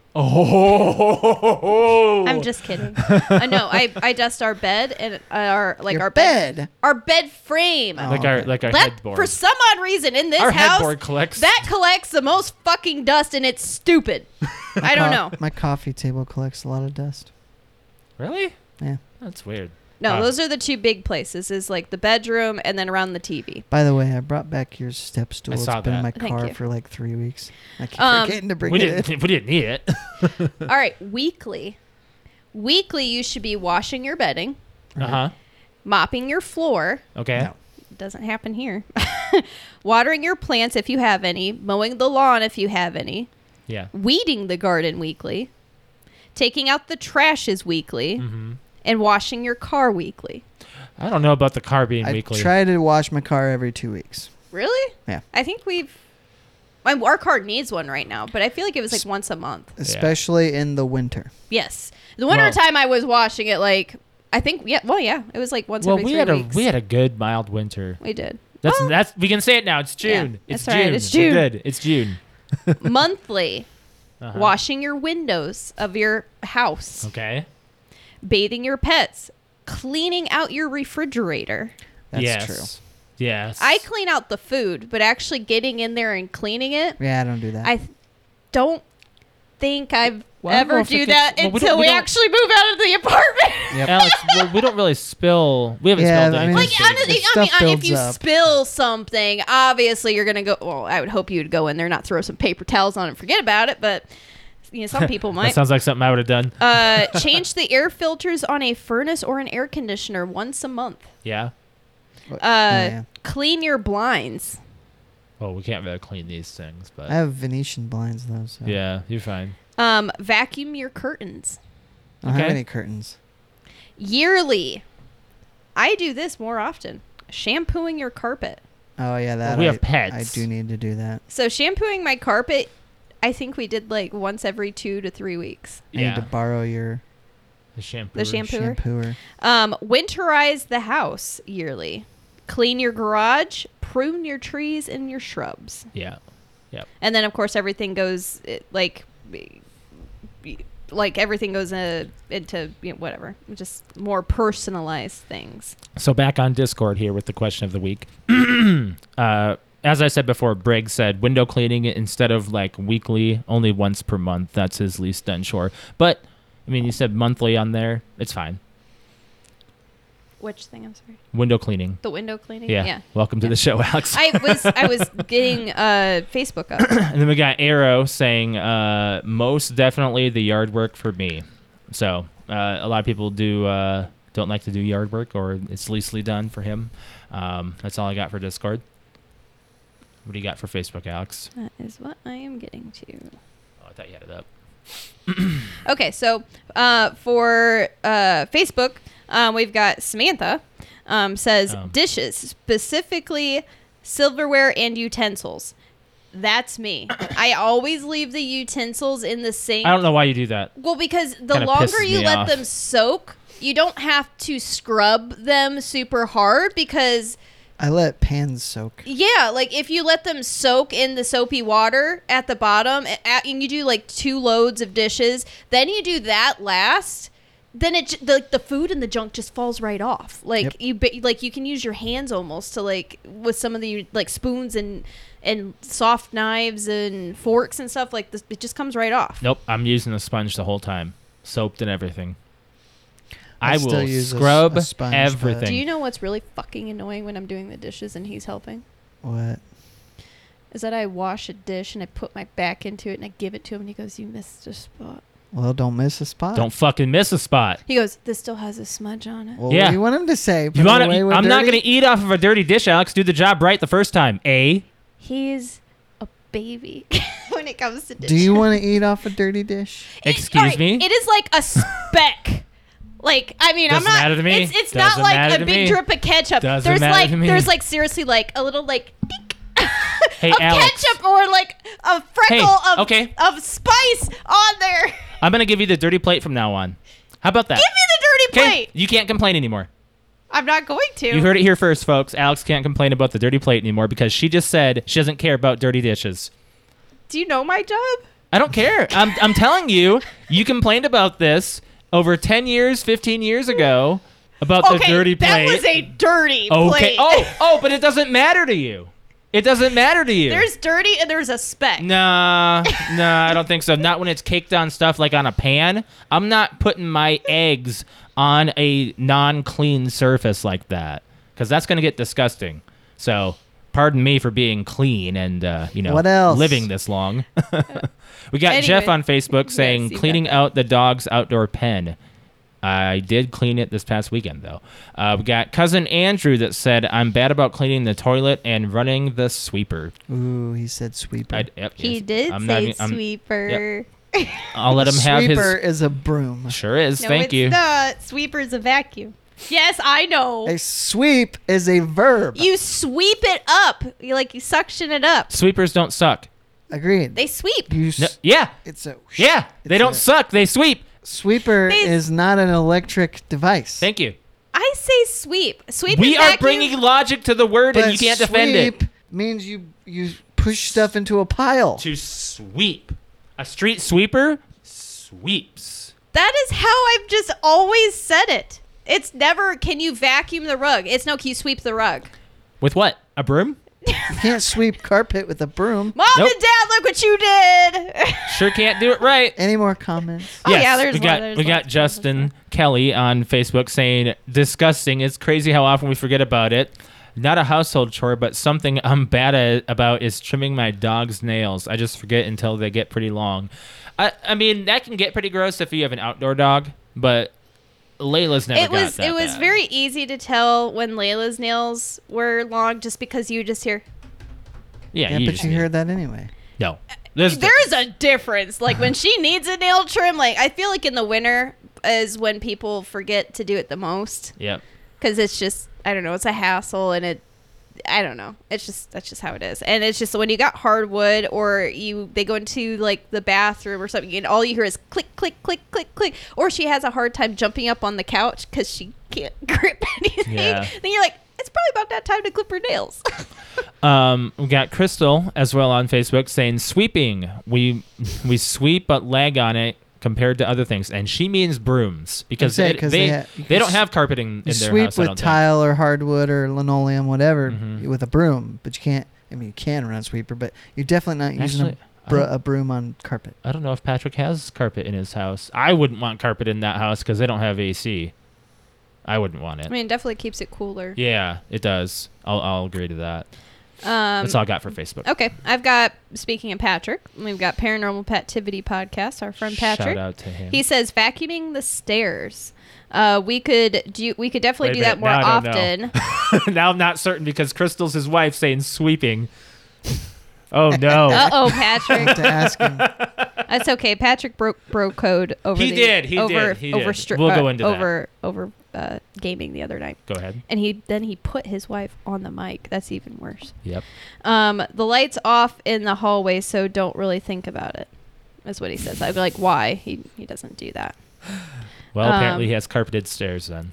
Speaker 1: Oh,
Speaker 3: I'm just kidding. I know. I, I dust our bed and uh, our like
Speaker 2: Your
Speaker 3: our
Speaker 2: bed.
Speaker 3: our bed frame.
Speaker 2: Oh.
Speaker 1: like our like our
Speaker 3: That,
Speaker 1: headboard.
Speaker 3: for some odd reason in this
Speaker 1: our
Speaker 3: house
Speaker 1: headboard collects.
Speaker 3: that collects the most fucking dust and it's stupid. I don't know.
Speaker 1: Uh-huh.
Speaker 2: Co- My coffee table collects a lot of dust.
Speaker 1: really?
Speaker 2: Yeah.
Speaker 1: That's weird.
Speaker 3: No,
Speaker 1: Oh.
Speaker 3: those are the two big places is like the bedroom and then around the TV.
Speaker 2: By the way, I brought back your step stool.
Speaker 1: I
Speaker 2: It's
Speaker 1: saw
Speaker 2: been in my
Speaker 1: that.
Speaker 3: Thank
Speaker 2: car
Speaker 3: you.
Speaker 2: for like three weeks. I keep
Speaker 3: Um,
Speaker 2: forgetting to bring
Speaker 1: We
Speaker 2: it
Speaker 1: didn't.
Speaker 2: in.
Speaker 1: We didn't need it.
Speaker 3: All right, weekly. Weekly you should be washing your bedding,
Speaker 1: Uh huh.
Speaker 3: mopping your floor,
Speaker 1: Okay.
Speaker 2: No.
Speaker 3: doesn't happen here. Watering your plants if you have any, mowing the lawn if you have any,
Speaker 1: Yeah.
Speaker 3: weeding the garden weekly, taking out the trash is weekly,
Speaker 1: hmm
Speaker 3: and washing your car weekly.
Speaker 1: I don't know about the car being
Speaker 2: I
Speaker 1: weekly.
Speaker 2: try to wash my car every two weeks.
Speaker 3: Really?
Speaker 2: Yeah.
Speaker 3: I think we've. I- Our car needs one right now, but I feel like it was like once a month.
Speaker 2: Especially in the winter.
Speaker 3: Yes, the winter
Speaker 1: Well-
Speaker 3: time I was washing it like I think yeah well yeah it was like once
Speaker 1: well,
Speaker 3: every
Speaker 1: we
Speaker 3: three
Speaker 1: had a
Speaker 3: weeks.
Speaker 1: we had a good mild winter.
Speaker 3: we did
Speaker 1: That's
Speaker 3: Well-
Speaker 1: that's we can say it now. It's
Speaker 3: Oh. Yeah,
Speaker 1: June. it's,
Speaker 3: that's all
Speaker 1: June.
Speaker 3: right, it's
Speaker 1: We're
Speaker 3: June.
Speaker 1: Good. It's June.
Speaker 3: monthly
Speaker 1: Uh-huh.
Speaker 3: washing your windows of your house,
Speaker 1: Okay.
Speaker 3: bathing your pets, cleaning out your refrigerator.
Speaker 2: That's
Speaker 1: yes.
Speaker 2: true.
Speaker 1: Yes.
Speaker 3: I clean out the food, but actually getting in there and cleaning it,
Speaker 2: Yeah, I don't do that.
Speaker 3: I th- don't think I've
Speaker 1: Well, I don't know
Speaker 3: ever
Speaker 1: if
Speaker 3: do
Speaker 1: it
Speaker 3: that
Speaker 1: gets- well, we don't-
Speaker 3: until
Speaker 1: we
Speaker 3: we,
Speaker 1: don't-
Speaker 3: actually move out of the apartment.
Speaker 2: Yep.
Speaker 1: Alex, well, we don't really spill. We haven't
Speaker 2: Yeah,
Speaker 1: spilled
Speaker 2: I
Speaker 1: anything.
Speaker 2: mean-
Speaker 3: Like
Speaker 2: It's-
Speaker 3: honestly,
Speaker 2: it's
Speaker 3: I mean,
Speaker 2: stuff
Speaker 3: I- if
Speaker 2: builds
Speaker 3: you
Speaker 2: up.
Speaker 3: spill something, obviously you're gonna go. Well, I would hope you'd go in there, not throw some paper towels on and forget about it. But you know, some people
Speaker 1: that
Speaker 3: might.
Speaker 1: sounds like something I would have done.
Speaker 3: uh, change the air filters on a furnace or an air conditioner once a month.
Speaker 1: Yeah.
Speaker 3: Uh,
Speaker 2: yeah.
Speaker 3: Clean your blinds.
Speaker 1: Well, we can't really clean these things, but
Speaker 2: I have Venetian blinds though, so
Speaker 1: yeah, you're fine.
Speaker 3: Um, vacuum your curtains
Speaker 2: I don't have
Speaker 1: Okay.
Speaker 2: any curtains.
Speaker 3: yearly. I do this more often. Shampooing your carpet.
Speaker 2: Oh yeah, that
Speaker 1: we
Speaker 2: I,
Speaker 1: have pets.
Speaker 2: I do need to do that.
Speaker 3: So shampooing my carpet, I think we did like once every two to three weeks.
Speaker 2: I need
Speaker 1: yeah.
Speaker 2: to borrow your
Speaker 1: The shampoo.
Speaker 3: The shampoo. Shampooer?
Speaker 2: shampooer.
Speaker 3: Um, winterize the house yearly. Clean your garage, prune your trees and your shrubs.
Speaker 1: Yeah.
Speaker 3: and then of course everything goes it, like be- be- like everything goes uh, into you know, whatever just more personalized things
Speaker 1: So back on Discord here with the question of the week. uh, as I said before, Briggs said window cleaning instead of like weekly, only once per month. That's his least done chore. But I mean, you said monthly on there. It's fine.
Speaker 3: which thing i'm sorry
Speaker 1: Window cleaning.
Speaker 3: the window cleaning
Speaker 1: Yeah. Welcome to the show, Alex.
Speaker 3: i was i was getting uh facebook up
Speaker 1: and then we got Arrow saying, uh, most definitely the yard work for me. So uh, a lot of people do uh, don't like to do yard work, or it's leastly done for him. Um, that's all I got for Discord. What do you got for Facebook, Alex?
Speaker 3: that is what i am getting to
Speaker 1: Oh, I thought you had it up.
Speaker 3: Okay, so uh, for uh, Facebook, um, we've got Samantha um, says
Speaker 1: Um.
Speaker 3: dishes, specifically silverware and utensils. That's me. I always leave the utensils in the sink.
Speaker 1: I don't know why you do that.
Speaker 3: Well, because the
Speaker 1: Kinda
Speaker 3: longer
Speaker 1: pisses
Speaker 3: you
Speaker 1: me
Speaker 3: let
Speaker 1: off.
Speaker 3: them soak, you don't have to scrub them super hard because
Speaker 2: I let pans soak.
Speaker 3: yeah, like if you let them soak in the soapy water at the bottom, a- a- and you do like two loads of dishes, then you do that last. Then it j- the the food and the junk just falls right off. Like
Speaker 2: Yep.
Speaker 3: you ba- like you can use your hands almost to like with some of the like spoons and and soft knives and forks and stuff like this. It just comes right off.
Speaker 1: Nope, I'm using a sponge the whole time, soaped and everything. I,
Speaker 2: I still
Speaker 1: will
Speaker 2: use a s-
Speaker 1: scrub
Speaker 2: a sponge, but-
Speaker 1: everything.
Speaker 3: Do you know what's really fucking annoying when I'm doing the dishes and he's helping?
Speaker 2: What?
Speaker 3: Is that I wash a dish and I put my back into it and I give it to him and he goes, "You missed a spot."
Speaker 2: Well, don't miss a spot.
Speaker 1: don't fucking miss a spot.
Speaker 3: He goes, "This still has a smudge on it."
Speaker 2: Well,
Speaker 1: Yeah.
Speaker 2: What do you want him to say? Put
Speaker 1: You
Speaker 2: it
Speaker 1: want
Speaker 2: away
Speaker 1: to?
Speaker 2: with
Speaker 1: I'm not
Speaker 2: dirty?
Speaker 1: going to eat off of a dirty dish, Alex. Do the job right the first time. A.
Speaker 3: He's a baby. when when it comes to dishes.
Speaker 2: Do you want to eat off a dirty dish?
Speaker 3: It-
Speaker 1: Excuse
Speaker 3: alright,
Speaker 1: me?
Speaker 3: It is like a speck. like I mean,
Speaker 1: Doesn't
Speaker 3: I'm not.
Speaker 1: matter to me.
Speaker 3: It's, it's not
Speaker 1: Doesn't matter
Speaker 3: like
Speaker 1: to
Speaker 3: a big
Speaker 1: me.
Speaker 3: drip of ketchup.
Speaker 1: Doesn't
Speaker 3: there's
Speaker 1: matter
Speaker 3: like
Speaker 1: to me.
Speaker 3: there's like seriously like a little like dink
Speaker 1: Hey,
Speaker 3: of
Speaker 1: Alex.
Speaker 3: ketchup or like a freckle
Speaker 1: Hey,
Speaker 3: of
Speaker 1: okay.
Speaker 3: of spice on there.
Speaker 1: I'm gonna give you the dirty plate from now on. How about that?
Speaker 3: Give me the dirty
Speaker 1: 'Kay?
Speaker 3: plate.
Speaker 1: You can't complain anymore.
Speaker 3: I'm not going to.
Speaker 1: You heard it here first, folks. Alex can't complain about the dirty plate anymore because she just said she doesn't care about dirty dishes.
Speaker 3: Do you know my job?
Speaker 1: I don't care. I'm, I'm telling you, you complained about this over 10 years, 15 years ago about the
Speaker 3: okay,
Speaker 1: dirty
Speaker 3: that
Speaker 1: plate.
Speaker 3: was a dirty
Speaker 1: okay.
Speaker 3: plate.
Speaker 1: Oh, oh, but it doesn't matter to you. It doesn't matter to you.
Speaker 3: there's dirty and there's a speck.
Speaker 1: Nah, nah, I don't think so. Not when it's caked on stuff like on a pan. I'm not putting my eggs on a non-clean surface like that because that's gonna get disgusting. So, pardon me for being clean and uh, you know
Speaker 2: What else?
Speaker 1: living this long. we got
Speaker 3: Anyway.
Speaker 1: Jeff on Facebook saying
Speaker 3: see
Speaker 1: cleaning
Speaker 3: that.
Speaker 1: out the dog's outdoor pen. I did clean it this past weekend though. Uh, we got cousin Andrew that said I'm bad about cleaning the toilet and running the sweeper.
Speaker 2: Ooh, he said sweeper.
Speaker 1: I- yep,
Speaker 3: He
Speaker 1: yes.
Speaker 3: did
Speaker 1: I'm not
Speaker 3: say
Speaker 1: even- I'm-
Speaker 3: sweeper.
Speaker 1: I'll let him have his.
Speaker 2: Sweeper is a broom.
Speaker 1: Sure is.
Speaker 3: No,
Speaker 1: Thank
Speaker 3: it's
Speaker 1: you.
Speaker 3: not. Sweeper's a vacuum. Yes, I know.
Speaker 2: A sweep is a verb.
Speaker 3: You sweep it up. You like you suction it up.
Speaker 1: Sweepers don't suck.
Speaker 2: Agreed.
Speaker 3: They sweep.
Speaker 2: you s-
Speaker 1: No, yeah,
Speaker 2: It's a
Speaker 1: yeah. They
Speaker 2: It's
Speaker 1: don't
Speaker 2: a-
Speaker 1: suck. They sweep.
Speaker 2: sweeper
Speaker 3: They-
Speaker 2: is not an electric device.
Speaker 1: Thank you.
Speaker 3: I say sweep. Sweep.
Speaker 1: We
Speaker 3: and
Speaker 1: are
Speaker 3: vacuum.
Speaker 1: bringing logic to the word, and you can't defend it.
Speaker 2: sweep Means you you push stuff into a pile.
Speaker 1: To sweep, a street sweeper sweeps.
Speaker 3: That is how I've just always said it. It's never can you vacuum the rug. It's no can you sweep the rug.
Speaker 1: With what? A broom?
Speaker 2: You can't sweep carpet with a broom.
Speaker 3: Mom
Speaker 1: Nope.
Speaker 3: and Dad, look what you did.
Speaker 1: Sure can't do it right.
Speaker 2: Any more comments?
Speaker 3: Oh, yeah, there's
Speaker 1: we
Speaker 3: more,
Speaker 1: got
Speaker 3: there's
Speaker 1: we got
Speaker 3: more, there's more, there's
Speaker 1: Justin Kelly on Facebook saying disgusting. It's crazy how often we forget about it. Not a household chore, but something I'm bad at, about is trimming my dog's nails. I just forget until they get pretty long. I I mean that can get pretty gross if you have an outdoor dog, but Layla's never
Speaker 3: it was
Speaker 1: got that
Speaker 3: it was
Speaker 1: bad.
Speaker 3: very easy to tell when Layla's nails were long just because you just hear
Speaker 1: yeah,
Speaker 2: Yeah, but
Speaker 1: just
Speaker 2: you
Speaker 1: need-
Speaker 2: heard that anyway.
Speaker 1: no. There's,
Speaker 3: There's a difference. Like when she needs a nail trim, like I feel like in the winter is when people forget to do it the most
Speaker 1: yep.
Speaker 3: because it's just I don't know, it's a hassle and it I don't know. It's just that's just how it is. And it's just when you got hardwood or you they go into like the bathroom or something and all you hear is click click click click click or she has a hard time jumping up on the couch cuz she can't grip anything.
Speaker 1: Yeah.
Speaker 3: Then you're like it's probably about that time to clip her nails.
Speaker 1: Um, we got Crystal as well on Facebook saying sweeping. We we sweep but lag on it compared to other things, and she means brooms because
Speaker 2: That's it,
Speaker 1: it-
Speaker 2: 'cause
Speaker 1: they
Speaker 2: they
Speaker 1: they,
Speaker 2: ha- you can
Speaker 1: don't
Speaker 2: s-
Speaker 1: have carpeting in
Speaker 2: You
Speaker 1: their
Speaker 2: sweep
Speaker 1: house. I
Speaker 2: with
Speaker 1: don't think.
Speaker 2: tile or hardwood or linoleum, whatever,
Speaker 1: Mhm.
Speaker 2: with a broom. But you can't. I mean, you can run a sweeper, but you're definitely not using
Speaker 1: Actually,
Speaker 2: a, bro- a broom on carpet.
Speaker 1: I don't know if Patrick has carpet in his house. I wouldn't want carpet in that house because they don't have AC. I wouldn't want
Speaker 3: I
Speaker 1: it.
Speaker 3: mean, it definitely keeps it cooler.
Speaker 1: Yeah, it does. I'll, I'll agree to that.
Speaker 3: Um,
Speaker 1: That's all I got for
Speaker 2: oh,
Speaker 1: Facebook.
Speaker 3: Okay, I've got speaking of Patrick, we've got Paranormal Pativity podcast. Our friend
Speaker 1: Shout
Speaker 3: Patrick,
Speaker 1: out to him.
Speaker 3: he says vacuuming the stairs. Uh, we could do. We could definitely
Speaker 1: Wait a minute,
Speaker 3: do that more
Speaker 1: now I don't
Speaker 3: often.
Speaker 1: know. now I'm not certain because Crystal's his wife saying sweeping. Oh no.
Speaker 3: uh oh,
Speaker 2: I have
Speaker 3: Patrick.
Speaker 2: to ask him.
Speaker 3: That's okay. Patrick broke bro code over.
Speaker 1: He
Speaker 3: the-
Speaker 1: did, he did,
Speaker 3: over,
Speaker 1: he
Speaker 3: over
Speaker 1: did. We'll go
Speaker 3: uh,
Speaker 1: into that.
Speaker 3: over over uh, gaming the other night,
Speaker 1: Go ahead.
Speaker 3: and he then he put his wife on the mic. That's even worse.
Speaker 1: Yep.
Speaker 3: Um, the lights off in the hallway, so don't really think about it. Is what he says. I'd be like, why he he doesn't do that.
Speaker 1: Well, apparently
Speaker 3: Um,
Speaker 1: he has carpeted stairs then.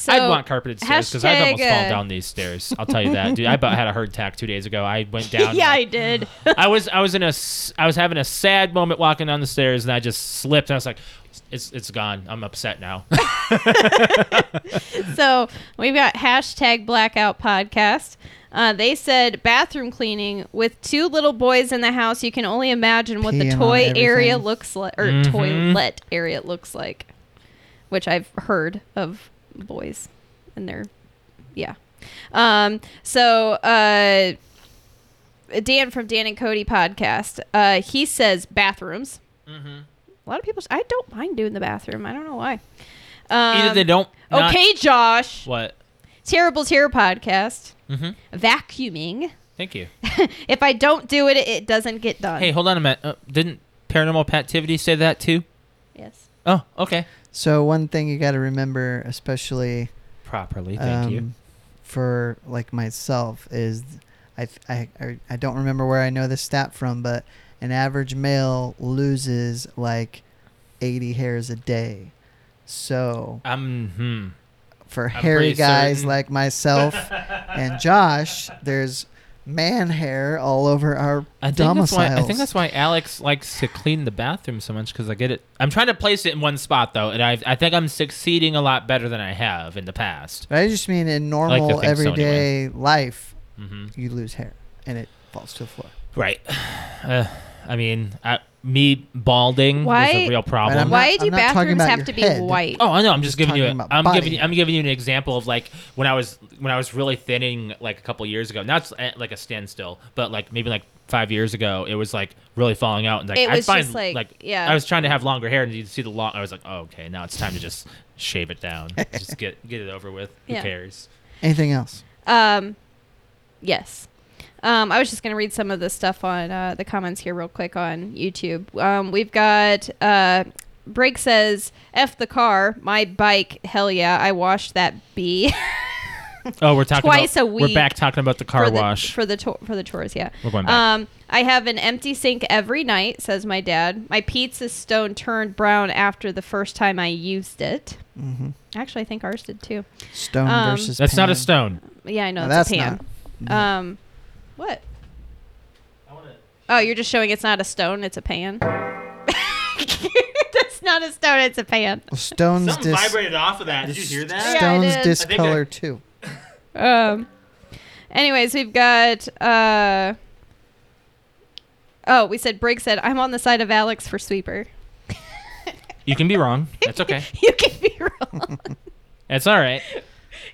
Speaker 3: So
Speaker 1: I'd want carpeted stairs because I've almost
Speaker 3: hashtag,
Speaker 1: fallen
Speaker 3: uh,
Speaker 1: down these stairs. I'll tell you that, dude. I about had a heart attack two days ago. I went down.
Speaker 3: yeah, I
Speaker 1: like-
Speaker 3: did.
Speaker 1: I was I was in a s- I was having a sad moment walking down the stairs and I just slipped. I was like, it's it's gone. I'm upset now.
Speaker 3: so we've got hashtag blackout podcast. Uh, they said bathroom cleaning with two little boys in the house. You can only imagine what the
Speaker 2: Peeing on
Speaker 3: toy area
Speaker 2: everything.
Speaker 3: looks like, or
Speaker 1: Mhm.
Speaker 3: toilet area looks like, which I've heard of boys and their, yeah. Um, so uh, Dan from Dan and Cody podcast, uh, he says bathrooms.
Speaker 1: Mm-hmm.
Speaker 3: A lot of people. s- I don't mind doing the bathroom. I don't know why.
Speaker 1: Either
Speaker 3: Um,
Speaker 1: they don't. not-
Speaker 3: Okay, Josh.
Speaker 1: what?
Speaker 3: Terrible Terror podcast.
Speaker 1: Mm-hmm.
Speaker 3: Vacuuming.
Speaker 1: Thank you.
Speaker 3: If I don't do it, it doesn't get done.
Speaker 1: Hey, hold on a minute. Uh, didn't Paranormal Pativity say that too?
Speaker 3: Yes.
Speaker 1: Oh, okay.
Speaker 2: So one thing you got to remember, especially
Speaker 1: Properly, thank you.
Speaker 2: um, for like myself, is I, th- I I I don't remember where I know this stat from, but an average male loses like eighty hairs a day. So
Speaker 3: Um,
Speaker 1: I'm. Hmm.
Speaker 2: for
Speaker 1: pretty
Speaker 2: hairy guys
Speaker 1: certain.
Speaker 2: like myself and Josh, there's man hair all over our
Speaker 1: I think that's
Speaker 2: domiciles.
Speaker 1: why. I think that's why Alex likes to clean the bathroom so much because I get it. I'm trying to place it in one spot though, and I I think I'm succeeding a lot better than I have in the past.
Speaker 2: But I just mean in
Speaker 1: to
Speaker 2: normal
Speaker 1: think so
Speaker 2: everyday life,
Speaker 1: hmm
Speaker 2: you lose hair and it falls to the floor.
Speaker 1: Right. Uh, I mean, I, me balding was
Speaker 3: Why-
Speaker 1: a real problem.
Speaker 2: I'm not-
Speaker 3: Why do
Speaker 2: I'm not talking
Speaker 3: bathrooms
Speaker 2: about
Speaker 3: have
Speaker 2: your
Speaker 3: to be
Speaker 2: head.
Speaker 3: white?
Speaker 1: Oh, I know. I'm just,
Speaker 2: Just
Speaker 1: giving you.
Speaker 2: talking
Speaker 1: A,
Speaker 2: about
Speaker 1: I'm
Speaker 2: body.
Speaker 1: giving. You, I'm giving you an example of like when I was when I was really thinning like a couple years ago. Not s- at, like a standstill, but like maybe like five years ago, it was like really falling out. And like
Speaker 3: It
Speaker 1: I
Speaker 3: was
Speaker 1: find
Speaker 3: just, like, yeah.
Speaker 1: I was trying to have longer hair, and you see the long. I was like, oh, okay, now it's time to just shave it down. just get get it over with. Who
Speaker 3: Yeah.
Speaker 1: cares?
Speaker 2: Anything else?
Speaker 3: Um, yes. Um, I was just going to read some of the stuff on uh, the comments here real quick on YouTube. Um, we've got uh, Brake says, F the car, my bike, hell yeah, I washed that B.
Speaker 1: Oh, we're talking
Speaker 3: Twice
Speaker 1: about,
Speaker 3: a
Speaker 1: We're
Speaker 3: week
Speaker 1: back talking about the car
Speaker 3: for the,
Speaker 1: wash.
Speaker 3: For the, to- for the chores, yeah.
Speaker 1: we're going back.
Speaker 3: Um, I have an empty sink every night, says my dad. My pizza stone turned brown after the first time I used it.
Speaker 2: hmm
Speaker 3: Actually, I think ours did too.
Speaker 2: Stone
Speaker 3: Um,
Speaker 2: versus
Speaker 1: That's not a
Speaker 2: pan.
Speaker 1: stone.
Speaker 3: Yeah, I know.
Speaker 2: No,
Speaker 3: it's a
Speaker 2: that's
Speaker 3: pan.
Speaker 2: not. No.
Speaker 3: Um, what? Oh, you're just showing it's not a stone, it's a pan. That's not a stone, it's a pan.
Speaker 2: Well, stones
Speaker 1: Something
Speaker 2: dis-
Speaker 1: vibrated off of that. Did you hear that?
Speaker 3: Yeah, I
Speaker 2: stones
Speaker 3: did.
Speaker 2: discolor too.
Speaker 3: Um, anyways, we've got. Uh, oh, we said Briggs said, I'm on the side of Alex for sweeper.
Speaker 1: You can be wrong. That's okay.
Speaker 3: you can be wrong.
Speaker 1: That's all right.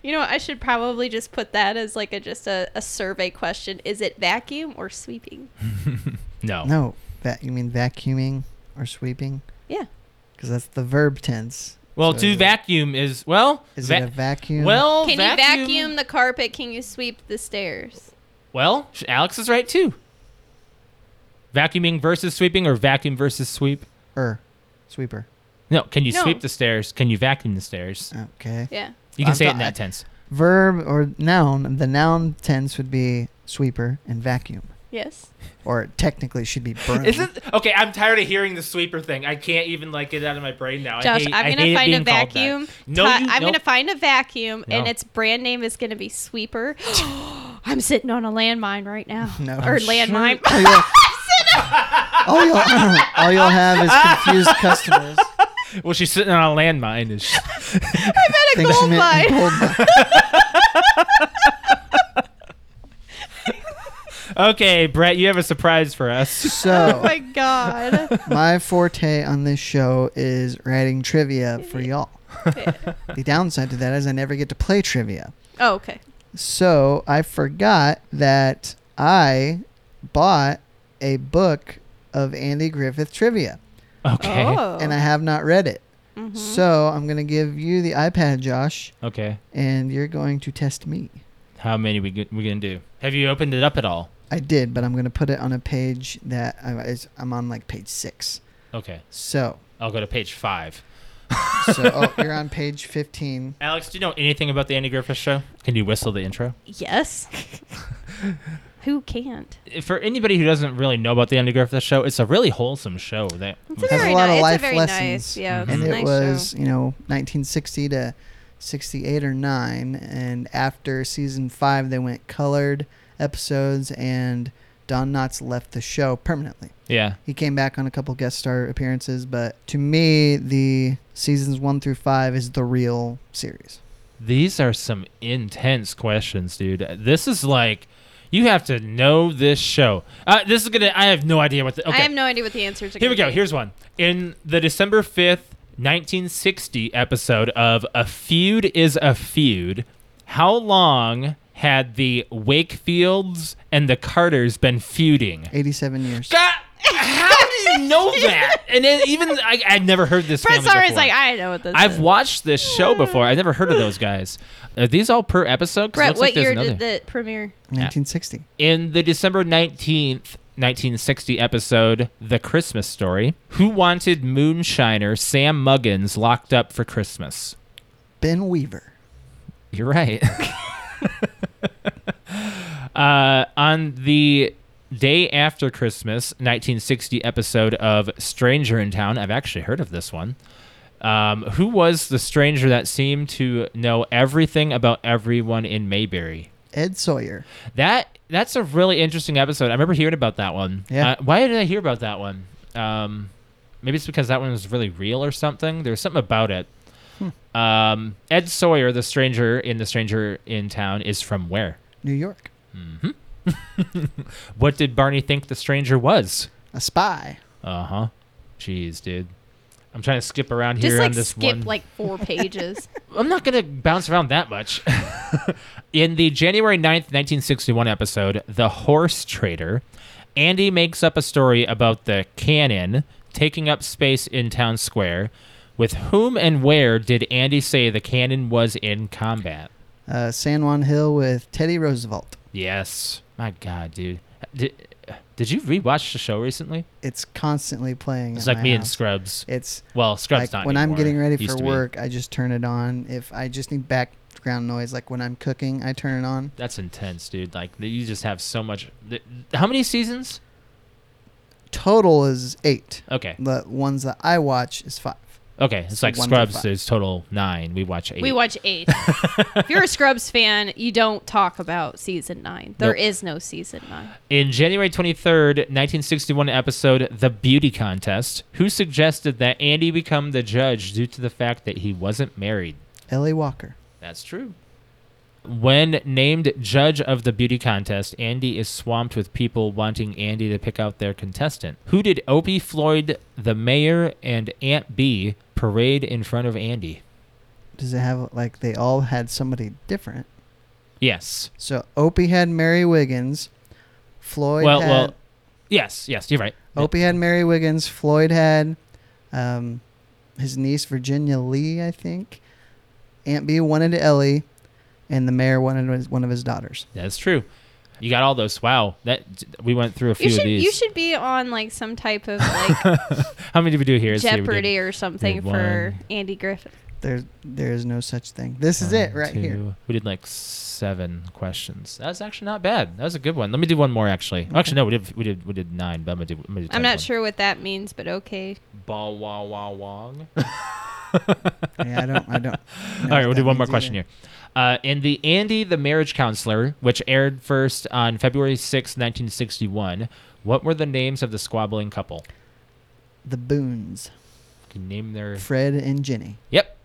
Speaker 3: you know, what, I should probably just put that as like a just a, a survey question. Is it vacuum or sweeping?
Speaker 1: No.
Speaker 2: No, va- you mean vacuuming or sweeping?
Speaker 3: Yeah.
Speaker 2: Because that's the verb tense.
Speaker 1: Well,
Speaker 2: So
Speaker 1: to vacuum is well.
Speaker 2: Is
Speaker 1: va-
Speaker 2: it a vacuum?
Speaker 1: Well,
Speaker 3: Can you vacuum the carpet? Can you sweep the stairs?
Speaker 1: Well, sh- Alex is right too. Vacuuming versus sweeping, or vacuum versus sweep?
Speaker 2: er, sweeper.
Speaker 1: No. Can you
Speaker 3: No.
Speaker 1: sweep the stairs? Can you vacuum the stairs?
Speaker 2: Okay.
Speaker 3: Yeah.
Speaker 1: You can
Speaker 2: I'm
Speaker 1: say it in
Speaker 2: not-
Speaker 1: that tense.
Speaker 2: Verb or noun. The noun tense would be sweeper and vacuum,
Speaker 3: Yes.
Speaker 2: or it technically should be broom.
Speaker 1: Isn't okay? I'm tired of hearing the sweeper thing. I can't even like get it out of my brain now.
Speaker 3: Josh,
Speaker 1: I hate,
Speaker 3: I'm
Speaker 1: I
Speaker 3: gonna
Speaker 1: hate it
Speaker 3: find a
Speaker 1: being called that.
Speaker 3: vacuum.
Speaker 1: No,
Speaker 3: Ti-
Speaker 1: you-
Speaker 3: I'm gonna
Speaker 1: nope.
Speaker 3: find a vacuum, and
Speaker 1: No.
Speaker 3: its brand name is gonna be Sweeper. I'm sitting on a landmine right now,
Speaker 2: No.
Speaker 3: or landmine.
Speaker 2: all, you'll, all, you'll, all you'll have is confused customers.
Speaker 1: Well, she's sitting on a landmine. Is she?
Speaker 3: I'm at a
Speaker 2: Thinks
Speaker 3: gold
Speaker 2: you meant
Speaker 3: mine.
Speaker 2: gold mine.
Speaker 1: okay, Brett, you have a surprise for us.
Speaker 3: Oh
Speaker 2: So
Speaker 3: my god!
Speaker 2: my forte on this show is writing trivia for y'all. The downside to that is I never get to play trivia.
Speaker 3: oh, okay.
Speaker 2: So I forgot that I bought a book of Andy Griffith trivia,
Speaker 1: Okay.
Speaker 3: Oh.
Speaker 2: and I have not read it.
Speaker 3: Mhm.
Speaker 2: So I'm gonna give you the iPad, Josh,
Speaker 1: Okay.
Speaker 2: and you're going to test me.
Speaker 1: How many we g- we gonna do? Have you opened it up at all?
Speaker 2: I did, but I'm gonna put it on a page that I, it's- I'm on, like page six.
Speaker 1: Okay.
Speaker 2: So,
Speaker 1: I'll go to page five.
Speaker 2: so oh, you're on page 15.
Speaker 1: Alex, do you know anything about the Andy Griffith Show? Can you whistle the intro?
Speaker 3: Mm-hmm. yes. Who can't?
Speaker 1: Uh, For anybody who doesn't really know about the Andy Griffith Show, it's a really wholesome show. That
Speaker 3: It's
Speaker 2: Has
Speaker 3: very
Speaker 2: a lot
Speaker 3: ni-
Speaker 2: of
Speaker 3: it's
Speaker 2: life
Speaker 3: very
Speaker 2: lessons,
Speaker 3: Nice. Yeah, it's
Speaker 2: and
Speaker 3: a
Speaker 2: it
Speaker 3: nice
Speaker 2: was
Speaker 3: show.
Speaker 2: you know 1960 to 68 or 9 and after season 5 they went colored episodes and don knotts left the show permanently
Speaker 1: yeah,
Speaker 2: he came back on a couple guest star appearances but to me the seasons 1 through 5 is the real series
Speaker 1: these are some intense questions, dude. This is like you have to know this show. Uh, this is gonna. I have no idea what. The, okay,
Speaker 3: I have no idea what the answers are.
Speaker 1: Here we
Speaker 3: gonna
Speaker 1: go.
Speaker 3: be.
Speaker 1: Here's one. In the December 5th, 1960 episode of A Feud is a Feud, how long had the Wakefields and the Carters been feuding?
Speaker 2: 87 years
Speaker 1: God, how do you didn't know that. And then even I, I'd never heard this.
Speaker 3: Fred's
Speaker 1: family
Speaker 3: always
Speaker 1: before.
Speaker 3: like, I know what this
Speaker 1: I've
Speaker 3: is.
Speaker 1: watched this show before. I've never heard of those guys. Are these all per episode? 'Cause it
Speaker 3: Brett,
Speaker 1: looks
Speaker 3: what
Speaker 1: like there's
Speaker 3: year
Speaker 1: another-
Speaker 3: did the premiere?
Speaker 2: 1960.
Speaker 1: in the December 19th, 1960 episode, The Christmas Story, who wanted moonshiner Sam Muggins locked up for Christmas?
Speaker 2: Ben Weaver.
Speaker 1: You're right. uh, on the day after Christmas, 1960 episode of Stranger in Town, I've actually heard of this one. Um, who was the stranger that seemed to know everything about everyone in Mayberry?
Speaker 2: Ed Sawyer.
Speaker 1: That that's a really interesting episode. I remember hearing about that one.
Speaker 2: Yeah.
Speaker 1: Uh, why did I hear about that one? Um, maybe it's because that one was really real or something. There was something about it. Um, Ed Sawyer, the stranger in the stranger in town, is from where? Mm-hmm.
Speaker 2: New York.
Speaker 1: What did Barney think the stranger was?
Speaker 2: A spy.
Speaker 1: Uh huh. Jeez, dude. I'm trying to skip around here
Speaker 3: Just like
Speaker 1: on this
Speaker 3: skip
Speaker 1: one.
Speaker 3: like four pages.
Speaker 1: I'm not going to bounce around that much. In the January 9th, 1961 episode, The Horse Trader, Andy makes up a story about the cannon taking up space in town square. With whom and where did Andy say the cannon was in combat?
Speaker 2: Uh, San Juan Hill with Teddy Roosevelt.
Speaker 1: Yes. My God, dude. Did, did you rewatch the show recently?
Speaker 2: It's constantly playing.
Speaker 1: It's
Speaker 2: at
Speaker 1: like
Speaker 2: my
Speaker 1: me and
Speaker 2: house.
Speaker 1: Scrubs.
Speaker 2: It's
Speaker 1: Well, Scrubs
Speaker 2: like
Speaker 1: not
Speaker 2: when I'm
Speaker 1: anymore.
Speaker 2: getting ready
Speaker 1: Used
Speaker 2: for
Speaker 1: to be.
Speaker 2: work, I just turn it on. If I just need background noise, like when I'm cooking, I turn it on.
Speaker 1: That's intense, dude. Like you just have so much. th- How many seasons?
Speaker 2: Total is eight.
Speaker 1: Okay.
Speaker 2: The ones that I watch is five.
Speaker 1: Okay, it's
Speaker 2: So
Speaker 1: like
Speaker 2: one to
Speaker 1: Scrubs
Speaker 2: five.
Speaker 1: is total nine. We watch eight.
Speaker 3: we watch eight. if you're a Scrubs fan, you don't talk about season nine. There
Speaker 1: Nope.
Speaker 3: is no season nine.
Speaker 1: In January 23rd, 1961 episode The Beauty Contest, who suggested that Andy become the judge due to the fact that he wasn't married?
Speaker 2: L.A. Walker.
Speaker 1: That's true. When named judge of the beauty contest, Andy is swamped with people wanting Andy to pick out their contestant. Who did Opie Floyd, the mayor, and Aunt B parade in front of Andy?
Speaker 2: Does it have like they all had somebody different?
Speaker 1: Yes.
Speaker 2: So Opie had Mary Wiggins. Floyd
Speaker 1: well,
Speaker 2: had
Speaker 1: well, yes, yes, you're right.
Speaker 2: Opie had Mary Wiggins. Floyd had um, his niece Virginia Lee, I think. Aunt B wanted Ellie, and the mayor wanted his- one of his daughters.
Speaker 1: That's true. You got all those. Wow, that we went through a few
Speaker 3: You should
Speaker 1: of these.
Speaker 3: you should be on like some type of like
Speaker 1: How many did we do here? Let's see, we did
Speaker 3: Jeopardy or something
Speaker 1: did
Speaker 3: for
Speaker 1: one.
Speaker 3: Andy Griffith.
Speaker 2: There, there is no such thing. This is it
Speaker 1: one,
Speaker 2: right here.
Speaker 1: two- We did like seven questions. That's actually not bad. That was a good one. Let me do one more actually. Actually, no, we did we did we did nine. But I'm gonna do. I'm, gonna do 10
Speaker 3: I'm not
Speaker 1: one.
Speaker 3: sure what that means, but okay.
Speaker 1: Ba wa wa wong.
Speaker 2: Yeah, I don't, I don't.
Speaker 1: All right, we'll do one more question here. Uh, in the Andy the Marriage Counselor, which aired first on February 6, 1961, what were the names of the squabbling couple?
Speaker 2: The Boons,
Speaker 1: Can you name their
Speaker 2: Fred and Jenny.
Speaker 1: Yep.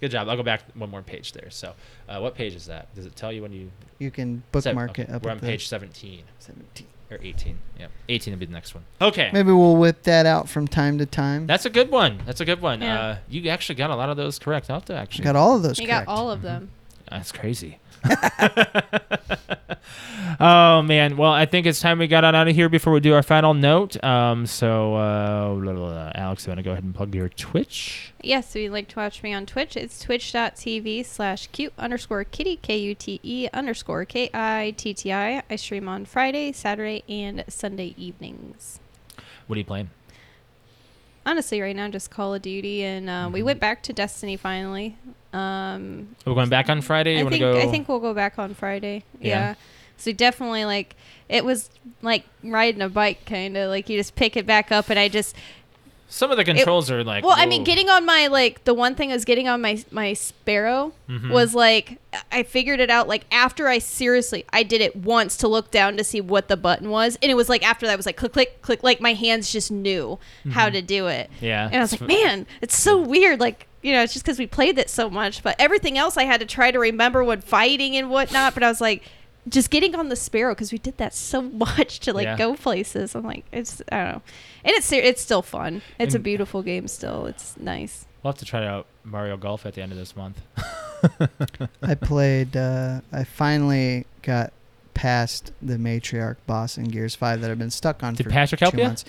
Speaker 1: Good job. I'll go back one more page there. So, uh, what page is that? Does it tell you when you
Speaker 2: You can bookmark
Speaker 1: Seven-
Speaker 2: it
Speaker 1: okay,
Speaker 2: up
Speaker 1: We're
Speaker 2: at
Speaker 1: on
Speaker 2: the
Speaker 1: page 17
Speaker 2: 17.
Speaker 1: or 18. Yep. 18 will be the next one. Okay.
Speaker 2: Maybe we'll whip that out from time to time.
Speaker 1: That's a good one. That's a good one.
Speaker 3: Yeah.
Speaker 1: Uh, you actually got a lot of those correct. I'll have to actually.
Speaker 2: Got all of those.
Speaker 3: You
Speaker 2: correct.
Speaker 3: got all
Speaker 1: Mm-hmm.
Speaker 3: of them.
Speaker 1: That's crazy. oh man! Well, I think it's time we got on out of here before we do our final note. Um, so, uh, blah, blah, blah. Alex, you want to go ahead and plug your Twitch?
Speaker 3: Yes, if you'd like to watch me on Twitch, it's twitch.tv slash cute underscore kitty, K U T E underscore K I T T I. I stream on Friday, Saturday, and Sunday evenings.
Speaker 1: What are you playing?
Speaker 3: Honestly, right now, just Call of Duty, and uh, we
Speaker 1: Mm-hmm.
Speaker 3: went back to Destiny finally. Um,
Speaker 1: We're going back on Friday. You
Speaker 3: I
Speaker 1: want to
Speaker 3: think
Speaker 1: go?
Speaker 3: I think we'll go back on Friday.
Speaker 1: Yeah.
Speaker 3: Yeah. So definitely like it was like riding a bike kind of like you just pick it back up and I just
Speaker 1: some of the controls are like.
Speaker 3: well I mean
Speaker 1: whoa.
Speaker 3: getting on my like the one thing I was getting on my my sparrow
Speaker 1: Mhm.
Speaker 3: was like I figured it out like after I seriously I did it once to look down to see what the button was and it was like after that it was like click click click like my hands just knew how
Speaker 1: Hmm.
Speaker 3: to do it
Speaker 1: Mm-hmm. Yeah.
Speaker 3: and I was
Speaker 1: it's
Speaker 3: like,
Speaker 1: f-
Speaker 3: man, it's so weird. Like, you know, it's just because we played it so much, but everything else I had to try to remember when fighting and whatnot. But I was like, just getting on the sparrow because we did that so much to like
Speaker 1: Yeah.
Speaker 3: go places. I'm like, it's I don't know, and it's ser- it's still fun. It's
Speaker 1: And-
Speaker 3: a beautiful game still. It's nice.
Speaker 1: We'll have to try out Mario Golf at the end of this month.
Speaker 2: I played. Uh, I finally got past the matriarch boss in Gears Five that I've been stuck on
Speaker 1: Did
Speaker 2: for
Speaker 1: Patrick help
Speaker 2: two
Speaker 1: you?
Speaker 2: months.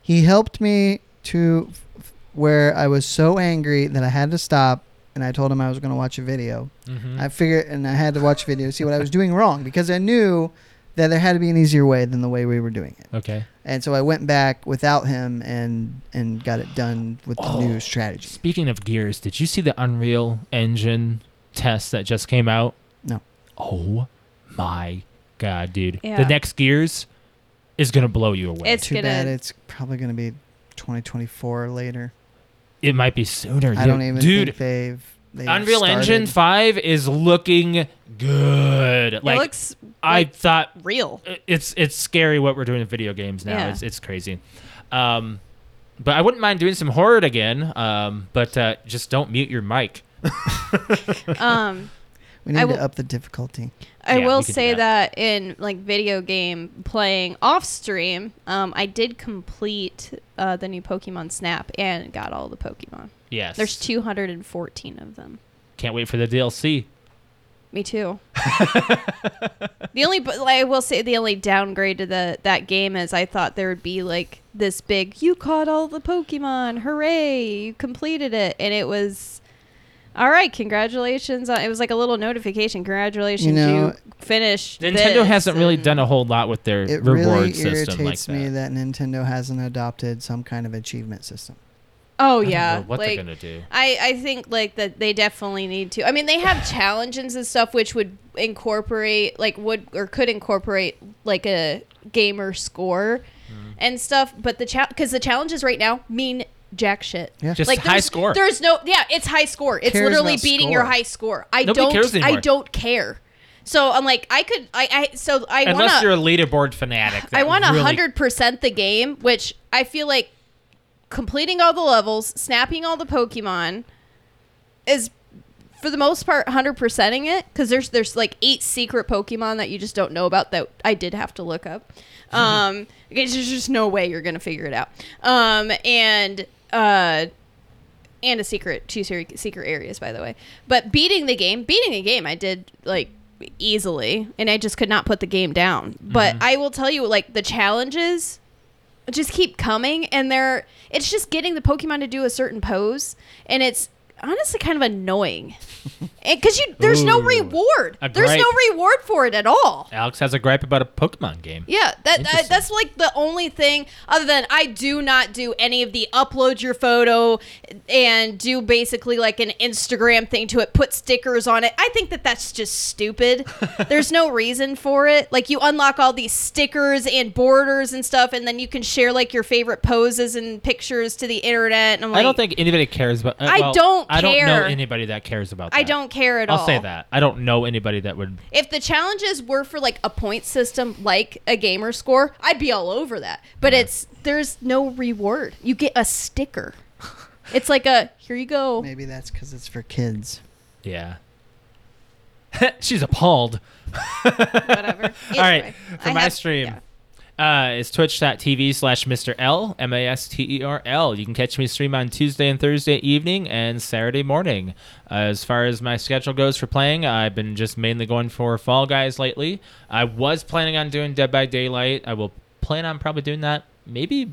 Speaker 2: He helped me to f- where I was so angry that I had to stop, and I told him I was going to watch a video.
Speaker 4: Mm-hmm.
Speaker 1: Mm.
Speaker 2: I figured, and I had to watch a video to see what I was doing wrong because I knew that there had to be an easier way than the way we were doing it.
Speaker 1: Uh.
Speaker 4: Okay.
Speaker 2: And so I went back without him and and got it done with the
Speaker 1: Oh.
Speaker 2: new strategy.
Speaker 1: Speaking of gears, did you see the Unreal Engine test that just came out?
Speaker 2: No.
Speaker 1: Oh my god, dude.
Speaker 3: Yeah.
Speaker 1: The next gears is gonna blow you away.
Speaker 3: It's
Speaker 2: Too
Speaker 3: gonna-
Speaker 2: bad it's probably going to be 2024 or later.
Speaker 1: it might be sooner.
Speaker 2: I
Speaker 1: dude.
Speaker 2: don't even
Speaker 1: dude.
Speaker 2: think they've. they've
Speaker 1: Unreal
Speaker 2: started.
Speaker 1: Engine Five is looking good.
Speaker 3: it
Speaker 1: like
Speaker 3: looks
Speaker 1: I
Speaker 3: like-
Speaker 1: thought, uh,
Speaker 3: real.
Speaker 1: it's it's scary what we're doing in video games now.
Speaker 3: Yeah.
Speaker 1: It's it's crazy. Um, but I wouldn't mind doing some horror again. Um, but uh, just don't mute your mic.
Speaker 3: Um,
Speaker 2: we need
Speaker 3: I will-
Speaker 2: to up the difficulty.
Speaker 3: I
Speaker 1: Yeah,
Speaker 3: will
Speaker 1: we could do
Speaker 3: say
Speaker 1: that.
Speaker 3: that. in like video game playing off stream, um, I did complete uh, the new Pokemon Snap and got all the Pokemon.
Speaker 1: Yes.
Speaker 3: There's 214 of them.
Speaker 1: Can't wait for the DLC.
Speaker 3: Me too. the only, but like, I will say, the only downgrade to the that game is I thought there would be like this big. You caught all the Pokemon! Hooray! You completed it, and it was. All right, congratulations! On, it was like a little notification. Congratulations, you,
Speaker 2: know,
Speaker 3: finished.
Speaker 1: Nintendo hasn't really done a whole lot with their
Speaker 2: It
Speaker 1: reward
Speaker 2: really
Speaker 1: system like
Speaker 2: irritates
Speaker 1: that.
Speaker 2: me that. Nintendo hasn't adopted some kind of achievement system.
Speaker 3: Oh
Speaker 1: I don't
Speaker 3: yeah,
Speaker 1: know what
Speaker 3: like,
Speaker 1: they're gonna do?
Speaker 3: I, I think like that they definitely need to. I mean, they have challenges and stuff which would incorporate like would or could incorporate like a gamer score
Speaker 1: Mm-hmm.
Speaker 3: and stuff. But the challenge because the challenges right now mean jack shit.
Speaker 2: Yeah.
Speaker 1: Just
Speaker 3: like
Speaker 1: high
Speaker 3: there's-
Speaker 1: score.
Speaker 3: There's no yeah, it's high score. It's
Speaker 2: Cares
Speaker 3: literally
Speaker 2: about
Speaker 3: beating
Speaker 2: score.
Speaker 3: your high score. I
Speaker 1: Nobody
Speaker 3: don't
Speaker 1: cares
Speaker 3: I
Speaker 1: anymore.
Speaker 3: don't care. So I'm like I could I, I so I
Speaker 1: Unless
Speaker 3: wanna
Speaker 1: you're a leaderboard fanatic.
Speaker 3: I
Speaker 1: that
Speaker 3: want to
Speaker 1: really-
Speaker 3: 100% the game, which I feel like completing all the levels, snapping all the Pokemon is for the most part 100%ing it cuz there's there's like eight secret Pokemon that you just don't know about that I did have to look up. Um there's just no way you're going to figure it out. Um and uh and a secret two ser- secret areas by the way but beating the game beating the game i did like easily and i just could not put the game down but
Speaker 1: Mm-hmm.
Speaker 3: i will tell you like the challenges just keep coming and they're it's just getting the pokemon to do a certain pose and it's honestly kind of annoying because you there's no
Speaker 1: Ooh,
Speaker 3: reward
Speaker 1: a
Speaker 3: there's no
Speaker 1: gripe.
Speaker 3: reward for it at all
Speaker 1: Alex has a gripe about a Pokemon game.
Speaker 3: yeah, that, that
Speaker 1: Interesting.
Speaker 3: that's like the only thing other than I do not do any of the upload your photo and do basically like an Instagram thing to it, put stickers on it. I think that that's just stupid. There's no reason for it. Like you unlock all these stickers and borders and stuff, and then you can share like your favorite poses and pictures to the internet. And I'm like,
Speaker 1: I don't think anybody cares about. uh,
Speaker 3: I
Speaker 1: well,
Speaker 3: don't
Speaker 1: I don't know
Speaker 3: care.
Speaker 1: anybody that cares about. That.
Speaker 3: I don't care at
Speaker 1: I'll
Speaker 3: all.
Speaker 1: say that. I don't know anybody that would.
Speaker 3: If the challenges were for like a point system, like a gamer score, I'd be all over that. But it's there's no reward. You get a sticker. It's like a here you go.
Speaker 2: Maybe that's because it's for kids.
Speaker 1: Yeah. She's appalled.
Speaker 3: Whatever.
Speaker 1: All right, for my stream. Uh, it's twitch.tv slash Mr. L, M A S T E R L. You can catch me stream on Tuesday and Thursday evening and Saturday morning. Uh, as far as my schedule goes for playing, I've been just mainly going for Fall Guys lately. I was planning on doing Dead by Daylight. I will plan on probably doing that maybe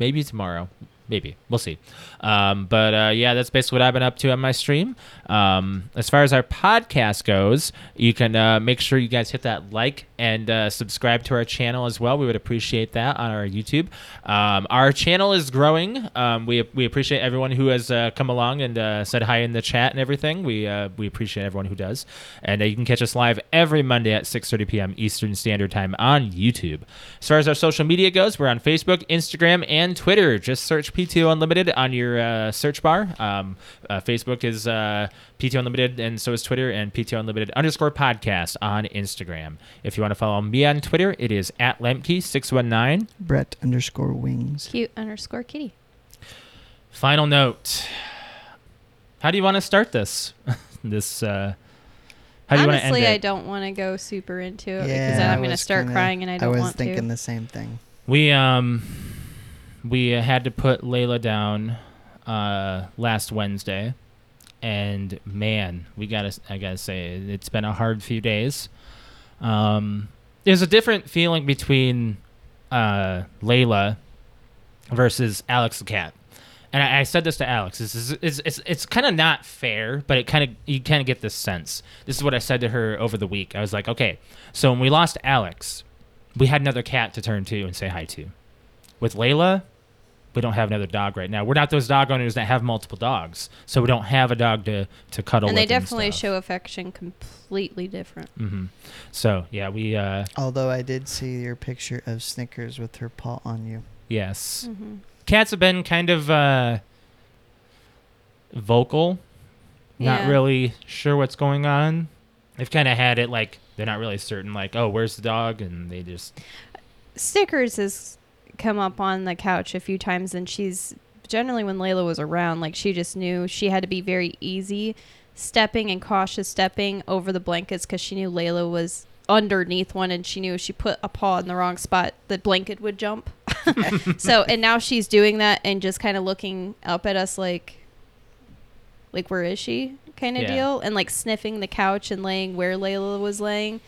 Speaker 1: maybe tomorrow. Maybe. We'll see. Um, but uh, yeah, that's basically what I've been up to on my stream. Um, as far as our podcast goes, you can uh, make sure you guys hit that like and uh, subscribe to our channel as well. We would appreciate that on our YouTube. Um, our channel is growing. Um, we, we appreciate everyone who has uh, come along and uh, said hi in the chat and everything. We, uh, we appreciate everyone who does. And uh, you can catch us live every Monday at 6.30 p.m. Eastern Standard Time on YouTube. As far as our social media goes, we're on Facebook, Instagram, and Twitter. Just search PTO Unlimited on your uh, search bar. Um, uh, Facebook is uh, PTO Unlimited, and so is Twitter, and PTO Unlimited underscore podcast on Instagram. If you want to follow me on Twitter, it is at Lemke619.
Speaker 2: Brett underscore wings.
Speaker 3: Cute underscore kitty.
Speaker 1: Final note. How do you want to start this? this, uh, how do you want to end
Speaker 3: Honestly,
Speaker 1: it?
Speaker 3: I don't want to go super into it because
Speaker 2: I
Speaker 3: then I'm going to
Speaker 2: was
Speaker 3: start
Speaker 2: kinda-
Speaker 3: crying and I don't
Speaker 2: was
Speaker 3: want
Speaker 2: thinking
Speaker 3: to.
Speaker 2: the same thing.
Speaker 1: We um we uh, had to put Layla down uh last Wednesday and man, we got to I got to say it's been a hard few days. Um there's a different feeling between uh Layla versus Alex the Cat. And I, I said this to Alex. This is it's it's, it's kind of not fair, but it kind of you kind of get this sense. This is what I said to her over the week. I was like, okay, so when we lost Alex, we had another cat to turn to and say hi to. With Layla, we don't have another dog right now. We're not those dog owners that have multiple dogs, so we don't have a dog to to cuddle.
Speaker 3: and they
Speaker 1: with
Speaker 3: definitely
Speaker 1: and
Speaker 3: show affection completely different.
Speaker 1: hmm So yeah, we uh
Speaker 2: Although I did see your picture of Snickers with her paw on you.
Speaker 1: yes.
Speaker 3: Mm-hmm.
Speaker 1: cats have been kind of uh, vocal, not
Speaker 3: Yeah.
Speaker 1: really sure what's going on. They've kind of had it like they're not really certain, like, oh, where's the dog? And they just,
Speaker 3: Snickers has come up on the couch a few times, and she's generally when Layla was around, like she just knew she had to be very easy stepping and cautious stepping over the blankets because she knew Layla was underneath one and she knew if she put a paw in the wrong spot the blanket would jump so and now she's doing that and just kind of looking up at us like like where is she kind of
Speaker 1: Yeah.
Speaker 3: deal and like sniffing the couch and laying where Layla was laying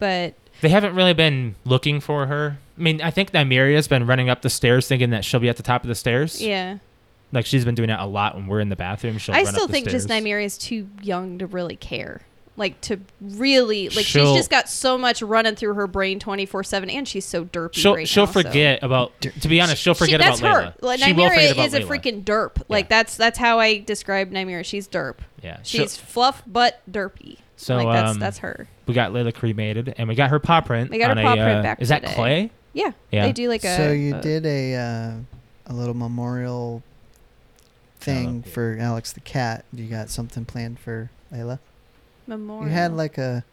Speaker 3: but
Speaker 1: they haven't really been looking for her. I mean, I think Nymeria's been running up the stairs thinking that she'll be at the top of the stairs.
Speaker 3: yeah
Speaker 1: Like she's been doing that a lot when we're in the bathroom. She'll
Speaker 3: I
Speaker 1: run
Speaker 3: still
Speaker 1: up the
Speaker 3: think just
Speaker 1: stairs.
Speaker 3: Nymeria is too young to really care. Like to really like
Speaker 1: She'll-
Speaker 3: she's just got so much running through her brain twenty four seven, and she's so derpy.
Speaker 1: She'll
Speaker 3: right
Speaker 1: she'll
Speaker 3: now, so-
Speaker 1: forget about. To be honest, she'll
Speaker 3: She-
Speaker 1: forget
Speaker 3: that's
Speaker 1: about
Speaker 3: her.
Speaker 1: Layla.
Speaker 3: Like,
Speaker 1: she will
Speaker 3: Nymeria
Speaker 1: forget about
Speaker 3: is a
Speaker 1: Layla.
Speaker 3: freaking derp.
Speaker 1: Yeah.
Speaker 3: Like that's that's how I describe Nymeria. She's derp.
Speaker 1: Yeah. she'll-
Speaker 3: She's fluff but derpy.
Speaker 1: So,
Speaker 3: like that's
Speaker 1: um,
Speaker 3: that's her.
Speaker 1: we got Layla cremated, and we got her paw print.
Speaker 3: We got her
Speaker 1: on a,
Speaker 3: paw print
Speaker 1: uh,
Speaker 3: back
Speaker 1: Is that
Speaker 3: today.
Speaker 1: clay?
Speaker 3: Yeah.
Speaker 1: yeah.
Speaker 3: They do like a
Speaker 2: so you
Speaker 3: a-
Speaker 2: did a uh, a little memorial thing
Speaker 1: Oh, yeah.
Speaker 2: for Alex the cat. You got something planned for Layla?
Speaker 3: memorial.
Speaker 2: You had like a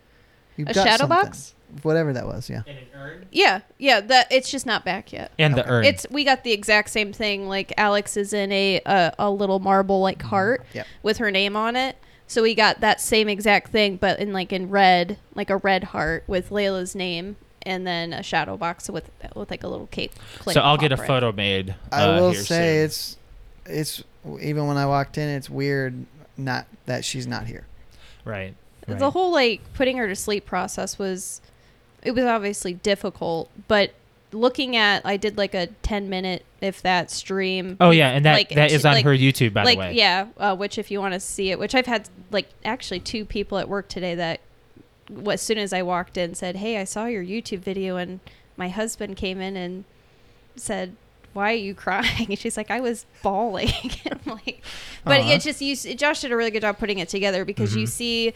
Speaker 2: you
Speaker 3: a
Speaker 2: got
Speaker 3: shadow
Speaker 2: something.
Speaker 3: box?
Speaker 2: whatever that was. Yeah.
Speaker 1: And an urn.
Speaker 3: Yeah, yeah. That it's just not back yet.
Speaker 1: And the
Speaker 2: Okay.
Speaker 1: urn.
Speaker 3: It's we got the exact same thing. Like Alex is in a a, a little marble like
Speaker 1: Mm-hmm.
Speaker 3: heart
Speaker 2: Yep.
Speaker 3: with her name on it. So we got that same exact thing, but in like in red, like a red heart with Layla's name, and then a shadow box with with like a little cape. clip
Speaker 1: so I'll get a
Speaker 3: pop it.
Speaker 1: photo made.
Speaker 2: I
Speaker 1: uh,
Speaker 2: will
Speaker 1: here
Speaker 2: say
Speaker 1: soon.
Speaker 2: it's it's even when I walked in, it's weird not that she's not here.
Speaker 1: right. right.
Speaker 3: The whole like putting her to sleep process was, it was obviously difficult, but looking at I did like a ten minute if that stream.
Speaker 1: oh yeah, and that
Speaker 3: like,
Speaker 1: that is on
Speaker 3: like-
Speaker 1: her YouTube by
Speaker 3: like
Speaker 1: the way.
Speaker 3: yeah uh, which if you want to see it which i've had like actually two people at work today that w- as soon as i walked in said hey i saw your youtube video and my husband came in and said why are you crying and she's like i was bawling I'm like but
Speaker 1: Aw.
Speaker 3: it's just you s- josh did a really good job putting it together because you
Speaker 1: Mhm.
Speaker 3: see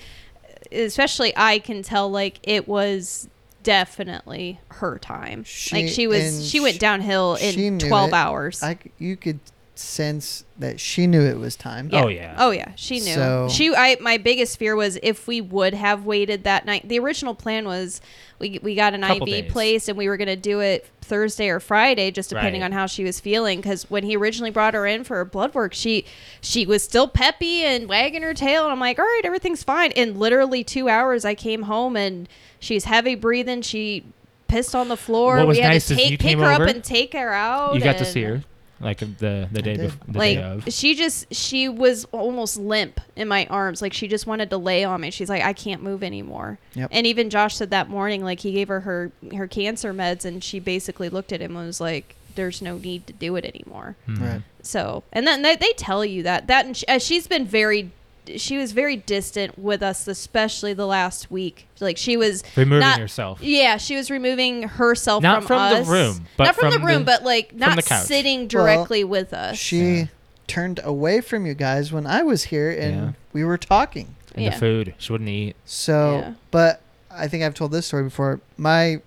Speaker 3: especially i can tell like it was definitely her time like
Speaker 2: She-
Speaker 3: she
Speaker 2: and
Speaker 3: was she
Speaker 2: sh-
Speaker 3: went downhill
Speaker 2: she
Speaker 3: in
Speaker 2: knew
Speaker 3: 12
Speaker 2: it.
Speaker 3: hours
Speaker 2: I c- you could sense that she knew it was time.
Speaker 1: Oh yeah.
Speaker 3: Oh yeah, she knew.
Speaker 2: So-
Speaker 3: she I my biggest fear was if we would have waited that night. The original plan was we we got an
Speaker 1: Couple
Speaker 3: IV
Speaker 1: days.
Speaker 3: placed and we were going to do it Thursday or Friday just depending
Speaker 1: Right.
Speaker 3: on how she was feeling cuz when he originally brought her in for her blood work, she she was still peppy and wagging her tail and I'm like, "All right, everything's fine." And literally 2 hours I came home and she's heavy breathing. She pissed on the floor.
Speaker 1: What was
Speaker 3: we had
Speaker 1: nice
Speaker 3: to
Speaker 1: is
Speaker 3: take
Speaker 1: you
Speaker 3: pick
Speaker 1: came
Speaker 3: her
Speaker 1: over,
Speaker 3: up and take her out.
Speaker 1: You got to
Speaker 3: and-
Speaker 1: see her like the the day
Speaker 2: did.
Speaker 1: before the
Speaker 3: Oh, like
Speaker 1: day of.
Speaker 3: she just she was almost limp in my arms like she just wanted to lay on me she's like i can't move anymore
Speaker 2: Yep.
Speaker 3: and even josh said that morning like he gave her her her cancer meds and she basically looked at him and was like there's no need to do it anymore
Speaker 1: Mhm.
Speaker 2: Right.
Speaker 3: so and then they, they tell you that that and she, uh, she's been very she was very distant with us especially the last week like she was
Speaker 1: Removing
Speaker 3: Not-
Speaker 1: yourself.
Speaker 3: yeah she was removing herself
Speaker 1: Not
Speaker 3: from,
Speaker 1: from the
Speaker 3: us.
Speaker 1: room, but
Speaker 3: not from,
Speaker 1: from
Speaker 3: the room
Speaker 1: the-
Speaker 3: but like not
Speaker 1: the couch.
Speaker 3: sitting
Speaker 2: Well,
Speaker 3: directly with us
Speaker 2: She
Speaker 1: Yeah.
Speaker 2: turned away from you guys when I was here and
Speaker 1: Yeah.
Speaker 2: we were talking.
Speaker 1: And
Speaker 3: yeah.
Speaker 1: the food she wouldn't eat.
Speaker 2: So,
Speaker 3: Yeah.
Speaker 2: but I think I've told this story before. My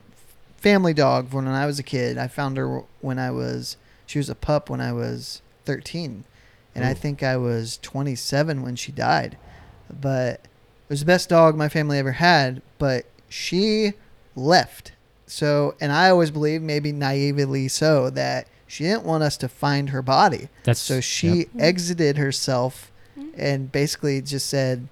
Speaker 2: family dog, when I was a kid, I found her when I was, she was a pup when I was 13. And I
Speaker 1: Ooh.
Speaker 2: think I was 27 when she died. But it was the best dog my family ever had. But she left. So, and I always believed, maybe naively so, that she didn't want us to find her body.
Speaker 1: That's
Speaker 2: So
Speaker 1: yep.
Speaker 2: she exited herself
Speaker 3: Mm.
Speaker 2: and basically just said,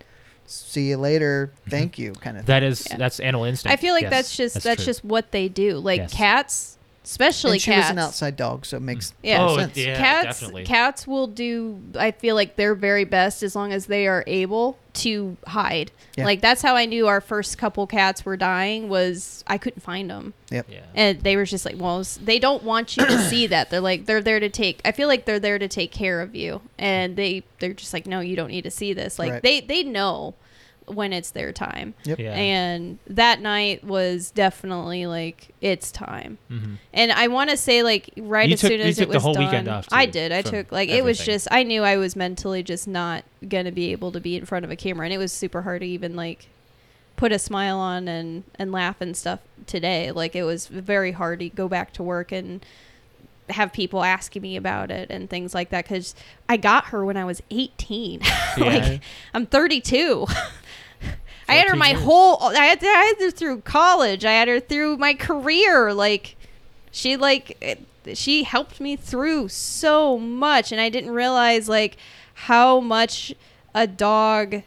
Speaker 2: "See you later, thank you," kind of. Thing.
Speaker 1: Mm-hmm. That is
Speaker 3: Yeah.
Speaker 1: that's animal instinct.
Speaker 3: I feel like
Speaker 1: Yes,
Speaker 3: that's just that's,
Speaker 1: true.
Speaker 3: just what they do. Like
Speaker 1: Yes.
Speaker 3: cats especially
Speaker 2: and she
Speaker 3: cats.
Speaker 2: was an outside dog, so it makes
Speaker 3: Yeah.
Speaker 2: total
Speaker 1: Oh,
Speaker 2: sense.
Speaker 1: yeah.
Speaker 3: cats
Speaker 1: definitely.
Speaker 3: cats will do I feel like their very best as long as they are able to hide.
Speaker 2: Yeah.
Speaker 3: Like that's how I knew our first couple cats were dying was I couldn't find them.
Speaker 1: Yeah.
Speaker 3: And they were just like, well, s- they don't want you to see that. They're like, they're there to take. I feel like they're there to take care of you, and they they're just like, no, you don't need to see this. Like
Speaker 2: Right.
Speaker 3: they they know when it's their time.
Speaker 2: Yep.
Speaker 1: Yeah.
Speaker 3: And that night was definitely like it's time.
Speaker 1: Mhm.
Speaker 3: And I want to say like right
Speaker 1: You
Speaker 3: as
Speaker 1: took-
Speaker 3: soon
Speaker 1: you
Speaker 3: as
Speaker 1: took
Speaker 3: it
Speaker 1: the
Speaker 3: was
Speaker 1: whole
Speaker 3: done,
Speaker 1: weekend off,
Speaker 3: I
Speaker 1: too,
Speaker 3: did. I
Speaker 1: from
Speaker 3: took like it was
Speaker 1: everything.
Speaker 3: just I knew I was mentally just not gonna be able to be in front of a camera, and it was super hard to even like put a smile on and and laugh and stuff today. Like it was very hard to go back to work and have people asking me about it and things like that because I got her when I was 18.
Speaker 1: Yeah.
Speaker 3: like I'm 32. I had her
Speaker 1: 14
Speaker 3: my
Speaker 1: years.
Speaker 3: whole. I had, I had her through college. I had her through my career. Like she like it- she helped me through so much, and I didn't realize like how much a dog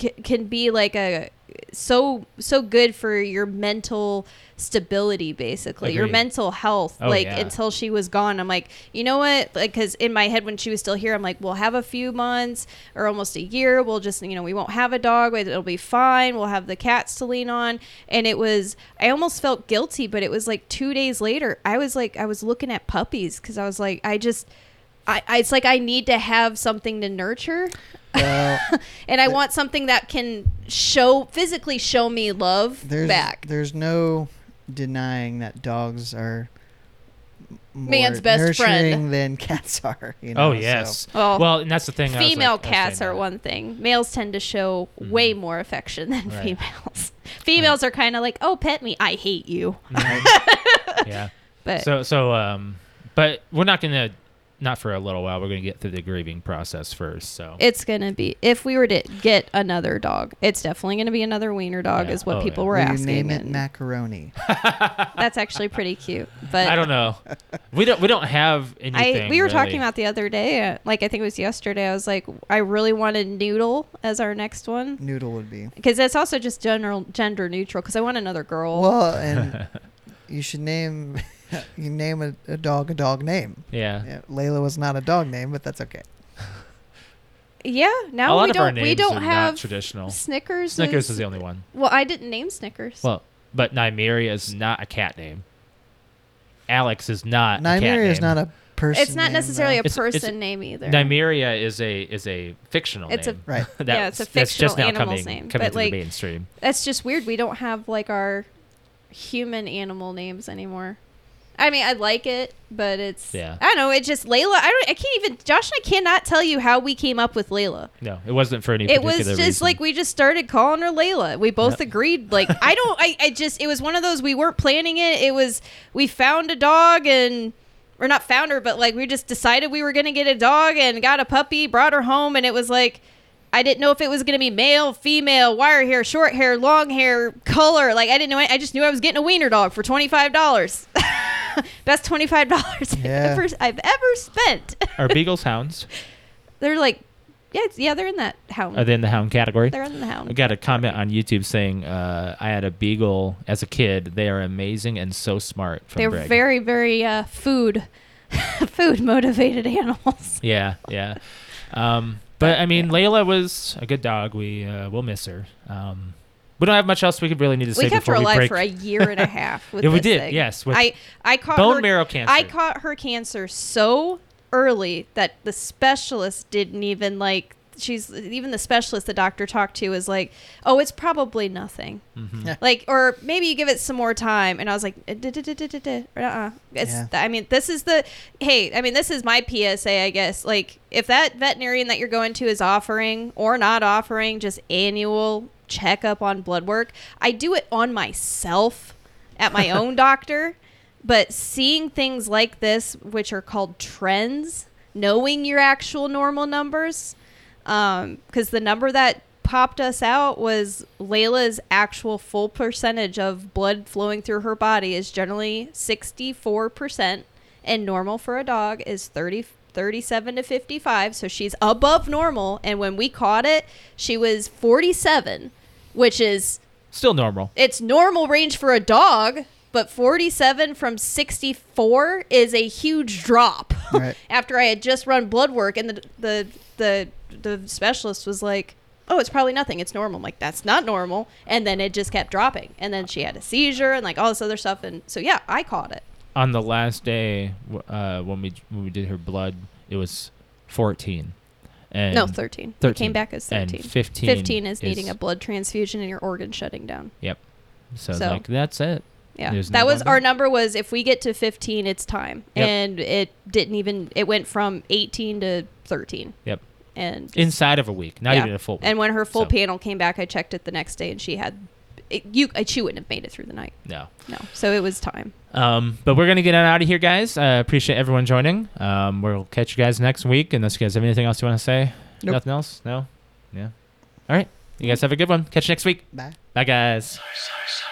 Speaker 3: c- can be like a so so good for your mental stability basically your
Speaker 1: Agreed.
Speaker 3: mental health
Speaker 1: Oh,
Speaker 3: like
Speaker 1: yeah.
Speaker 3: until she was gone i'm like you know what like because in my head when she was still here i'm like we'll have a few months or almost a year we'll just you know we won't have a dog but it'll be fine we'll have the cats to lean on and it was i almost felt guilty but it was like two days later i was like i was looking at puppies because i was like i just I, I, it's like I need to have something to nurture
Speaker 2: Well,
Speaker 3: and I
Speaker 2: Th-
Speaker 3: want something that can show physically show me love
Speaker 2: there's
Speaker 3: back.
Speaker 2: there's no denying that dogs are more
Speaker 3: Man's best friend.
Speaker 2: nurturing than cats are. You know,
Speaker 1: Oh
Speaker 2: so-
Speaker 1: yes.
Speaker 3: Well,
Speaker 1: Well, and that's the thing. I was like-
Speaker 3: female
Speaker 1: I was saying
Speaker 3: cats are
Speaker 1: that.
Speaker 3: one thing. Males tend to show way more affection than
Speaker 1: Mm-hmm. Right.
Speaker 3: females. Females are kind of like, "Oh, pet me. I hate you."
Speaker 1: yeah.
Speaker 3: But
Speaker 1: So so um, but we're not gonna, not for a little while. We're gonna get through the grieving process first. So
Speaker 3: it's gonna be if we were to get another dog, it's definitely gonna be another wiener dog,
Speaker 1: Yeah.
Speaker 3: is what
Speaker 1: Oh,
Speaker 3: people
Speaker 1: yeah.
Speaker 3: were
Speaker 2: Will you
Speaker 3: asking.
Speaker 2: name it
Speaker 3: and
Speaker 2: macaroni.
Speaker 3: That's actually pretty cute. But
Speaker 1: I don't know. We don't. We don't have anything.
Speaker 3: I we were talking
Speaker 1: really.
Speaker 3: about the other day, uh, like I think it was yesterday. I was like, I really wanted Noodle as our next one.
Speaker 2: Noodle would be
Speaker 3: because that's also just general gender neutral. Because I want another girl.
Speaker 2: well, and you should name you name a, a dog a dog name.
Speaker 1: Yeah.
Speaker 2: Yeah, Layla was not a dog name, but that's okay.
Speaker 3: Yeah,
Speaker 1: a
Speaker 3: now
Speaker 1: lot
Speaker 3: we
Speaker 1: of our
Speaker 3: don't
Speaker 1: names
Speaker 3: we
Speaker 1: are
Speaker 3: don't
Speaker 1: not
Speaker 3: have
Speaker 1: traditional.
Speaker 3: Snickers.
Speaker 1: Snickers is the only one.
Speaker 3: well, I didn't name Snickers.
Speaker 1: Well, but Nymeria is not a cat name. Alex is not. a cat
Speaker 2: Nymeria is
Speaker 1: name.
Speaker 2: not a person.
Speaker 3: it's not
Speaker 2: name,
Speaker 3: necessarily a
Speaker 1: It's- it's-
Speaker 3: person name either.
Speaker 1: Nymeria is a is a fictional
Speaker 3: It's a-
Speaker 1: name.
Speaker 2: though. right.
Speaker 1: that,
Speaker 3: Yeah, it's a
Speaker 1: that's just
Speaker 3: fictional
Speaker 1: now
Speaker 3: animal's
Speaker 1: coming,
Speaker 3: name,
Speaker 1: coming
Speaker 3: but,
Speaker 1: to
Speaker 3: like-
Speaker 1: the mainstream.
Speaker 3: That's just weird. We don't have like our human animal names anymore. I mean, I like it, but it's
Speaker 1: Yeah.
Speaker 3: I don't know. It just Layla. I don't. I can't even. Josh and I cannot tell you how we came up with Layla.
Speaker 1: No, it wasn't for any.
Speaker 3: it was
Speaker 1: particular
Speaker 3: just
Speaker 1: reason.
Speaker 3: like we just started calling her Layla. We both
Speaker 1: Yeah.
Speaker 3: agreed. Like I don't. I, I just. It was one of those we weren't planning it. It was we found a dog and or not found her, but like we just decided we were gonna get a dog and got a puppy, brought her home, and it was like. I didn't know if it was going to be male, female, wire hair, short hair, long hair, color. Like, I didn't know. any- I just knew I was getting a wiener dog for $25. Best $25
Speaker 2: Yeah.
Speaker 3: I've, ever, I've ever spent.
Speaker 1: Are beagles hounds?
Speaker 3: they're like, yeah, it's- yeah, they're in that hound.
Speaker 1: Are they in the hound category?
Speaker 3: They're in the
Speaker 1: I
Speaker 3: hound.
Speaker 1: got a comment on YouTube saying uh, I had a beagle as a kid. They are amazing and so smart. From
Speaker 3: They're
Speaker 1: Greg.
Speaker 3: very, very uh, food, food motivated animals.
Speaker 1: Yeah, yeah. Um, but I mean, Layla was a good dog. We uh, will miss her. Um, we don't have much else we could really need to
Speaker 3: we
Speaker 1: say
Speaker 3: kept
Speaker 1: before
Speaker 3: her
Speaker 1: we
Speaker 3: alive
Speaker 1: break.
Speaker 3: for a year and a half. With
Speaker 1: Yeah, we
Speaker 3: this
Speaker 1: did,
Speaker 3: thing.
Speaker 1: yes, with
Speaker 3: I, I caught
Speaker 1: bone
Speaker 3: her,
Speaker 1: marrow cancer.
Speaker 3: I caught her cancer so early that the specialist didn't even like. She's even the specialist the doctor talked to is like, oh, it's probably nothing.
Speaker 1: Mhm.
Speaker 3: like or maybe you give it some more time and i was like uh uh
Speaker 2: Yeah.
Speaker 3: i mean this is the hey i mean this is my psa i guess like if that veterinarian that you're going to is offering or not offering just annual checkup on blood work i do it on myself at my own doctor but seeing things like this which are called trends knowing your actual normal numbers because Um, the number that popped us out was Layla's actual full percentage of blood flowing through her body is generally 64%, and normal for a dog is 30, 37 to 55. So she's above normal. And when we caught it, she was 47, which is
Speaker 1: Still normal.
Speaker 3: it's normal range for a dog, but 47 from 64 is a huge drop.
Speaker 2: Right.
Speaker 3: After I had just run blood work, and the the the the specialist was like, "Oh, it's probably nothing. It's normal." I'm like, "That's not normal." And then it just kept dropping, and then she had a seizure and like all this other stuff, and so yeah, I caught it.
Speaker 1: On the last day, w- uh, when we when we did her blood, it was fourteen. And
Speaker 3: no, 13. It
Speaker 1: 13.
Speaker 3: came back as 13.
Speaker 1: And fifteen.
Speaker 3: 15 is, needing a blood transfusion and your organ shutting down.
Speaker 1: So,
Speaker 3: so-
Speaker 1: like that's it.
Speaker 3: Yeah.
Speaker 1: There's no
Speaker 3: that was
Speaker 1: other-
Speaker 3: our number was if we get to 15 it's time.
Speaker 1: Yep.
Speaker 3: And it didn't even it went from 18 to 13.
Speaker 1: Yep.
Speaker 3: And
Speaker 1: Inside of a week, not
Speaker 3: Yeah.
Speaker 1: even a full. Week.
Speaker 3: and when her full
Speaker 1: so-
Speaker 3: panel came back I checked it the next day and she had it, you she wouldn't have made it through the night.
Speaker 1: no.
Speaker 3: No. So it was time.
Speaker 1: Um, but we're gonna get on out of here, guys. uh, appreciate everyone joining. Um, we'll catch you guys next week. Unless you guys have anything else you want to say.
Speaker 2: Nope.
Speaker 1: Nothing else. No. Yeah. All right. You guys have a good one. Catch you next week.
Speaker 2: Bye.
Speaker 1: Bye, guys.
Speaker 5: sorry, sorry.